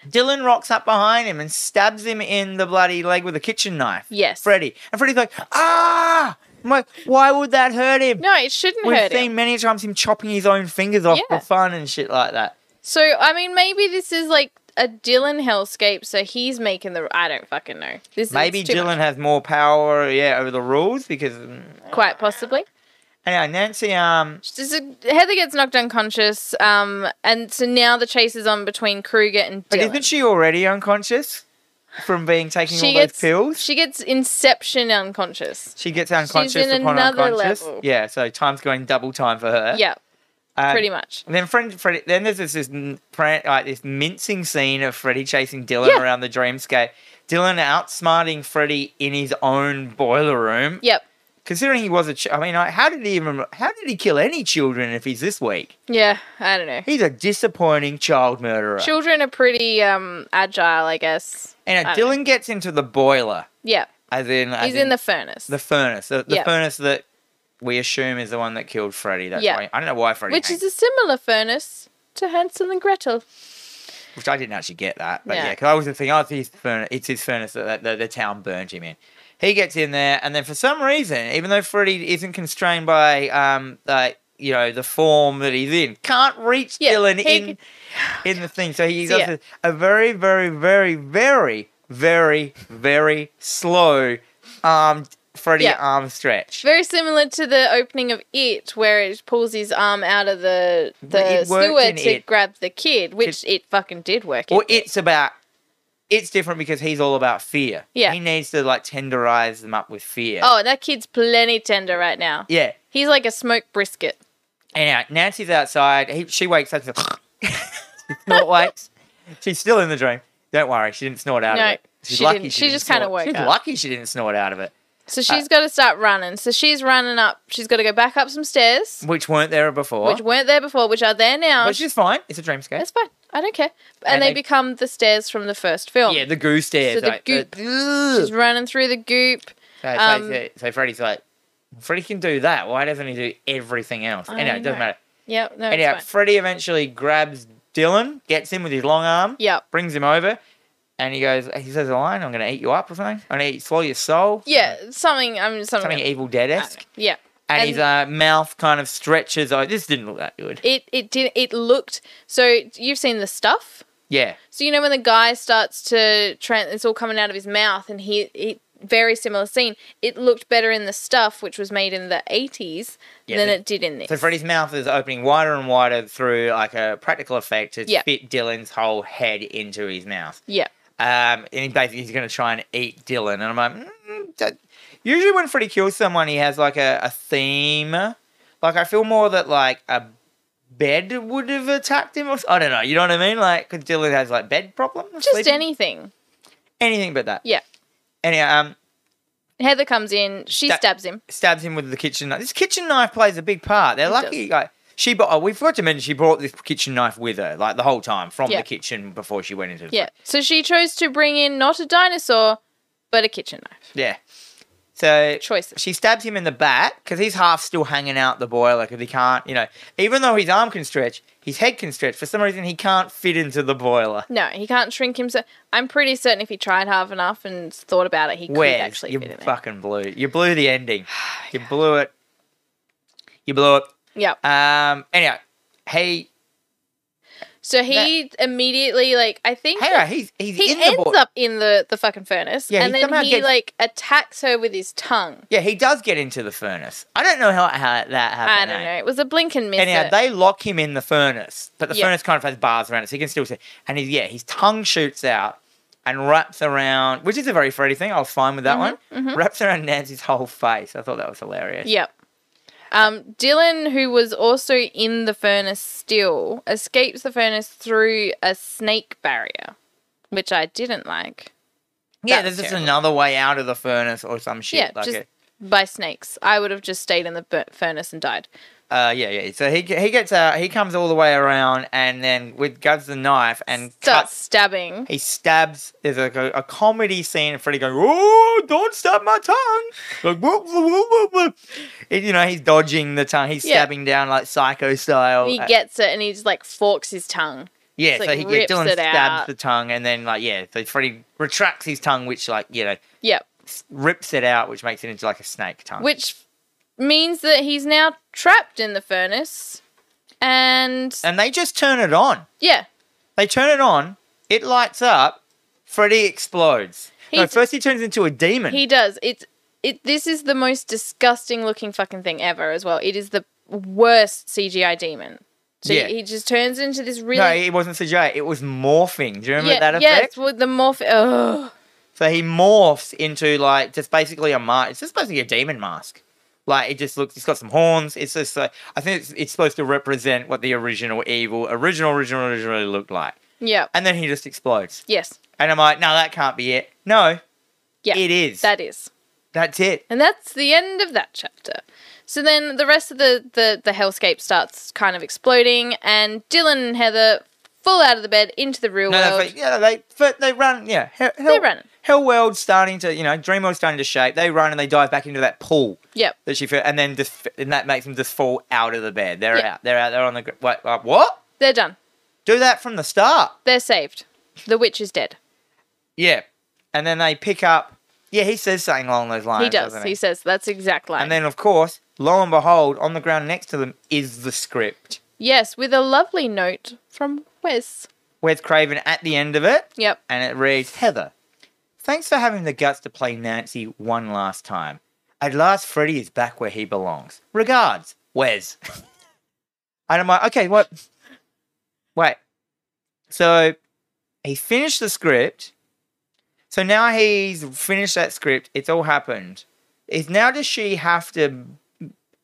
Speaker 1: Dylan rocks up behind him and stabs him in the bloody leg with a kitchen knife.
Speaker 2: Yes.
Speaker 1: Freddy. And Freddy's like, ah! I'm like, why would that hurt him?
Speaker 2: No, it shouldn't
Speaker 1: We've
Speaker 2: hurt
Speaker 1: seen
Speaker 2: him.
Speaker 1: many times him chopping his own fingers off
Speaker 2: Yeah.
Speaker 1: for fun and shit like that.
Speaker 2: So I mean, maybe this is like a Dylan hellscape. So he's making the. I don't fucking know. This
Speaker 1: Maybe
Speaker 2: is too
Speaker 1: Dylan
Speaker 2: much.
Speaker 1: has more power, yeah, over the rules because
Speaker 2: quite possibly.
Speaker 1: anyhow, Nancy, um,
Speaker 2: This is- Heather gets knocked unconscious. Um, and so now the chase is on between Kruger and
Speaker 1: but
Speaker 2: Dylan.
Speaker 1: isn't she already unconscious from being taking all
Speaker 2: gets
Speaker 1: those pills?
Speaker 2: She gets Inception unconscious.
Speaker 1: She gets unconscious
Speaker 2: in
Speaker 1: upon
Speaker 2: another
Speaker 1: unconscious.
Speaker 2: level.
Speaker 1: Yeah, so time's going double time for her.
Speaker 2: Yeah,
Speaker 1: Um,
Speaker 2: pretty much.
Speaker 1: And then Fred, Freddy, then there's this, this n- pra- like this mincing scene of Freddy chasing Dylan
Speaker 2: Yeah.
Speaker 1: around the dreamscape. Dylan outsmarting Freddy in his own boiler room.
Speaker 2: Yep.
Speaker 1: Considering he was a, ch- I mean, like, how did he even, how did he kill any children if he's this weak?
Speaker 2: Yeah, I don't know.
Speaker 1: He's a disappointing child murderer.
Speaker 2: Children are pretty um agile, I guess.
Speaker 1: and
Speaker 2: I
Speaker 1: uh,
Speaker 2: don't
Speaker 1: Dylan gets into the boiler,
Speaker 2: Yeah,
Speaker 1: as in, as
Speaker 2: he's in the furnace,
Speaker 1: the furnace, the, the
Speaker 2: Yeah.
Speaker 1: furnace that we assume is the one that killed Freddy. That's
Speaker 2: Yeah.
Speaker 1: why, I don't know why Freddy,
Speaker 2: which
Speaker 1: hanged-
Speaker 2: is a similar furnace to Hansel and Gretel.
Speaker 1: which I didn't actually get that, but
Speaker 2: Yeah.
Speaker 1: yeah, because I was thinking, oh, it's his furnace, it's his furnace that, that, that the town burned him in. He gets in there, and then for some reason, even though Freddy isn't constrained by, um, like you know, the form that he's in, can't reach
Speaker 2: Yeah,
Speaker 1: Dylan
Speaker 2: he
Speaker 1: in in the thing. So he
Speaker 2: So,
Speaker 1: does
Speaker 2: yeah.
Speaker 1: a, a very, very, very, very, very, very slow arm Freddy
Speaker 2: Yeah.
Speaker 1: arm stretch.
Speaker 2: Very similar to the opening of It, where it pulls his arm out of the the
Speaker 1: It worked
Speaker 2: sewer
Speaker 1: in
Speaker 2: to
Speaker 1: It.
Speaker 2: grab the kid, which it, fucking did work. in
Speaker 1: Well, it's about it's different because he's all about fear.
Speaker 2: Yeah.
Speaker 1: he needs to like tenderize them up with fear.
Speaker 2: Oh, that kid's plenty tender right now.
Speaker 1: yeah.
Speaker 2: He's like a smoked brisket.
Speaker 1: Anyhow, Nancy's outside. He, she wakes up. She's like, she snort wakes. She's still in the dream. Don't worry, she didn't snort out
Speaker 2: No,
Speaker 1: of it. She's
Speaker 2: she
Speaker 1: lucky
Speaker 2: didn't.
Speaker 1: She,
Speaker 2: She
Speaker 1: didn't
Speaker 2: just kinda
Speaker 1: snort.
Speaker 2: woke
Speaker 1: She's
Speaker 2: up.
Speaker 1: lucky she didn't snort out of it,
Speaker 2: So she's got to start running. So she's running up. She's got to go back up some stairs,
Speaker 1: which weren't there before.
Speaker 2: which weren't there before, which are there now.
Speaker 1: which is fine. It's a dreamscape.
Speaker 2: That's fine. I don't care. And,
Speaker 1: And
Speaker 2: they,
Speaker 1: they-
Speaker 2: become the stairs from the first film.
Speaker 1: Yeah, the goo stairs.
Speaker 2: So the
Speaker 1: like,
Speaker 2: goop- she's running through the goop.
Speaker 1: So,
Speaker 2: Um,
Speaker 1: so, so Freddy's like, Freddy can do that. Why doesn't he do everything else?
Speaker 2: I
Speaker 1: Anyhow, it
Speaker 2: know.
Speaker 1: doesn't matter.
Speaker 2: Yep. No,
Speaker 1: Anyhow,
Speaker 2: it's fine.
Speaker 1: Freddy eventually grabs Dylan, gets him with his long arm,
Speaker 2: Yep.
Speaker 1: brings him over, and he goes, he says a line, I'm going to eat you up or something. I'm going to eat, swallow your soul.
Speaker 2: Yeah. Something. I'm something.
Speaker 1: Something Evil Dead esque.
Speaker 2: Yeah.
Speaker 1: And,
Speaker 2: And-
Speaker 1: his uh, mouth kind of stretches. Oh, this didn't look that good.
Speaker 2: It it did it looked so you've seen the stuff.
Speaker 1: Yeah.
Speaker 2: So you know when the guy starts to tran it's all coming out of his mouth and he it very similar scene. It looked better in the stuff, which was made in the 80s,
Speaker 1: Yeah,
Speaker 2: than
Speaker 1: the-
Speaker 2: it did in this.
Speaker 1: So Freddy's mouth is opening wider and wider through like a practical effect to
Speaker 2: Yeah.
Speaker 1: fit Dylan's whole head into his mouth.
Speaker 2: yeah.
Speaker 1: Um, and he basically he's going to try and eat Dylan. And I'm like, mm, that- usually when Freddy kills someone, he has like a, a theme. Like I feel more that like a bed would have attacked him. Or, s- I don't know. You know what I mean? Like 'cause Dylan has like bed problems.
Speaker 2: Just
Speaker 1: sleeping-
Speaker 2: anything.
Speaker 1: anything but that.
Speaker 2: Yeah.
Speaker 1: Anyhow, um,
Speaker 2: Heather comes in, she
Speaker 1: Sta-
Speaker 2: stabs him.
Speaker 1: stabs him with the kitchen knife. This kitchen knife plays a big part. They're
Speaker 2: It
Speaker 1: lucky. Like she, bought, oh, we forgot to mention she brought this kitchen knife with her, like the whole time from
Speaker 2: Yeah.
Speaker 1: the kitchen before she went into. The
Speaker 2: Yeah. So she chose to bring in not a dinosaur, but a kitchen knife.
Speaker 1: yeah. So
Speaker 2: Choices.
Speaker 1: she stabs him in the back because he's half still hanging out the boiler because he can't, you know, even though his arm can stretch, his head can stretch. For some reason, he can't fit into the boiler.
Speaker 2: No, he can't shrink himself. I'm pretty certain if he tried hard enough and thought about it, he
Speaker 1: Where's
Speaker 2: could actually
Speaker 1: you
Speaker 2: fit in there.
Speaker 1: fucking blew? You blew the ending. you blew it. You blew it.
Speaker 2: Yeah.
Speaker 1: Um. Anyhow, hey,
Speaker 2: So he immediately, like, I think
Speaker 1: hey, he's he's
Speaker 2: he
Speaker 1: in the
Speaker 2: ends
Speaker 1: boiler.
Speaker 2: up in the, the fucking furnace.
Speaker 1: Yeah, he
Speaker 2: and then
Speaker 1: somehow
Speaker 2: he,
Speaker 1: gets-
Speaker 2: like, attacks her with his tongue.
Speaker 1: Yeah, he does get into the furnace. I don't know how, how that happened.
Speaker 2: I don't
Speaker 1: eh?
Speaker 2: know. It was a blink and miss.
Speaker 1: Anyhow,
Speaker 2: it.
Speaker 1: they lock him in the furnace, but the
Speaker 2: Yeah.
Speaker 1: furnace kind of has bars around it, so he can still see. And he, yeah, his tongue shoots out and wraps around, which is a very Freddy thing. I was fine with that
Speaker 2: Mm-hmm,
Speaker 1: one. Wraps around Nancy's whole face. I thought that was hilarious.
Speaker 2: Yep. Um, Dylan, who was also in the furnace still, escapes the furnace through a snake barrier, which I didn't like.
Speaker 1: Yeah,
Speaker 2: That's
Speaker 1: there's just
Speaker 2: terrible.
Speaker 1: another way out of the furnace or some shit.
Speaker 2: yeah,
Speaker 1: like
Speaker 2: just
Speaker 1: it.
Speaker 2: by snakes. I would have just stayed in the bur- furnace and died.
Speaker 1: Uh, yeah, yeah. So he he gets out, he comes all the way around, and then with grabs the knife and
Speaker 2: Starts
Speaker 1: cuts.
Speaker 2: stabbing.
Speaker 1: He stabs. There's like a, a comedy scene, and Freddy going, "Oh, don't stab my tongue!" Like, whoop, whoop, whoop, whoop, whoop. It- you know, he's dodging the tongue. He's
Speaker 2: Yeah.
Speaker 1: stabbing down like psycho style.
Speaker 2: He
Speaker 1: Uh,
Speaker 2: gets it and he just like forks his tongue.
Speaker 1: yeah,
Speaker 2: just, like,
Speaker 1: so he yeah,
Speaker 2: rips
Speaker 1: Dylan
Speaker 2: it
Speaker 1: stabs
Speaker 2: out.
Speaker 1: the tongue, and then like yeah, so Freddy retracts his tongue, which like you know
Speaker 2: Yep.
Speaker 1: s- rips it out, which makes it into like a snake tongue.
Speaker 2: Which means that he's now trapped in the furnace. And
Speaker 1: and they just turn it on.
Speaker 2: yeah,
Speaker 1: They turn it on. It lights up. Freddy explodes. no,
Speaker 2: He's-
Speaker 1: first he turns into a demon.
Speaker 2: He does. It's it. This is the most disgusting looking fucking thing ever. As well, it is the worst CGI demon. So
Speaker 1: Yeah.
Speaker 2: he, he just turns into this really.
Speaker 1: No, it wasn't CGI. It was morphing. Do you remember
Speaker 2: yeah,
Speaker 1: that effect?
Speaker 2: yes, with the morph. Oh,
Speaker 1: So he morphs into like just basically a mask. It's just basically a demon mask. Like it just looks. It's got some horns. It's just. Uh, I think it's, it's supposed to represent what the original evil, original, original, originally looked like.
Speaker 2: yeah.
Speaker 1: And then he just explodes.
Speaker 2: Yes,
Speaker 1: And I'm like, no, that can't be it. No,
Speaker 2: Yeah,
Speaker 1: it is.
Speaker 2: that is,
Speaker 1: That's it.
Speaker 2: and that's the end of that chapter. So then the rest of the the the hellscape starts kind of exploding, and Dylan and Heather fall out of the bed into the real
Speaker 1: No,
Speaker 2: world.
Speaker 1: that's like, yeah, they but they run. Yeah, hell,
Speaker 2: They're running.
Speaker 1: Hell world starting to you know dream world starting to shape. They run and they dive back into that pool.
Speaker 2: Yep.
Speaker 1: that she feel, and then just and that makes them just fall out of the bed. They're
Speaker 2: Yeah.
Speaker 1: out. They're out. They're on the gr- what? What? what?
Speaker 2: They're done.
Speaker 1: Do that from the start.
Speaker 2: They're saved. The witch is dead.
Speaker 1: Yeah, and then they pick up. Yeah, he says something along those lines.
Speaker 2: He does.
Speaker 1: doesn't
Speaker 2: He
Speaker 1: he?
Speaker 2: says that's the exact line.
Speaker 1: And then of course, lo and behold, on the ground next to them is the script.
Speaker 2: Yes, with a lovely note from Wes.
Speaker 1: Wes Craven at the end of it,
Speaker 2: Yep.
Speaker 1: and it reads Heather, thanks for having the guts to play Nancy one last time. At last, Freddy is back where he belongs. Regards, Wes. and I'm like, okay, what? Wait. So he finished the script. So now he's finished that script. It's all happened. Is now does she have to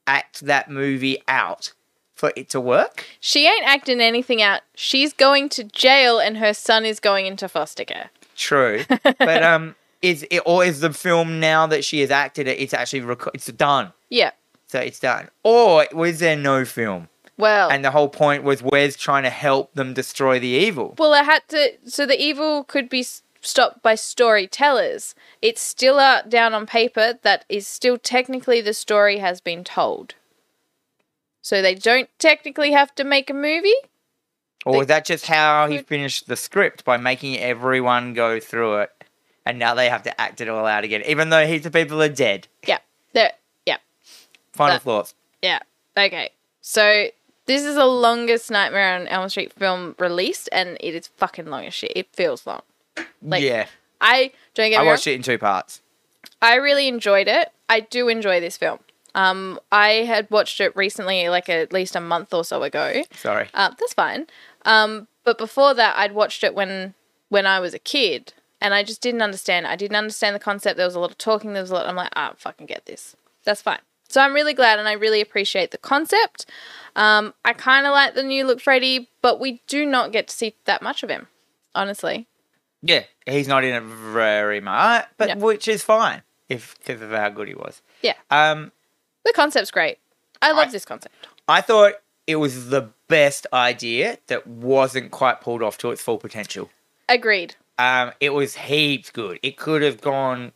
Speaker 1: act that movie out for it to work?
Speaker 2: She ain't acting anything out. She's going to jail and her son is going into foster care.
Speaker 1: True, but um, is it or is the film now that she has acted it? It's actually reco- it's done,
Speaker 2: Yeah.
Speaker 1: so it's done. Or was there no film,
Speaker 2: Well,
Speaker 1: and the whole point was Wes trying to help them destroy the evil?
Speaker 2: well, I had to. So the evil could be s- stopped by storytellers. It's still out down on paper that is still technically the story has been told. So they don't technically have to make a movie.
Speaker 1: Or was
Speaker 2: They
Speaker 1: that just how he
Speaker 2: could-
Speaker 1: finished the script by making everyone go through it, and now they have to act it all out again, even though heaps of people are dead.
Speaker 2: Yeah. They're, yeah.
Speaker 1: Final
Speaker 2: That-
Speaker 1: thoughts.
Speaker 2: Yeah. Okay. So this is the longest Nightmare on Elm Street film released, and it is fucking long as shit. It feels long. Like,
Speaker 1: yeah,
Speaker 2: I don't get
Speaker 1: I
Speaker 2: me wrong.
Speaker 1: watched it in two parts.
Speaker 2: I really enjoyed it. I do enjoy this film. Um, I had watched it recently, like at least a month or so ago.
Speaker 1: Sorry.
Speaker 2: Uh, that's fine. Um, but before that, I'd watched it when when I was a kid, and I just didn't understand. it. I didn't understand the concept. There was a lot of talking. There was a lot. I'm like, ah, fucking get this. That's fine. So I'm really glad, and I really appreciate the concept. Um, I kind of like the new look Freddy, but we do not get to see that much of him, honestly.
Speaker 1: Yeah, he's not in it very much, but
Speaker 2: No.
Speaker 1: which is fine if because of how good he was.
Speaker 2: Yeah.
Speaker 1: Um,
Speaker 2: The concept's great. I love
Speaker 1: I-
Speaker 2: this concept.
Speaker 1: I thought it was the best idea that wasn't quite pulled off to its full potential.
Speaker 2: Agreed.
Speaker 1: Um, it was heaps good. It could have gone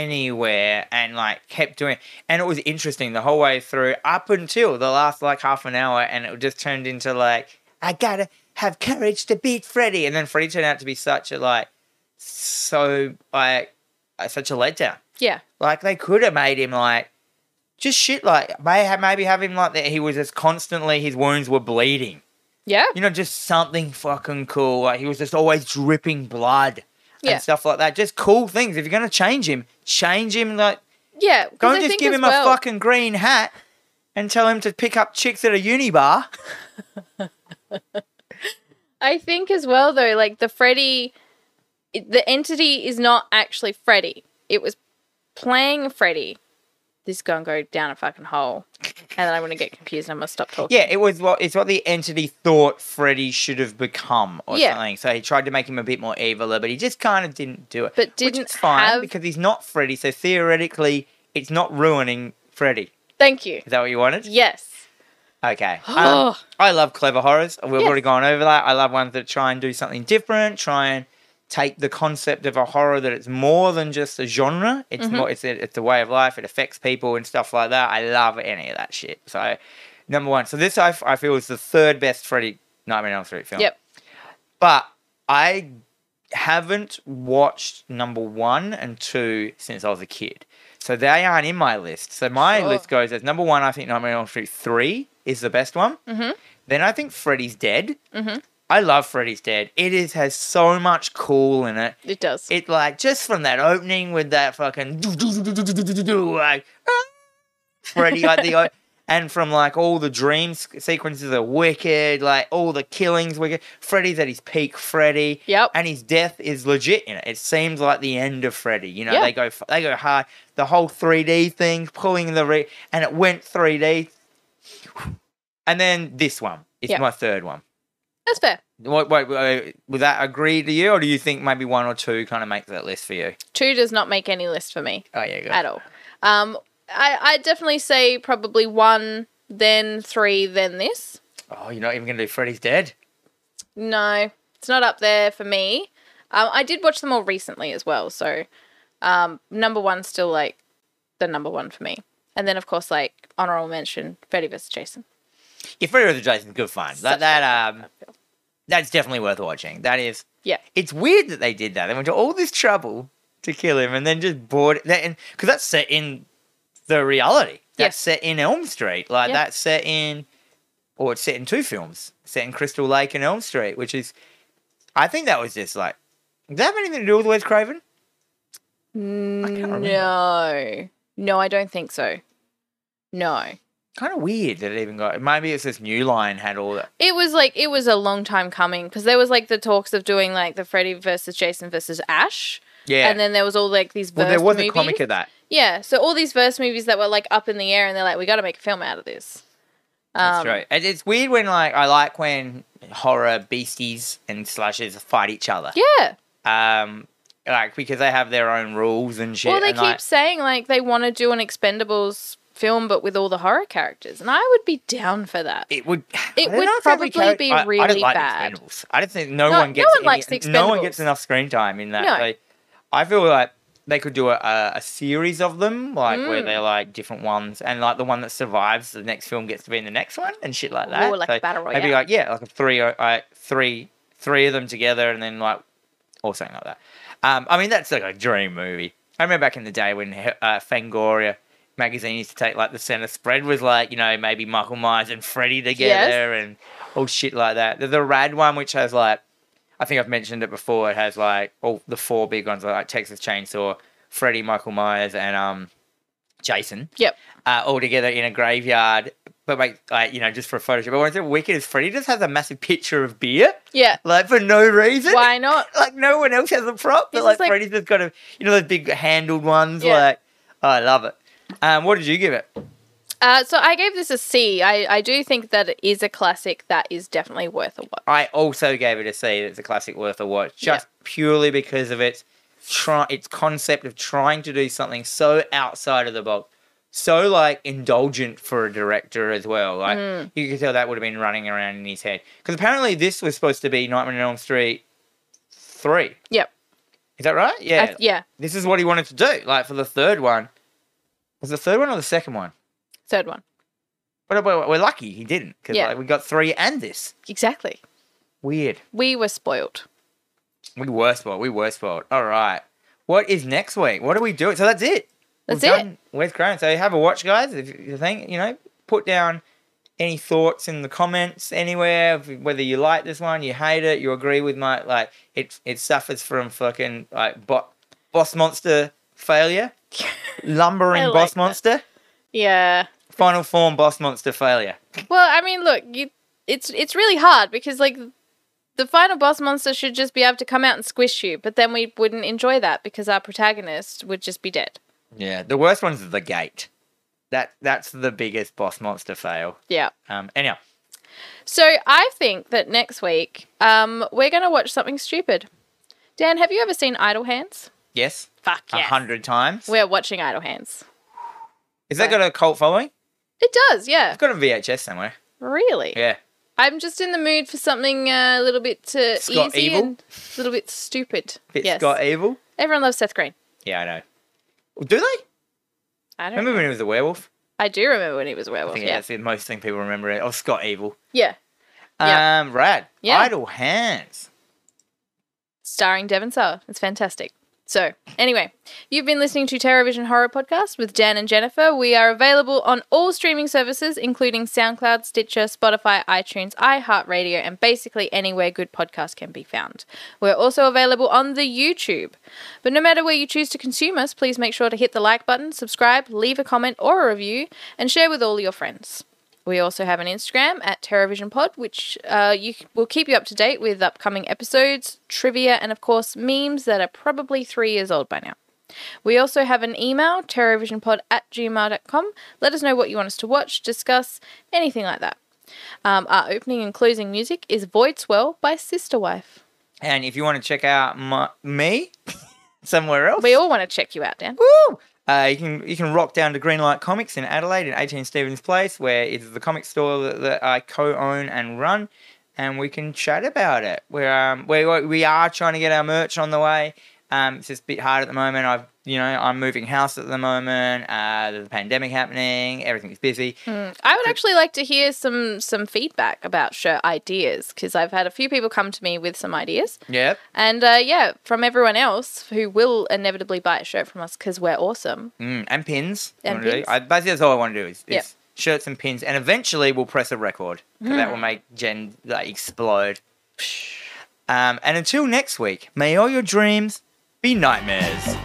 Speaker 1: anywhere and like kept doing, and it was interesting the whole way through up until the last like half an hour, and it just turned into like I gotta have courage to beat Freddy, and then Freddy turned out to be such a like so like uh, such a letdown.
Speaker 2: Yeah.
Speaker 1: Like they could have made him like just shit. Like may ha- maybe have him like that. He was just constantly his wounds were bleeding.
Speaker 2: Yeah.
Speaker 1: You know, just something fucking cool. Like he was just always dripping blood
Speaker 2: Yeah.
Speaker 1: and stuff like that. Just cool things. If you're gonna change him, change him. Like
Speaker 2: Yeah. 'cause
Speaker 1: don't
Speaker 2: I
Speaker 1: just
Speaker 2: think
Speaker 1: give
Speaker 2: as
Speaker 1: him
Speaker 2: well-
Speaker 1: a fucking green hat and tell him to pick up chicks at a unibar.
Speaker 2: I think as well though, like the Freddy, it- the entity is not actually Freddy. It was playing Freddy. This is gonna go down a fucking hole, and then I'm gonna get confused. and I must stop talking.
Speaker 1: Yeah, it was what it's what the entity thought Freddy should have become or
Speaker 2: Yeah.
Speaker 1: something. So he tried to make him a bit more evil, but he just kind of didn't do it.
Speaker 2: But
Speaker 1: Which
Speaker 2: didn't
Speaker 1: is fine
Speaker 2: have-
Speaker 1: because he's not Freddy, so theoretically it's not ruining Freddy.
Speaker 2: Thank you.
Speaker 1: Is that what you wanted?
Speaker 2: Yes.
Speaker 1: Okay. Um, I love clever horrors. We've
Speaker 2: Yes.
Speaker 1: already gone over that. I love ones that try and do something different, try and take the concept of a horror that it's more than just a genre. It's more it's a, it's a way of life. It affects people and stuff like that. I love any of that shit. So number one. So this I, f- I feel is the third best Freddy Nightmare on Elm Street film.
Speaker 2: Yep.
Speaker 1: But I haven't watched number one and two since I was a kid. So they aren't in my list. So my
Speaker 2: Sure.
Speaker 1: list goes as number one, I think Nightmare on Elm Street 3 is the best one.
Speaker 2: Mhm.
Speaker 1: Then I think Freddy's Dead.
Speaker 2: Mhm.
Speaker 1: I love Freddy's Dead. It is has so much cool in it.
Speaker 2: It does.
Speaker 1: It like just from that opening with that fucking do, do, do, do, do, do, do, do, do, like ah, Freddy like the o- and from like all the dream s- sequences are wicked, like all the killings wicked. Freddy's at his peak, Freddy.
Speaker 2: Yep.
Speaker 1: And his death is legit in it. It seems like the end of Freddy. You know,
Speaker 2: Yeah.
Speaker 1: they go f- they go hard. The whole 3D thing, pulling the re- and it went 3D. And then this one. It's
Speaker 2: Yeah.
Speaker 1: my third one.
Speaker 2: That's fair.
Speaker 1: Wait, wait, wait, uh, would that agree to you, or do you think maybe one or two kind of make that list for you?
Speaker 2: Two does not make any list for me
Speaker 1: Oh yeah, go.
Speaker 2: at all. Um, I I definitely say probably one, then three, then this.
Speaker 1: Oh, you're not even gonna do Freddy's Dead.
Speaker 2: No, it's not up there for me. Um, I did watch them all recently as well, so um, number one's still like the number one for me. And then of course, like honorable mention, Freddy vs Jason.
Speaker 1: Yeah, Freddy vs. Jason's good fun.
Speaker 2: Such
Speaker 1: That that um, that's definitely worth watching. That is.
Speaker 2: Yeah.
Speaker 1: It's weird that they did that. They went to all this trouble to kill him, and then just bored that, and because that's set in the reality. That's
Speaker 2: Yes.
Speaker 1: set in Elm Street. Like
Speaker 2: Yeah.
Speaker 1: that's set in, or it's set in two films. Set in Crystal Lake and Elm Street, which is, I think that was just like, does that have anything to do with Wes Craven? remember.
Speaker 2: No, no, I don't think so. No,
Speaker 1: Kind of weird that it even got. Maybe it's this new line had all that.
Speaker 2: it was like it was a long time coming because there was like the talks of doing like the Freddy versus Jason versus Ash,
Speaker 1: Yeah.
Speaker 2: and then there was all like these verse
Speaker 1: well, there was
Speaker 2: movies.
Speaker 1: a comic of that.
Speaker 2: yeah, so all these verse movies that were like up in the air, and they're like, we got to make a film out of this.
Speaker 1: That's
Speaker 2: Um,
Speaker 1: right. And it's weird when like I like when horror beasties and slashes fight each other.
Speaker 2: Yeah.
Speaker 1: Um, like because they have their own rules and shit.
Speaker 2: Well, they
Speaker 1: and,
Speaker 2: keep
Speaker 1: like,
Speaker 2: saying like they want to do an Expendables film, but with all the horror characters, and I would be down for that.
Speaker 1: it would.
Speaker 2: It
Speaker 1: I don't
Speaker 2: would
Speaker 1: know if every
Speaker 2: probably
Speaker 1: character-
Speaker 2: be
Speaker 1: I- I don't
Speaker 2: really
Speaker 1: like the
Speaker 2: bad.
Speaker 1: Expendables. I don't think no,
Speaker 2: No-
Speaker 1: one
Speaker 2: no
Speaker 1: gets.
Speaker 2: one likes
Speaker 1: any-
Speaker 2: the
Speaker 1: No one gets
Speaker 2: Expendables.
Speaker 1: enough screen time in that.
Speaker 2: No.
Speaker 1: They- I feel like they could do a, a, a series of them, like where
Speaker 2: Mm.
Speaker 1: they're like different ones, and like the one that survives the next film gets to be in the next one and shit like that.
Speaker 2: Ooh, like a battle
Speaker 1: Maybe
Speaker 2: royale.
Speaker 1: like yeah, like a three, uh, uh, three, three of them together, and then like or something like that. Um, I mean, that's like a dream movie. I remember back in the day when uh, Fangoria magazine used to take like the center spread was like you know maybe Michael Myers and Freddy together and all shit like that. The, the rad one which has like I think I've mentioned it before. It has like all the four big ones like Texas Chainsaw, Freddie Michael Myers and um, Jason
Speaker 2: Yep.
Speaker 1: uh, all together in a graveyard. But like, like you know, just for a photo shoot. But what's so wicked is Freddie just has a massive picture of beer,
Speaker 2: Yeah.
Speaker 1: like for no reason.
Speaker 2: Why not?
Speaker 1: Like no one else has a prop, but
Speaker 2: He's
Speaker 1: like,
Speaker 2: just like-
Speaker 1: Freddie's just got a, you know, those big handled ones.
Speaker 2: Yeah.
Speaker 1: Like, oh, I love it. Um, what did you give it?
Speaker 2: Uh, so I gave this a C. I, I do think that it is a classic that is definitely worth a watch.
Speaker 1: I also gave it a C. It's a classic worth a watch,
Speaker 2: Yeah.
Speaker 1: just purely because of its try its concept of trying to do something so outside of the box, so like indulgent for a director as well. Like
Speaker 2: Mm.
Speaker 1: you could tell that would have been running around in his head because apparently this was supposed to be Nightmare on Elm Street three.
Speaker 2: Yep.
Speaker 1: Is that right?
Speaker 2: I-
Speaker 1: Yeah.
Speaker 2: yeah.
Speaker 1: This is what he wanted to do. Like for the third one, was the third one or the second one?
Speaker 2: Third one.
Speaker 1: But but we're lucky he didn't because
Speaker 2: Yeah.
Speaker 1: like, we got three and this.
Speaker 2: Exactly.
Speaker 1: Weird.
Speaker 2: We were spoiled.
Speaker 1: We were spoiled. We were spoiled. All right. What is next week? What are we doing? So that's it.
Speaker 2: That's
Speaker 1: We've
Speaker 2: it.
Speaker 1: done Wes Craven. So have a watch, guys. If you think, you know, put down any thoughts in the comments anywhere, if- whether you like this one, you hate it, you agree with my, like, it, it suffers from fucking, like, bo- boss monster failure, lumbering
Speaker 2: I like
Speaker 1: boss
Speaker 2: that.
Speaker 1: monster,
Speaker 2: Yeah.
Speaker 1: final form boss monster failure.
Speaker 2: Well, I mean, look, you, it's it's really hard because like the final boss monster should just be able to come out and squish you, but then we wouldn't enjoy that because our protagonist would just be dead.
Speaker 1: Yeah. The worst one's the gate. That, that's the biggest boss monster fail.
Speaker 2: Yeah.
Speaker 1: Um, anyhow,
Speaker 2: So I think that next week, um, we're gonna watch something stupid. Dan, have you ever seen Idle Hands?
Speaker 1: yes,
Speaker 2: Fuck
Speaker 1: a hundred times.
Speaker 2: We're watching Idle Hands.
Speaker 1: Is that got a cult following?
Speaker 2: It does, yeah.
Speaker 1: I've got a VHS somewhere.
Speaker 2: Really?
Speaker 1: Yeah.
Speaker 2: I'm just in the mood for something uh, a little bit uh,
Speaker 1: Scott
Speaker 2: easy
Speaker 1: Evil? E-
Speaker 2: and a little bit stupid.
Speaker 1: If it's
Speaker 2: yes.
Speaker 1: got evil.
Speaker 2: Everyone loves Seth Green.
Speaker 1: Yeah, I know. Well, Do they?
Speaker 2: I don't.
Speaker 1: Remember when he was a werewolf?
Speaker 2: I do remember when he was a
Speaker 1: I
Speaker 2: werewolf.
Speaker 1: think
Speaker 2: Yeah.
Speaker 1: that's the most thing people remember. it. Oh, Scott Evil.
Speaker 2: Yeah. Yeah.
Speaker 1: Um, rad.
Speaker 2: Yeah.
Speaker 1: Idle hands.
Speaker 2: starring Devon Sawa. It's fantastic. So, anyway, you've been listening to TerrorVision Horror Podcast with Dan and Jennifer. We are available on all streaming services, including SoundCloud, Stitcher, Spotify, iTunes, iHeartRadio, and basically anywhere good podcasts can be found. We're also available on the YouTube. But no matter where you choose to consume us, please make sure to hit the like button, subscribe, leave a comment or a review, and share with all your friends. We also have an Instagram at TerraVision Pod, which uh, you will keep you up to date with upcoming episodes, trivia, and of course memes that are probably three years old by now. We also have an email, terrorvisionpod at gmail.com. Let us know what you want us to watch, discuss, anything like that. Um, our opening and closing music is Void Swell by Sister Wife.
Speaker 1: And if you want to check out my, me somewhere else,
Speaker 2: We all want to check you out, Dan.
Speaker 1: Woo! Uh, you can you can rock down to Greenlight Comics in Adelaide in 18 Stevens Place, where it's the comic store that, that I co-own and run, and we can chat about it. We're um, we we are trying to get our merch on the way. Um, it's just a bit hard at the moment. I've you know I'm moving house at the moment. Uh, there's a pandemic happening. Everything's busy.
Speaker 2: Hmm. I would actually like to hear some some feedback about shirt ideas because I've had a few people come to me with some ideas.
Speaker 1: Yep.
Speaker 2: And uh, yeah, from everyone else who will inevitably buy a shirt from us because we're awesome.
Speaker 1: Mm, and pins. You
Speaker 2: And
Speaker 1: wanna do-
Speaker 2: pins.
Speaker 1: I, basically, that's all I want to do is, is
Speaker 2: Yep.
Speaker 1: shirts and pins, and eventually we'll press a record. 'cause
Speaker 2: Mm.
Speaker 1: That will make Jen like, explode. Um, and until next week, may all your dreams be nightmares.